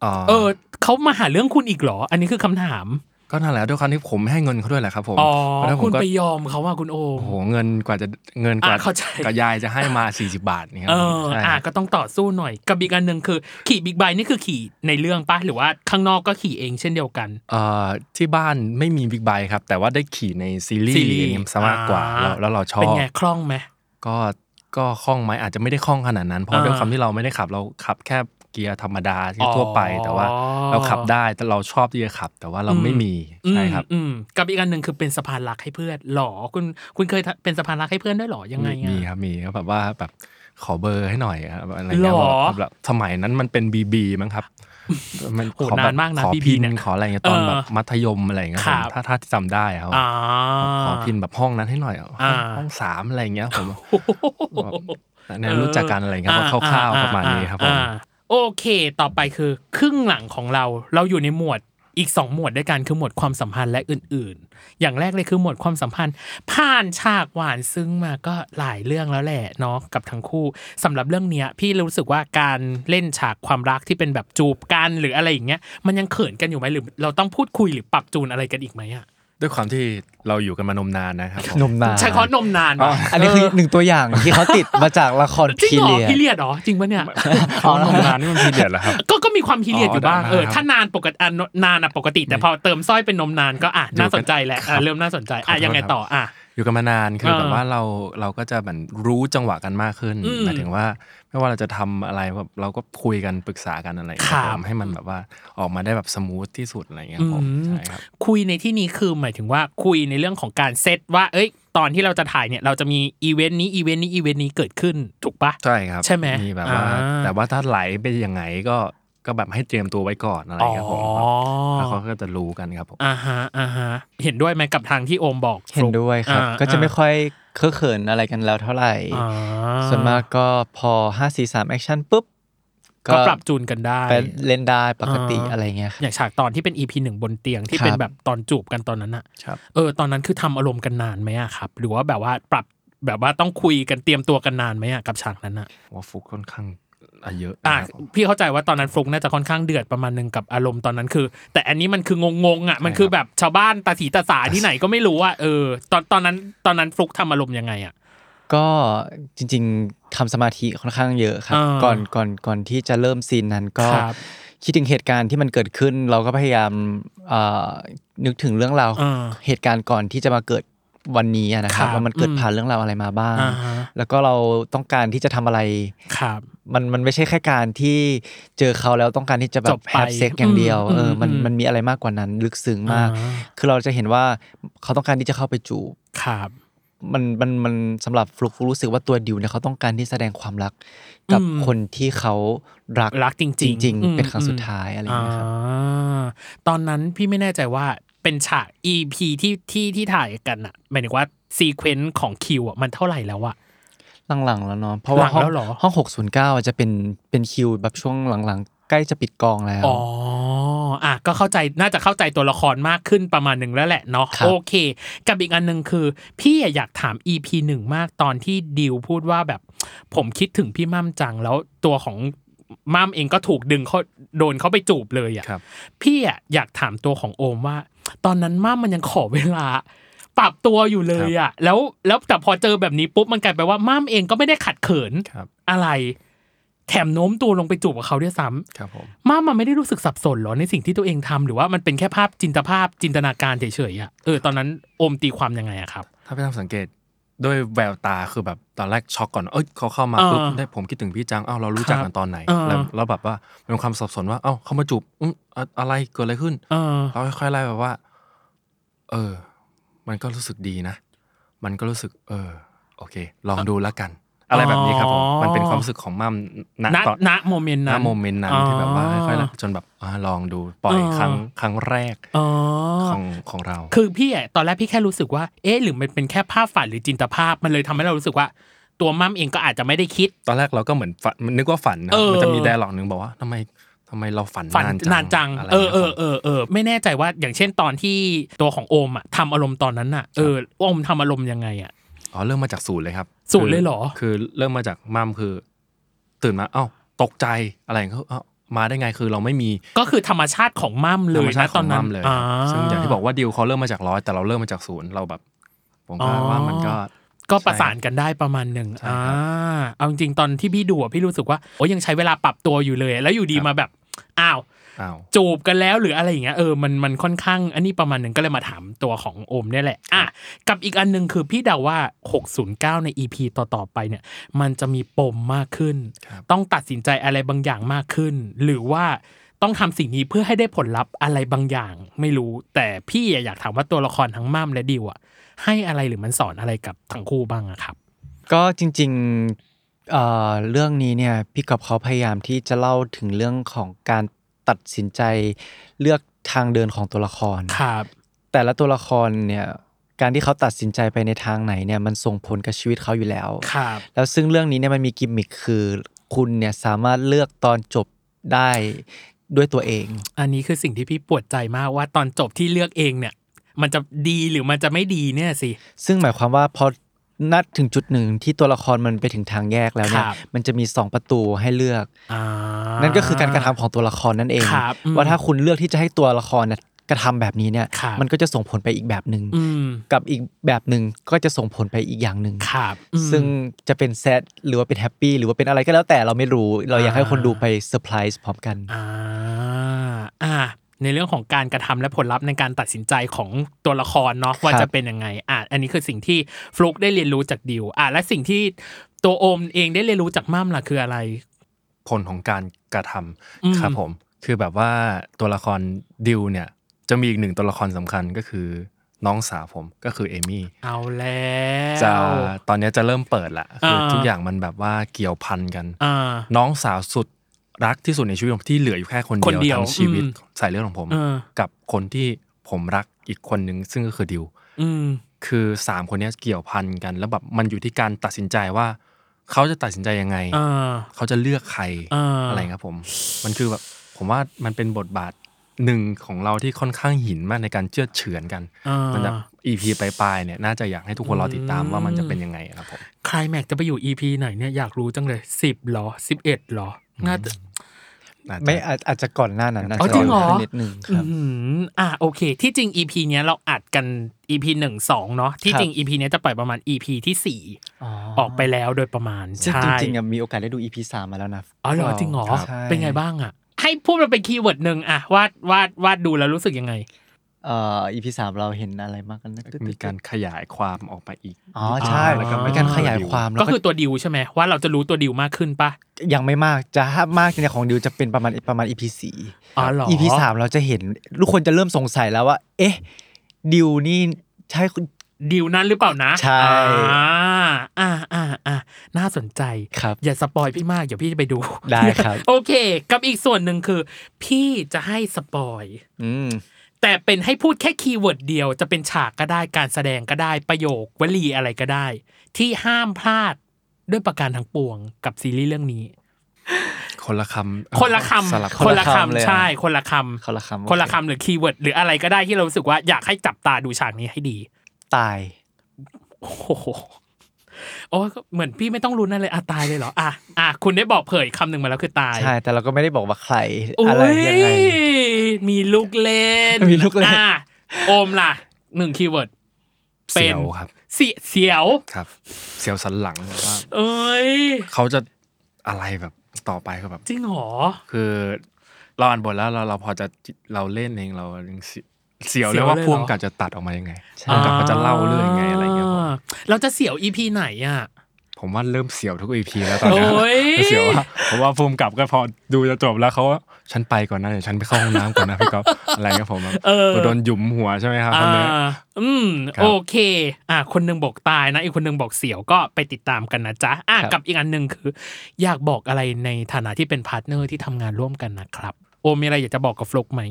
Speaker 4: อ๋อ
Speaker 3: เออเขามาหาเรื่องคุณอีกเหรอ อันนี้คือคำถาม
Speaker 4: ก็นั่นแหละด้วยความที่ผมไม่ให้เงินเขาด้วยแหละครับผม
Speaker 3: อ๋อ
Speaker 4: แล้วผม
Speaker 3: คุณ
Speaker 4: ก็
Speaker 3: ไปยอมเขาว่าคุณโอม
Speaker 4: โอ้โหเงินกว่าจะเงินกว่า
Speaker 3: อ่ะเข้าใจ
Speaker 4: กับยายจะให้มา 40 บาทเนี่ยค
Speaker 3: เอ
Speaker 4: รับ
Speaker 3: อ
Speaker 4: ใช่
Speaker 3: อ่ะ
Speaker 4: ครับ
Speaker 3: ก็ต้องต่อสู้หน่อย กับอีกอันหนึ่งคือ ขี่บิ๊กไบค์นี่คือขี่ในเรื่องปะหรือว่าข้างนอกก็ขี่เองเช่นเดียวกัน
Speaker 4: เอ่อที่บ้านไม่มีบิ๊กไบค์ครับ แต่ว่าได้ขี่ในซีรี
Speaker 3: ซี
Speaker 4: ส์
Speaker 3: รีส์
Speaker 4: อย่างเงี้ยซะมากกว่า
Speaker 3: อ่า
Speaker 4: แล้วแล้วเราชอ
Speaker 3: เป็น
Speaker 4: บ
Speaker 3: ไงคล่องไหม
Speaker 4: ก็ก็คล่องไหมอาจจะไม่ได้คล่องขนาดนั้น เพราะ
Speaker 3: อ่า
Speaker 4: ด้วยความที่เราไม่ได้ขับเราขับแค่เกียร์ธรรมดา
Speaker 3: อ๋อ
Speaker 4: ทั่วไป แต่ว่าเราขับได้แต่เราชอบที่จะขับ แต่ว่าเราไม่มีใช่ครับ
Speaker 3: อืมอืมกับอีกอันหนึ่งคือเป็นสะพานรักให้เพื่อนหรอคุณคุณเคยทะเป็นสะพานรักให้เพื่อนด้วยหรอยังไง
Speaker 4: มี
Speaker 3: อะ
Speaker 4: มีครับมีครับแบบว่าแบบขอเบอร์ให้หน่อยครับอะไรเงี้ย
Speaker 3: หรอ
Speaker 4: แบบแบบสมัยนั้นมันเป็นบีบีมั้งครับมัน
Speaker 3: โห
Speaker 4: ขอแบบ
Speaker 3: นานมากนะ
Speaker 4: ขอ
Speaker 3: BB
Speaker 4: พิน
Speaker 3: เนี่ย
Speaker 4: ขออะไรเงี้ยตอน
Speaker 3: เออ
Speaker 4: แบบมัธยมอะไรเงี้ย
Speaker 3: ค
Speaker 4: ผ
Speaker 3: รั
Speaker 4: ม
Speaker 3: บ
Speaker 4: ถ้าถ้าที่จำได้ครับ
Speaker 3: อ่า
Speaker 4: ขอพิ นแบบห้องนั้นให้หน่อยอ่ะ
Speaker 3: อ่า
Speaker 4: ห้องสามอะไรอย่างเงี้ยผม
Speaker 3: โอ้โห
Speaker 4: เนี่ยรู้จักกันอะไรเงี้ยคร่าวๆประมาณนี้ครับผม
Speaker 3: อ่าโอเค ต่อไปคือครึ่งหลังของเราเราอยู่ในหมวดอีกสองหมวดด้วยกันคือหมวดความสัมพันธ์และอื่น ๆ อย่างแรกเลยคือหมวดความสัมพันธ์ ผ่านฉากหวานซึ้งมาก็หลายเรื่องแล้วแหละเนาะกับทั้งคู่สำหรับเรื่องเนี้ย พี่รู้สึกว่าการเล่นฉากความรักที่เป็นแบบจูบกันหรืออะไรอย่างเงี้ยมันยังเขินกันอยู่ไหมหรือ เราต้องพูดคุยหรือปรับจูนอะไรกันอีกไหมอะ
Speaker 4: ด้วยความที่เราอยู่กันมานมนานนะครับผม
Speaker 5: นมนาน
Speaker 3: ใช้คำว่านมนาน
Speaker 5: อ๋อ
Speaker 3: ปะ
Speaker 5: อันนี้คือหนึ่งตัวอย่างที่เขาติดมาจากละคร
Speaker 3: จริง
Speaker 5: พี
Speaker 3: เหรอ
Speaker 5: เรียด
Speaker 3: พี่เลียดเหรอจริงปะเนี่ย
Speaker 4: คำ ว่านมนานนี่มันพีเดียดเหรอครับ
Speaker 3: ก็ก็มีความพีเรียดอยู่บ้าง
Speaker 4: อ๋อได้
Speaker 3: เออ
Speaker 4: ครับ
Speaker 3: ถ้านานปกติอ่ะนนานอ่ะปกติ แต่พอเติมสร้อยเป็นนมนานก็อ่ะ
Speaker 4: อยู่
Speaker 3: น่าสนใจแหละ
Speaker 4: เป็นครั
Speaker 3: อ่ะ
Speaker 4: บ
Speaker 3: เริ่มน่าสนใจ
Speaker 4: ขอ
Speaker 3: อ่ะ
Speaker 4: โทษ
Speaker 3: ยังไง
Speaker 4: ครับ
Speaker 3: ต่ออ่ะ
Speaker 4: อยู่กันมานานคือ
Speaker 3: เออ
Speaker 4: แบบว่าเราเราก็จะเหมือนรู้จังหวะกันมากขึ้น
Speaker 3: อืม
Speaker 4: หมายถึงว่าไม่ว่าเราจะทำอะไรแบบเราก็คุยกันปรึกษากันอะไรอย่างเงี้
Speaker 3: ค
Speaker 4: ย
Speaker 3: รับ
Speaker 4: ผมให้มันแบบว่าออกมาได้แบบสมูทที่สุดอะไรอย่างเงี้ยครับผมใช่ครับ
Speaker 3: คุยในที่นี้คือหมายถึงว่าคุยในเรื่องของการเซตว่า เอ้ย ตอนที่เราจะถ่ายเนี่ยเราจะมีอีเวนต์นี้อีเวนต์นี้อีเวนต์นี้เกิดขึ้นถูกปะ
Speaker 4: ใช่ครับ
Speaker 3: ใช่ไหม
Speaker 4: มีแบบว่า
Speaker 3: อ่า
Speaker 4: แต่ว่าถ้าไหลไปยังไงก็ก็แบบให้เตรียมตัวไว้ก่อนอะไรอ
Speaker 3: อ๋
Speaker 4: ย่า
Speaker 3: อง
Speaker 4: เงี้ยครับผมแบบ แล้วเขาก็จะรู้กันครับผม
Speaker 3: อ่าฮะอ่าฮะเห็นด้วยไหมกับทางที่โอมบอก
Speaker 5: เห็นด้วยครับ
Speaker 3: อ่า
Speaker 5: ก็จะไม่ค่อยเคอะเขินอะไรกันแล้วเท่าไหร่
Speaker 3: อ่า
Speaker 5: ส่วนมากก็พอ 5 4 3แอคชั่นปุ๊บ
Speaker 3: ก็ปรับจูนกันได้
Speaker 5: ไปเล่นได้ปกติ
Speaker 3: อ่า
Speaker 5: อะไรเงี้ยครับ
Speaker 3: อย่างฉากตอนที่เป็น EP หนึ่งบนเตียงที่
Speaker 5: ครับ
Speaker 3: เป็นแบบตอนจูบกันตอนนั้นอะ
Speaker 4: ครับ
Speaker 3: เออตอนนั้นคือทำอารมณ์กันนานไหมอะครับ หรือว่าแบบว่าปรับแบบว่าต้องคุยกันเตรียมตัวกันนานไหมอะกับฉากนั้นอะ
Speaker 4: ว่าฟุกค่อนข้างอ่ะเยอะ
Speaker 3: อ่ะ
Speaker 4: นะครับผม
Speaker 3: พี่เข้าใจว่าตอนนั้นฟลุกน่าจะค่อนข้างเดือดประมาณหนึงกับอารมณ์ตอนนั้นคือ แต่อันนี้มันคืองงงๆอะมันคือแบบชาวบ้านตาสีตาสาที่ไหนก็ไม่รู้อะเออตอนตอนนั้นตอนนั้นฟลุกทำอารมณ์ยังไงอะ
Speaker 5: ก็จริงๆทำสมาธิค่อนข้างเยอะครับ
Speaker 3: อ่า
Speaker 5: ก่อนก่อนก่อนที่จะเริ่มซีนนั้นก็
Speaker 3: ครับ
Speaker 5: คิดถึงเหตุการณ์ที่มันเกิดขึ้น เราก็พยายามเอ่อนึกถึงเรื่องราว
Speaker 3: อ่า
Speaker 5: เหตุการณ์ก่อนที่จะมาเกิด วันนี้อะนะครั
Speaker 3: ค
Speaker 5: บ
Speaker 3: รับ
Speaker 5: ว่ามันเกิด
Speaker 3: อืม
Speaker 5: ผ่านเรื่องราวอะไรมาบ้าง
Speaker 3: อ่าฮะ
Speaker 5: แล้วก็เราต้องการที่จะทำอะไร
Speaker 3: ครับ
Speaker 5: มันมันไม่ใช่แค่การที่เจอเขาแล้วต้องการที่จะแบ
Speaker 3: จ
Speaker 5: บบ แฮ
Speaker 3: ไป
Speaker 5: ปเซ็กอย่างเดียว
Speaker 3: อืม
Speaker 5: เออมัน
Speaker 3: อืม
Speaker 5: มันมีอะไรมากกว่านั้นลึกซึ้งมาก
Speaker 3: อ่ฮะ
Speaker 5: คือเราจะเห็นว่าเขาต้องการที่จะเข้าไปจูบ
Speaker 3: ครับ
Speaker 5: มันมันมันสำหรับฟลุกฟลุกรู้สึกว่าตัวดิวเนี่ยเขาต้องการที่แสดงความรักกับคนที่เขารัก
Speaker 3: รักจริง
Speaker 5: จ
Speaker 3: ๆ
Speaker 5: ริง
Speaker 3: อื
Speaker 5: ๆ
Speaker 3: ม
Speaker 5: เป็นครั้ง
Speaker 3: อืม
Speaker 5: สุดท้ายอะไรอย่างเงี้ยครับ
Speaker 3: อ่าตอนนั้นพี่ไม่แน่ใจว่าเป็นฉาก EP ที่ที่ที่ถ่ายกันอะหมายถึงว่าซีเควนซ์ของคิวอะมันเท่าไหร่แล้วอะ
Speaker 5: หลังๆแล้วเนาะเพราะ
Speaker 3: ห
Speaker 5: ว่า
Speaker 3: ลัง
Speaker 5: ห้อง
Speaker 3: แล้วเหรอ
Speaker 5: ห้องหกศูนย์เก้าจะเป็นเป็นคิวแบบช่วงหลังๆ ใกล้จะปิดกองแล้ว
Speaker 3: อ๋ออ่ะก็เข้าใจน่าจะเข้าใจตัวละครมากขึ้นประมาณหนึ่งแล้วแหละเนาะ
Speaker 5: ครับ
Speaker 3: โอเค กับอีกอันหนึ่งคือ พี่อยากถาม EP หนึ่งมากตอนที่ดิวพูดว่าแบบ ผมคิดถึงพี่มั่มจังแล้วตัวของมั่มเองก็ถูกดึงเขาโดนเขาไปจูบเลยอะ
Speaker 4: ครับ
Speaker 3: พี่อะอยากถามตัวของโอมว่า ตอนนั้นม่ามันยังขอเวลา ปรับตัวอยู่เลยอะแล้วแล้วแต่พอเจอแบบนี้ปุ๊บมันกลายไปนว่าม่ามเองก็ไม่ได้ขัดเขิน
Speaker 4: ครับ
Speaker 3: อะไรแถมโน้มตัวลงไปจูบกับเขาด้วยซ้ำ
Speaker 4: ครับผม
Speaker 3: ม่ามันไม่ได้รู้สึกสับสนเหรอในสิ่งที่ตัวเองทำหรือว่ามันเป็นแค่ภาพจินตภาพจินตนาการเฉยๆอะเออตอนนั้นโอมตีความยังไงอะครับ
Speaker 4: ถ้าพี่ทำสังเกตด้วยแววตาคือแบบตอนแรกช็อกก่อน เอ้ยเขาเข้ามา
Speaker 3: อ่า
Speaker 4: ปุ๊บได้ผมคิดถึงพี่จังอ้าวเรารู้จักกันตอนไหน
Speaker 3: อ่า
Speaker 4: แล้วแล้วแบบว่าเป็นความสับสนว่าเอ้าเขามาจูบอืมอะอะไรเกิดอะไรขึ้น
Speaker 3: เออ
Speaker 4: เราค่อยๆไล่แบบว่า เออ มันก็รู้สึกดีนะ มันก็รู้สึก เออ โอเค ลองดูแล้วกัน อะไรแบบนี้ครับผ ม
Speaker 3: อ๋อ
Speaker 4: มันเป็นความรู้สึกของมั่มณ
Speaker 3: ณ
Speaker 4: ตอน
Speaker 3: ณโมเมนต์
Speaker 4: ณ
Speaker 3: นั้น
Speaker 4: โมเมนต์นั้น
Speaker 3: อ๋อ
Speaker 4: ที่แบบว่าค่อยๆไล่จนแบบอ่าลองดูปล่อย
Speaker 3: อ๋อ
Speaker 4: ครั้งครั้งแรก
Speaker 3: อ๋อ
Speaker 4: ของของเรา
Speaker 3: คือพี่อะตอนแรกพี่แค่รู้สึกว่า เอ๊ะหรือมันเป็นแค่ภาพฝันหรือจินตภาพ มันเลยทำให้เรารู้สึกว่า ตัวมั่มเองก็อาจจะไม่ได้คิด
Speaker 4: ตอนแรกเราก็เหมือนฝันมันนึกว่าฝันนะ
Speaker 3: เออ
Speaker 4: มันจะมีไดร์ล็อกหนึ่งบอกว่าทำไมทำไมเราฝัน
Speaker 3: ฝัน
Speaker 4: นานจัง
Speaker 3: นานจัง
Speaker 4: ะไร
Speaker 3: เออเออ
Speaker 4: งี้ยครับ
Speaker 3: เออเออไม่แน่ใจว่าอย่างเช่นตอนที่ตัวของโอมอะทำอารมณ์ตอนนั้นอะเออโอมทำอารมณ์ยังไงอะ
Speaker 4: อ๋อเริ่มมาจากศูนย์เลยครับ
Speaker 3: ศูนย์เลยเหรอ
Speaker 4: คือคือเริ่มมาจากมัมคือ ตื่นมาเอ้าตกใจอะไรอย่างเงี้ยเอ้ามาได้ไงคือเราไม่มี
Speaker 3: ก็คือธรรมชาติของมั่มเล
Speaker 4: ธรร
Speaker 3: ย
Speaker 4: มชา
Speaker 3: นะต
Speaker 4: ติข
Speaker 3: อ
Speaker 4: อน ง
Speaker 3: นั้
Speaker 4: มัน มเลยครับซึ่งอย่างที่บอกว่าดิวเขาเริ่มมาจากร้อยแต่เราเริ่มมาจากศูนย์เราแบบ ผมก็ว่ามันก็
Speaker 3: ก็ประสานกันได้ประมาณหนึ่ง
Speaker 4: ใช่
Speaker 3: อ่า
Speaker 4: ครับ
Speaker 3: เอาจริงๆตอนที่พี่ดูอะพี่รู้สึกว่าโอ้ยังใช้เวลาปรับตัวอยู่เลย แล้วอยู่ดี
Speaker 4: ครับ
Speaker 3: มาแบบอ้าว
Speaker 4: อ้าว
Speaker 3: จูบกันแล้วหรืออะไรอย่างเงี้ยเออมันมันค่อนข้าง อันนี้ประมาณหนึ่งก็เลยมาถามตัวของโอมเนี่ยแหละอ่ะกับอีกอันหนึ่งคือพี่เดาว่า 609 ใน EP ต่อๆไปเนี่ย มันจะมีปมมากขึ้น ต้องตัดสินใจอะไรบางอย่างมากขึ้น หรือว่าต้องทำสิ่งนี้เพื่อให้ได้ผลลัพธ์อะไรบางอย่าง ไม่รู้ แต่พี่อยากถามว่าตัวละครทั้งม่ามและดิวอะให้อะไรหรือมันสอนอะไรกับทั้งคู่บ้างอะครับ
Speaker 5: ก็จริงๆเอ่อเรื่องนี้เนี่ยพี่กับเขาพยายามที่จะเล่าถึงเรื่องของการตัดสินใจเลือกทางเดินของตัวละคร
Speaker 3: ครับ
Speaker 5: แต่ละตัวละครเนี่ยการที่เขาตัดสินใจไปในทางไหนเนี่ยมันส่งผลกับชีวิตเขาอยู่แล้ว
Speaker 3: ครับ
Speaker 5: แล้วซึ่งเรื่องนี้เนี่ยมันมีกิมมิคคือ คุณเนี่ยสามารถเลือกตอนจบได้ด้วยตัวเอง
Speaker 3: อันนี้คือสิ่งที่พี่ปวดใจมากว่าตอนจบที่เลือกเองเนี่ย มันจะดีหรือมันจะไม่ดีเนี่ยสิ
Speaker 5: ซึ่งหมายความว่าพอนัดถึงจุดหนึ่งที่ตัวละครมันไปถึงทางแยกแล้วเนี่ย
Speaker 3: ครับ
Speaker 5: มันจะมีสองประตูให้เลือก
Speaker 3: อ่า
Speaker 5: นั่นก็คือการกระทำของตัวละครนั่นเอง
Speaker 3: ครับอืม
Speaker 5: ว่าถ้าคุณเลือกที่จะให้ตัวละครเนี่ยกระทำแบบนี้เนี่ย
Speaker 3: ครับ
Speaker 5: มันก็จะส่งผลไปอีกแบบหนึ่ง
Speaker 3: อืม
Speaker 5: กับอีกแบบหนึ่งก็จะส่งผลไปอีกอย่างหนึ่ง
Speaker 3: ครับอืม
Speaker 5: ซึ่งจะเป็นแซดหรือว่าเป็นแฮปปี้หรือว่าเป็นอะไรก็แล้วแต่เราไม่รู้ เราอยากให้คนดูไปเซอร์ไพรส์พร้อมกัน
Speaker 3: อ่าอ่า ในเรื่องของการกระทำและผลลัพธ์ในการตัดสินใจของตัวละครเนาะว่า
Speaker 5: ครับ
Speaker 3: จะเป็นยังไงอ่ะอันนี้คือสิ่งที่ฟลุกได้เรียนรู้จากดิวอ่ะและสิ่งที่ตัวโอมเองได้เรียนรู้จากม่ามล่ะคืออะไร
Speaker 4: ผลของการกระทำ
Speaker 3: อืม
Speaker 4: ครับผม คือแบบว่าตัวละครดิวเนี่ย จะมีอีกหนึ่งตัวละครสำคัญก็คือน้องสาวผมก็คือเอมี่
Speaker 3: เอาแล้ว
Speaker 4: จะตอนเนี้ยจะเริ่มเปิดละคืออา ทุกอย่างมันแบบว่าเกี่ยวพันกัน
Speaker 3: อ่า
Speaker 4: น้องสาวสุดรักที่สุดในชีวิตผมที่เหลืออยู่แค่คน
Speaker 3: คนเดี
Speaker 4: เดี
Speaker 3: ย
Speaker 4: ยว วทั้งชีวิต
Speaker 3: อืม
Speaker 4: สายเลือดของผม
Speaker 3: เออ
Speaker 4: กับคนที่ผมรักอีกคนหนึ่งซึ่งก็คือดิว
Speaker 3: อืม
Speaker 4: คือสามคนเนี้ยเกี่ยวพันกัน แล้วแบบมันอยู่ที่การตัดสินใจว่า เขาจะตัดสินใจยังไง
Speaker 3: อ่า
Speaker 4: เขาจะเลือกใคร
Speaker 3: อ่า
Speaker 4: อะไรครับผม มันคือแบบผมว่ามันเป็นบทบาทหนึ่งของเราที่ค่อนข้างหินมากในการเชื่อดเฉือนกัน
Speaker 3: อ่า
Speaker 4: มันจะ EP ปลายๆเนี่ยน่าจะอยากให้ทุกคนรอติดตามว่ามันจะเป็นยังไงครับผม
Speaker 3: ใครแม็กจะไปอยู่ EP ไหนเนี่ยอยากรู้จังเลยสิบหรอสิบเอ็ดหรอน่าจะ
Speaker 4: อาจจะ
Speaker 5: ไม่อาจอาจจะก่อนหน้านั้นอาจ
Speaker 3: อ๋อ
Speaker 5: จะ
Speaker 3: จริงเหรอ
Speaker 5: ก่นน้านิดนึงครับ
Speaker 3: อืมอ่ะโอเค ที่จริง EP เนี้ยเราอัดกัน EP หนึ่งสองเนาะที่
Speaker 5: ครับ
Speaker 3: จริง EP เนี้ยจะปล่อยประมาณ EP ที่สี่ออกไปแล้วโดยประมาณ
Speaker 5: ซึ่งจ
Speaker 3: ใช่
Speaker 5: ริงๆอะมีโอกาสได้ดู EP สามมาแล้วนะ
Speaker 3: อ๋อเหรอจริงเหรอ
Speaker 5: ใช่
Speaker 3: เป็นไงบ้างอ่ะ ให้พูดมาเป็นคีย์เวิร์ดหนึ่งอ่ะวาดวาดวาดดูแล้วรู้สึกยังไง
Speaker 5: เอ่ออีพีสามเราเห็นอะไรมากกันนะ
Speaker 4: มีการขยายความออกไปอีก
Speaker 5: อ๋อใช่
Speaker 4: แล้
Speaker 5: แล้ว ว
Speaker 4: ก็
Speaker 5: ก็
Speaker 4: ไม่
Speaker 5: มีการขยายความแล้ว
Speaker 3: ก็
Speaker 5: ก็
Speaker 3: คือตัวดิวใช่ไหมว่าเราจะรู้ตัวดิวมากขึ้นปะ
Speaker 5: ยังไม่มากจะมากเนี่ยของดิวจะเป็นประมาณประมาณอีพีสี่
Speaker 3: อ๋อเหรอ
Speaker 5: EP สามเราจะเห็นทุกคนจะเริ่มสงสัยแล้วว่า เอ๊ะดิวนี่ใช่คุณ
Speaker 3: ดิวนั้นหรือเปล่านะ
Speaker 5: ใช่
Speaker 3: อ่าอ่าอ่าอ่าน่าสนใจ
Speaker 5: ครับ
Speaker 3: อย่าสปอยพี่มาก เดี๋ยวพี่จะไปดู
Speaker 5: ได้ครับ
Speaker 3: โอเค กับอีกส่วนหนึ่งคือ พี่จะให้สปอย
Speaker 5: อืม
Speaker 3: แต่เป็นให้พูดแค่คีย์เวิร์ดเดียวจะเป็นฉากก็ได้การแสดงก็ได้ประโยควลีอะไรก็ได้ ที่ห้ามพลาดด้วยประการทั้งปวงกับซีรีส์เรื่องนี้
Speaker 4: คนละคำ
Speaker 3: คนละค
Speaker 4: สลับ
Speaker 3: ำ
Speaker 5: คนละคำเลยเหรอ
Speaker 3: ใช่คนละค
Speaker 5: คนละคำ
Speaker 3: ำ
Speaker 5: โอเ
Speaker 3: คนละคำหรือคีย์เวิร์ดหรืออะไรก็ได้ที่เรารู้สึกว่าอยากให้จับตาดูฉากนี้ให้ดี
Speaker 5: ตาย
Speaker 3: โอ้โหโอ้ยเหมือนพี่ไม่ต้องรู้นั่นเลยอ่ะตายเลยเหรออ่ะอ่ะคุณได้บอกเผยคำหนึ่งมาแล้วคือตาย
Speaker 5: ใช่ แต่เราก็ไม่ได้บอกว่าใคร
Speaker 3: อุ๊
Speaker 5: อะไรยังไง
Speaker 3: มีลูกเล่น
Speaker 5: มีลูกเล่น
Speaker 3: อ่ะโอมล่ะหนึ่งคีย์เวิร์ด เป็น
Speaker 4: เสียวครับ
Speaker 3: เสียเสียว
Speaker 4: ครับ เสียวสันหลังว่า
Speaker 3: เอ้ย
Speaker 4: เขาจะอะไรแบบต่อไปก็แบบ
Speaker 3: จริงเหรอ
Speaker 4: คือเราอ่านบทแล้วเราเราพอจะเราเล่นเองเรายังเสีเสียว
Speaker 3: เสี
Speaker 4: เลย ยว ว่า
Speaker 3: เลยเหรอ
Speaker 4: พ่วงกับจะตัดออกมายังไง
Speaker 5: ใช่
Speaker 4: พ่วงกับเขาจะเล่าเรื่องยังไงอะไรเงี้ยผม
Speaker 3: เราจะเสียวอีพีไหนอ่ะ
Speaker 4: ผมว่าเริ่มเสียวทุกอีพีแล้วตอนเนี้ย
Speaker 3: โอ้ย
Speaker 4: เสียวอะเพราะว่าพ่วงกับก็พอดูจะจบแล้วเขาว่าฉันไปก่อนนะเดี๋ยวฉันไปเข้าห้องน้ำก่อนนะพี่ก๊อฟอะไรเงี้ยผมแบบ
Speaker 3: เออ
Speaker 4: โดนหยุมหัวใช่ไหมครับคนเนี้ย
Speaker 3: อ่าอืม
Speaker 4: ครับ
Speaker 3: โอเค อ่ะคนหนึ่งบอกตายนะ อีกคนหนึ่งบอกเสียวก็ไปติดตามกันนะจ๊ะ อ่ะ
Speaker 5: ครับ
Speaker 3: กับอีกอันหนึ่งคือ อยากบอกอะไรในฐานะที่เป็นพาร์ทเนอร์ที่ทำงานร่วมกันนะครับ โอมีอะไรอยากจะบอกกับฟลุกไหม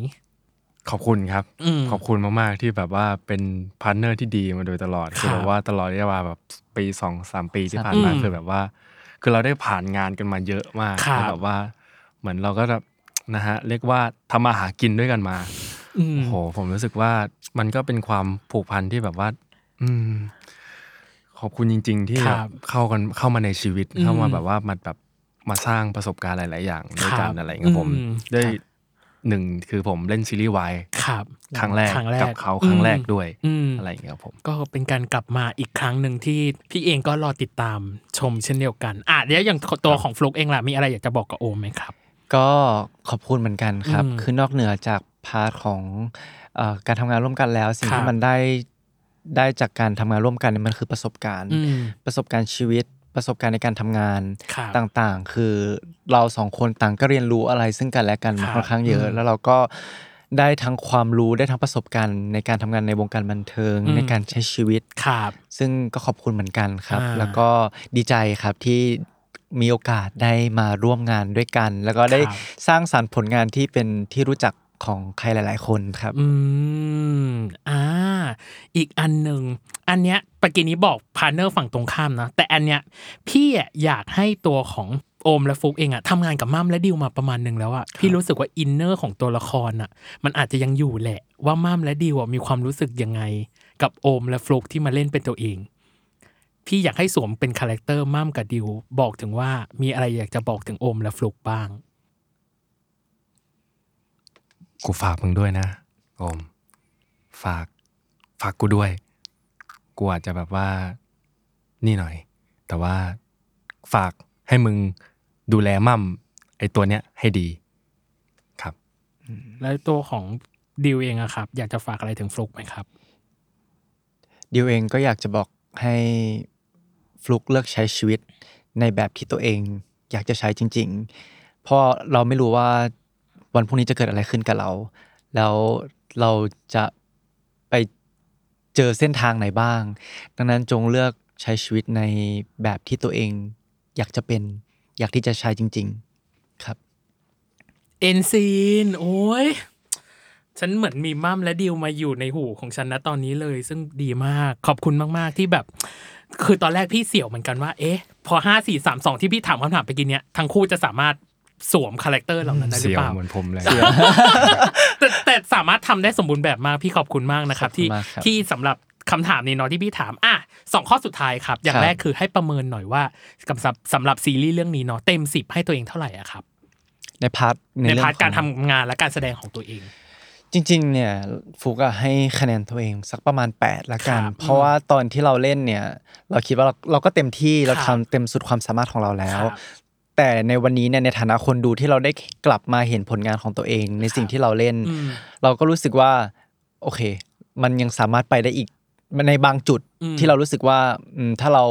Speaker 4: ขอบคุณครับ
Speaker 3: อืม
Speaker 4: ขอบคุณมาก ๆ ที่แบบว่าเป็นพาร์ทเนอร์ที่ดีมาโดยตลอด
Speaker 3: ครับ
Speaker 4: คือแบบว่าตลอดระยะเวลาแบบปีสองสามปีที่ผ่านมา
Speaker 3: อืม
Speaker 4: คือแบบว่า คือเราได้ผ่านงานกันมาเยอะมาก
Speaker 3: ครับ
Speaker 4: แล้วแบบว่า เหมือนเราก็แบบนะฮะเรียกว่าทำมาหากินด้วยกันมา
Speaker 3: อืม
Speaker 4: โอ้โหผมรู้สึกว่ามันก็เป็นความผูกพันที่แบบว่า อืม ขอบคุณจริง ๆ ที่
Speaker 3: ครับ
Speaker 4: เข้ากันเข้ามาในชีวิต
Speaker 3: อืม
Speaker 4: เข้ามาแบบว่ามาแบบมาสร้างประสบการณ์หลาย ๆ อย่างด้วย
Speaker 3: ค
Speaker 4: กัน
Speaker 3: รับ
Speaker 4: อะไรเงี้ยผม
Speaker 3: อืม
Speaker 4: ได้หนึ่งคือผมเล่นซีรีส์วาย
Speaker 3: ครับ
Speaker 4: ครั้งแรก
Speaker 3: ครั้งแรก
Speaker 4: กับเขาครั้งแรก
Speaker 3: อืม
Speaker 4: ด้วย
Speaker 3: อืม
Speaker 4: อะไรอย่างเงี้ยครับผม
Speaker 3: ก็เป็นการกลับมาอีกครั้งหนึ่งที่พี่เองก็รอติดตามชมเช่นเดียวกัน อ่ะเดี๋ยวอย่างตัวของฟลุกเองล่ะมีอะไรอยากจะบอกกับโอมไหมครับ
Speaker 5: ก็ขอบคุณเหมือนกันครับ
Speaker 3: อืม
Speaker 5: คือนอกเหนือจากพาร์ทของเอ่อการทำงานร่วมกันแล้ว สิ่ง
Speaker 3: ครับ
Speaker 5: ที่มันได้ได้จากการทำงานร่วมกันเนี่ยมันคือประสบการณ์
Speaker 3: อืม
Speaker 5: ประสบการณ์ชีวิต ประสบการณ์ในการทำงาน
Speaker 3: ครับ
Speaker 5: ต่างๆ คือเราสองคนต่างก็เรียนรู้อะไรซึ่งกันและกันมา
Speaker 3: ครับ
Speaker 5: ค่อนข้างเยอะ
Speaker 3: อืม
Speaker 5: แล้วเราก็ได้ทั้งความรู้ได้ทั้งประสบการณ์ในการทำงานในวงการบันเทิง
Speaker 3: อืม
Speaker 5: ในการใช้ชีวิต
Speaker 3: ครับ
Speaker 5: ซึ่งก็ขอบคุณเหมือนกันครับ
Speaker 3: อ่า
Speaker 5: แล้วก็ดีใจครับที่มีโอกาสได้มาร่วมงานด้วยกัน แล้วก็ได้
Speaker 3: ครับ
Speaker 5: สร้างสารรค์ผลงานที่เป็นที่รู้จักของใครหลาย ๆ คนครับ
Speaker 3: อืม อ่า อีกอันหนึ่ง อันเนี้ยปกี้นี้บอกพาร์เนอร์ฝั่งตรงข้ามนะ แต่อันเนี้ยพี่อะอยากให้ตัวของโอมและฟุกเองอะทำงานกับม่ามและดิวมาประมาณหนึ่งแล้วอะพี่รู้สึกว่าอินเนอร์ของตัวละครอะมันอาจจะยังอยู่แหละ ว่าม่ามและดิวอะมีความรู้สึกยังไง กับโอมและฟลุกที่มาเล่นเป็นตัวเอง พี่อยากให้สวมเป็นคาแรคเตอร์ม่ามกับดิวบอกถึงว่ามีอะไรอยากจะบอกถึงโอมและฟลุกบ้าง
Speaker 4: กูฝากมึงด้วยนะโอม ฝาก ฝากกูด้วย กูอาจจะแบบว่า นี่หน่อย แต่ว่าฝากให้มึงดูแลมั่มไอตัวเนี้ยให้ดี ครับ
Speaker 3: แล้วตัวของดิวเองอะครับ อยากจะฝากอะไรถึงฟลุกไหมครับ
Speaker 5: ดิวเองก็อยากจะบอกให้ฟลุกเลือกใช้ชีวิตในแบบที่ตัวเองอยากจะใช้จริง ๆ เพราะเราไม่รู้ว่าวันพรุ่งนี้จะเกิดอะไรขึ้นกับเรา แล้วเราจะไปเจอเส้นทางไหนบ้าง ดังนั้นจงเลือกใช้ชีวิตในแบบที่ตัวเองอยากจะเป็นอยากที่จะใช้จริง ๆ ครับ
Speaker 3: เอ็นซีน โอ้ย ฉันเหมือนมีมั่มและดิวมาอยู่ในหูของฉันนะตอนนี้เลย ซึ่งดีมากขอบคุณมาก ๆ ที่แบบ คือตอนแรกพี่เสี่ยวเหมือนกันว่า เอ๊ะ พอห้าสี่สามสองที่พี่ถามคำถามไปกินเนี้ยทั้งคู่จะสามารถสวมคาแรคเตอร์เหล่านั้นได้หรื
Speaker 4: เสี
Speaker 3: อ
Speaker 4: ยว
Speaker 3: เปล่า
Speaker 4: เหมือนผมเลย
Speaker 3: แต่แต่สามารถทำได้สมบูรณ์แบบมากพี่ขอบคุณมากนะครับ
Speaker 5: ขอบคุ
Speaker 3: ที่
Speaker 5: ณมากครับ
Speaker 3: ที่สำหรับคำถามนี้เนาะที่พี่ถามอ่ะสองข้อสุดท้ายครับ อย่า
Speaker 5: ค
Speaker 3: ง
Speaker 5: รับ
Speaker 3: แรกคือให้ประเมินหน่อยว่ากับสำหรับสำหรับซีรีส์เรื่องนี้เนาะเต็มสิบให้ตัวเองเท่าไหร่อะครับ
Speaker 5: ในพาร์ท
Speaker 3: ใน
Speaker 5: เอ
Speaker 3: พาร์ท
Speaker 5: งของ
Speaker 3: การทำงานและการแสดงของตัวเอง
Speaker 5: จริงๆ เนี่ยฟุกอะให้คะแนนตัวเองสักประมาณ 8 ละกัน
Speaker 3: ครับ
Speaker 5: เพราะว่าตอนที่เราเล่นเนี่ย เราคิดว่าเราเราก็เต็มที่เรา
Speaker 3: ครับ
Speaker 5: ทำเต็มสุดความสามารถของเราแล้ว
Speaker 3: ครับ
Speaker 5: แต่ในวันนี้เนี่ยในฐานะคนดูที่เราได้กลับมาเห็นผลงานของตัวเอง ในสิ่งที่เราเล่น
Speaker 3: อืม
Speaker 5: เราก็รู้สึกว่า โอเค มันยังสามารถไปได้อีกในบางจุด
Speaker 3: อืม
Speaker 5: ที่เรารู้สึกว่าอืมถ้าเรา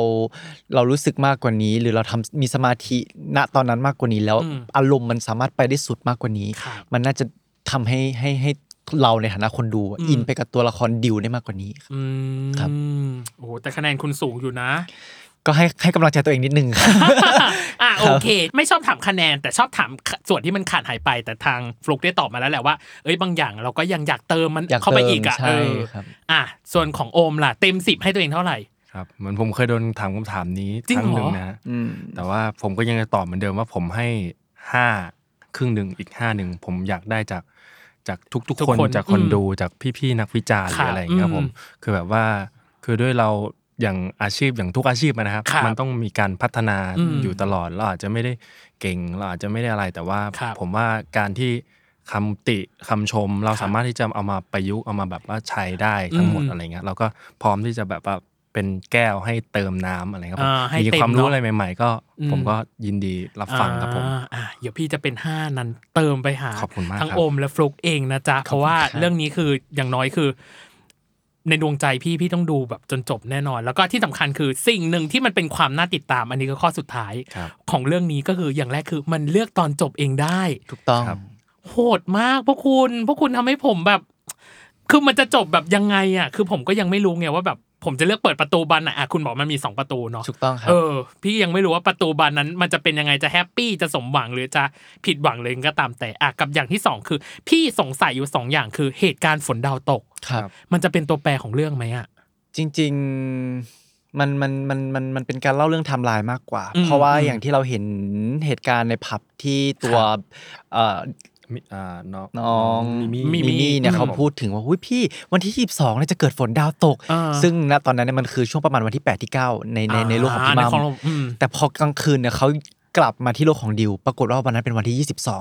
Speaker 5: เรารู้สึกมากกว่านี้ หรือเราทำมีสมาธิณตอนนั้นมากกว่านี้แล้ว
Speaker 3: อืม
Speaker 5: อารมณ์มันสามารถไปได้สุดมากกว่านี้
Speaker 3: ครับ
Speaker 5: มันน่าจะทำให้ให้ให้เราในฐานะคนดูอะ
Speaker 3: อืม
Speaker 5: อินไปกับตัวละครดิวได้มากกว่านี้
Speaker 3: อืม
Speaker 5: ครับ
Speaker 3: โอ้โหแต่คะแนนคุณสูงอยู่นะ
Speaker 5: ก็ให้ให้กำลังใจตัวเองนิดนึง
Speaker 3: อ่ะโอเค ไม่ชอบถามคะแนน แต่ชอบถามส่วนที่มันขาดหายไป แต่ทางฟลุกได้ตอบมาแล้วแหละว่า เอ้ยบางอย่างเราก็ยังอยากเติมมัน
Speaker 5: อยา ก
Speaker 3: เข้าไป
Speaker 5: เติม
Speaker 3: อีกอ่ะ
Speaker 5: ใช่
Speaker 3: เออ
Speaker 5: ครับ
Speaker 3: อ่ะส่วนของโอมล่ะ เต็มสิบให้ตัวเองเท่าไหร่
Speaker 4: ครับเหมือนผมเคยโดนถามคำถามนี้
Speaker 3: จริ
Speaker 4: ค
Speaker 3: ง
Speaker 4: รั้งหนึ่ง
Speaker 3: เหรอ
Speaker 4: นะฮะ
Speaker 5: อืม
Speaker 4: แต่ว่าผมก็ยังจะตอบเหมือนเดิมว่าผมให้ห้าครึ่งหนึ่งอีกห้าหนึ่งผมอยากได้จากจากทุก
Speaker 3: ทุ
Speaker 4: ๆ
Speaker 3: ก
Speaker 4: ค
Speaker 3: คน น
Speaker 4: จากคน
Speaker 3: อืม
Speaker 4: ดูจากพี่ๆนักวิจารณ์ห
Speaker 3: ครั
Speaker 4: รือบ อะไรอย่างเงี้ยครับผม
Speaker 3: อืม
Speaker 4: คือแบบว่าคือด้วยเราอย่างอาชีพอย่างทุกอาชีพอะนะครับ
Speaker 3: ครับ
Speaker 4: มันต้องมีการพัฒนา
Speaker 3: อืม
Speaker 4: อยู่ตลอดเราอาจจะไม่ได้เก่งเราอาจจะไม่ได้อะไรแต่ว่า
Speaker 3: ครับ
Speaker 4: ผมว่าการที่คำติคำชม เรา
Speaker 3: ครับ
Speaker 4: สามารถที่จะเอามาประยุกต์เอามาแบบว่าใช้ได้ทั้งหมด
Speaker 3: อืม
Speaker 4: อะไรเงี้ยเราก็พร้อมที่จะแบบว่าเป็นแก้วให้เติมน้ำอะไรครับผม
Speaker 3: อ่าให้
Speaker 4: มี
Speaker 3: เต็ม
Speaker 4: ความ
Speaker 3: เน
Speaker 4: รู้
Speaker 3: อะ
Speaker 4: อะไรใหม่ ๆ ก็
Speaker 3: อืม
Speaker 4: ผมก็ยินดีรับฟังครับผม
Speaker 3: อ่าอ่ะเดี๋ยวพี่จะเป็นห้านั้นเติมไปหา
Speaker 4: ขอบคุณมาก
Speaker 3: ทั้ง
Speaker 4: ครับ
Speaker 3: โอมและฟลุกเองนะจ๊ะ เพราะว่า
Speaker 5: ครับ
Speaker 3: เรื่องนี้คืออย่างน้อยคือ ในดวงใจพี่พี่ต้องดูแบบจนจบแน่นอน แล้วก็ที่สำคัญคือสิ่งหนึ่งที่มันเป็นความน่าติดตาม อันนี้ก็ข้อสุดท้าย
Speaker 4: ครับ
Speaker 3: ของเรื่องนี้ก็คืออย่างแรกคือมันเลือกตอนจบเองได้
Speaker 5: ถูกต้อง
Speaker 4: ครับ
Speaker 3: โหดมากพวกคุณ พวกคุณทำให้ผมแบบ คือมันจะจบแบบยังไงอ่ะ คือผมก็ยังไม่รู้ไงว่าแบบผมจะเลือกเปิดประตูบานไหนอ่ะคุณบอกมันมีสองประตูเนาะ
Speaker 5: ถูกต้องครับ
Speaker 3: เออ พี่ยังไม่รู้ว่าประตูบานนั้น มันจะเป็นยังไงจะแฮปปี้จะสมหวังหรือจะผิดหวังเลยก็ตามแต่อ่ะกับอย่างที่สองคือ พี่สงสัยอยู่สองอย่างคือเหตุการณ์ฝนดาวตก
Speaker 5: ครับ
Speaker 3: มันจะเป็นตัวแปรของเรื่องไหมอ่ะ
Speaker 5: จริงๆมันมันมันมันมันเป็นการเล่าเรื่องไทำลายมากกว่า
Speaker 3: อืม
Speaker 5: เพราะว่า
Speaker 3: อืม
Speaker 5: อย่างที่เราเห็นเหตุการณ์ในผับที่ตัวเอ่อ
Speaker 4: มิอ่าน้อง
Speaker 5: น้อง
Speaker 4: มิ
Speaker 3: มิ
Speaker 4: มิ
Speaker 3: มิ
Speaker 5: เนี่ย
Speaker 4: ครับ
Speaker 5: เขา
Speaker 4: ผม
Speaker 5: พูดถึงว่าหุ้ยพี่วันที่ 22เนี่ยจะเกิดฝนดาวตก
Speaker 3: อ่า
Speaker 5: ซึ่งณตอนนั้นเนี่ยมันคือช่วงประมาณวันที่ 8 ที่ 9 ในในในโลกของพี่
Speaker 3: ใน
Speaker 5: มัม
Speaker 3: ของเราอืม
Speaker 5: แต่พอกลางคืนเนี่ยเขากลับมาที่โลกของดิว ปรากฏว่าวันนั้นเป็นวันที่
Speaker 3: อ่า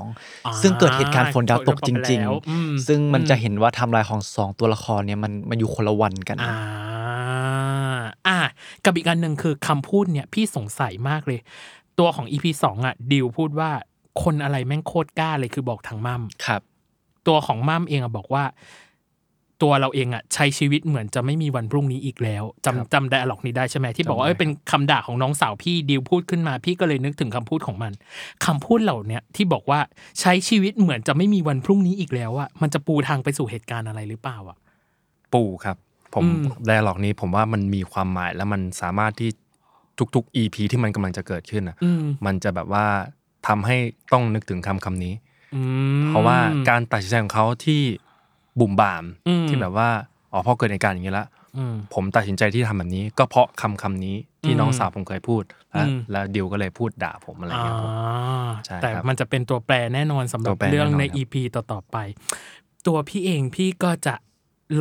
Speaker 5: 22 ซึ่งเกิดเหตุการณ์ฝนดาวตกจริง
Speaker 3: แล้วอืม
Speaker 5: ๆ ซึ่งมันจะเห็นว่าไทำลายของสองตัวละครเนี่ยมันมันอยู่คนละวันกัน
Speaker 3: อ่าอ่ะกับอีกอันหนึ่งคือคำพูดเนี่ยพี่สงสัยมากเลย ตัวของ EP สองอ่ะดิวพูดว่าคนอะไรแม่งโคตรกล้าเลยคือบอกทางมั่ม
Speaker 5: ครับ
Speaker 3: ตัวของมั่มเองอ่ะบอกว่า ตัวเราเองอ่ะใช้ชีวิตเหมือนจะไม่มีวันพรุ่งนี้อีกแล้วจำ
Speaker 4: ครับ
Speaker 3: จำไดอะล็อกนี้ได้ใช่ไหมที่บอกว่า
Speaker 4: จำได้
Speaker 3: เอ้ยเป็นคำด่าของน้องสาวพี่ดิวพูดขึ้นมา พี่ก็เลยนึกถึงคำพูดของมันคำพูดเหล่าเนี้ยที่บอกว่าใช้ชีวิตเหมือนจะไม่มีวันพรุ่งนี้อีกแล้วอ่ะมันจะปูทางไปสู่เหตุการณ์อะไรหรือเปล่าอ่ะ
Speaker 4: ปู่ครับ ผม
Speaker 3: อืม
Speaker 4: ไดร์ล็อกนี้ผมว่ามันมีความหมายและมันสามารถที่ทุกๆ EP ที่มันกำลังจะเกิดขึ้นนะ
Speaker 3: อืม
Speaker 4: มันจะแบบว่าทำให้ต้องนึกถึงคำคำนี้
Speaker 3: อืม
Speaker 4: เพราะว่าการตัดสินใจของเขาที่บุ่มบ่าม
Speaker 3: อืม
Speaker 4: ที่แบบว่าอ๋อพอเกิดเหตุการณ์อย่างนี้ละ
Speaker 3: อืม
Speaker 4: ผมตัดสินใจที่ทำแบบนี้ ก็เพราะคำคำนี้ที่
Speaker 3: อืม
Speaker 4: น้องสาวผมเคยพูดและ
Speaker 3: อืม
Speaker 4: แล้วดิวก็เลยพูดด่าผมอะไรอย่างเงี้ยครับ
Speaker 3: อ่า
Speaker 4: ใช่ครับ
Speaker 3: แต่มันจะเป็นตัวแปรแน่นอนสำหรั
Speaker 4: ตั
Speaker 3: บ
Speaker 4: วแปรแน่นอน
Speaker 3: เรื่องใน
Speaker 4: ครับ
Speaker 3: EP ต่อๆไป ตัวพี่เองพี่ก็จะ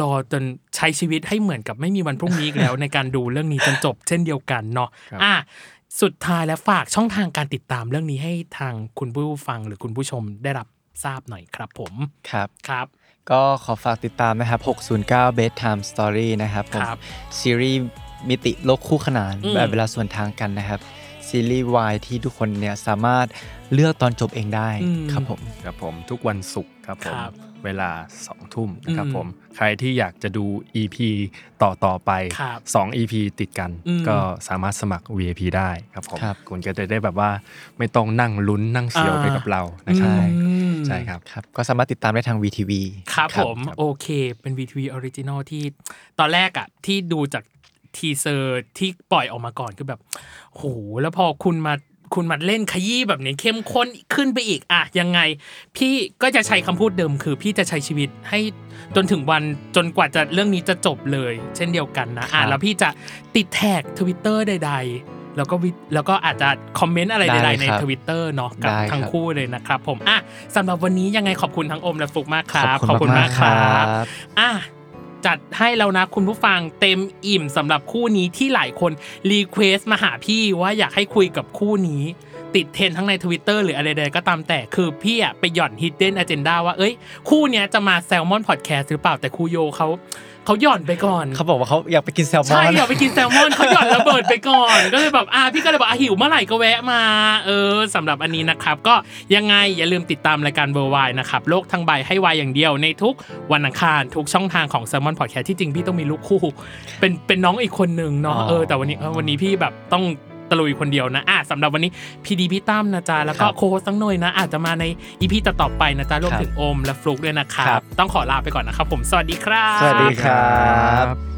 Speaker 3: รอจนใช้ชีวิตให้เหมือนกับไม่มีวันพรุ่งนี้อีกแล้ว ในการดูเรื่องนี้จนจบ เช่นเดียวกันเนาะ
Speaker 4: ครับ
Speaker 3: อ่ะสุดท้ายแล้วฝากช่องทางการติดตามเรื่องนี้ให้ทางคุณผู้ฟังหรือคุณผู้ชมได้รับทราบหน่อยครับผม
Speaker 5: ครับ
Speaker 3: ครับ
Speaker 5: ก็ขอฝากติดตามนะครับ 609 bedtime story นะครับผม
Speaker 3: ครับ
Speaker 5: ซีรีส์มิติโลกคู่ขนาน
Speaker 3: อืม
Speaker 5: แบบเวลาส่วนทางกันนะครับ ซีรีส์วายที่ทุกคนเนี่ยสามารถเลือกตอนจบเองได้ครับผม
Speaker 4: ครับผมทุกวันศุกร์ครับผ
Speaker 3: ค
Speaker 4: ม
Speaker 3: รับ
Speaker 4: เวลา2ทุ่มนะครับ
Speaker 3: อืม
Speaker 4: ผมใครที่อยากจะดู EP ต่อต่อๆไป
Speaker 3: ครับ
Speaker 4: 2 EP ติดกัน
Speaker 3: อืม
Speaker 4: ก็สามารถสมัคร VIP ได้ครับผม
Speaker 5: ครับ
Speaker 4: คุณก็จะได้แบบว่าไม่ต้องนั่งลุ้นนั่งเสียว
Speaker 3: อ่า
Speaker 4: ไปกับเรานะครับผม
Speaker 3: อืม
Speaker 4: ใช่ครับ
Speaker 5: ครับก็สามารถติดตามได้ทาง VTV
Speaker 3: ครับผม
Speaker 4: ครับ
Speaker 3: โอเค เป็น VTV Original ที่ตอนแรกอะที่ดูจากทีเซอร์ที่ปล่อยออกมาก่อนคือแบบโหแล้วพอคุณมาคุณมาเล่นขยี้แบบนี้เข้มข้นขึ้นไปอีกอะยังไง พี่ก็จะใช้คำพูดเดิมคือ พี่จะใช้ชีวิตให้จนถึงวันจนกว่าจะเรื่องนี้จะจบเลย เช่นเดียวกันนะอ่ะ
Speaker 5: ครับ
Speaker 3: แล้วพี่จะติดแท็กทวิตเตอร์ใด ๆ แล้วก็วิแล้วก็อาจจะคอมเมนต์อะไร
Speaker 5: ได้
Speaker 3: ใด
Speaker 5: เลย
Speaker 3: ๆใน
Speaker 5: ครับ
Speaker 3: ทวิตเตอร์เนาะกับ
Speaker 5: ได้
Speaker 3: ทั้ง
Speaker 5: ครับ
Speaker 3: คู่เลยนะครับผมอ่ะสำหรับวันนี้ยังไงขอบคุณทั้งโอมและฟลุกมากครับ ครับ
Speaker 5: ข
Speaker 3: ข
Speaker 5: อ
Speaker 3: อ
Speaker 5: บบ คุ
Speaker 3: คุณ
Speaker 5: มาม
Speaker 3: ณาก ก
Speaker 5: ค
Speaker 3: ค
Speaker 5: รั
Speaker 3: รับ บ อ่ะ จัดให้แล้วนะคุณผู้ฟังเต็มอิ่มสำหรับคู่นี้ที่หลายคนรีเควสมาหาพี่ว่าอยากให้คุยกับคู่นี้ ติดเทรนด์ทั้งใน Twitter หรืออะไรใดๆก็ตามแต่คือพี่อะไปหย่อน Hidden Agenda ว่า เอ้ย คู่เนี้ยจะมาแซลมอนพอดแคสต์หรือเปล่าแต่ครูโยเขา เขาหย่อนไปก่อน
Speaker 5: เขาบอกว่าเขาอยากไปกินแซลมอน
Speaker 3: ใช่อยากไปกินแซลมอนเขาหย่อนระเบิดไปก่อน ก็เลยแบบอ่ะพี่ก็เลยบอกอ่ะหิวเมื่อไหร่ก็แวะมา เออสำหรับอันนี้นะครับ ก็ยังไงอย่าลืมติดตามรายการเบอร์วายนะครับโลกทั้งใบให้วายอย่างเดียวในทุกวันอังคารทุกช่องทางของแซลมอนพอดแคสที่จริงพี่ต้องมีลูกคู่ เป็นเป็นน้องอีกคนหนึ่งเนาะ
Speaker 5: อ๋อ
Speaker 3: เออแต่วันนี้เออวันนี้พี่แบบต้องตะลุยคนเดียวนะอ่ะสำหรับวันนี้พีดีพี่ตั้มนะจ๊ะแล้วก็โค้ชตั้งหน่อยนะ อาจจะมาในอีพีต่อๆไปนะจ๊ะรวมถึงโอมและฟลุกด้วยนะครับต้องขอลาไปก่อนนะครับผมสวัสดีครับ
Speaker 5: สวัสดีครับ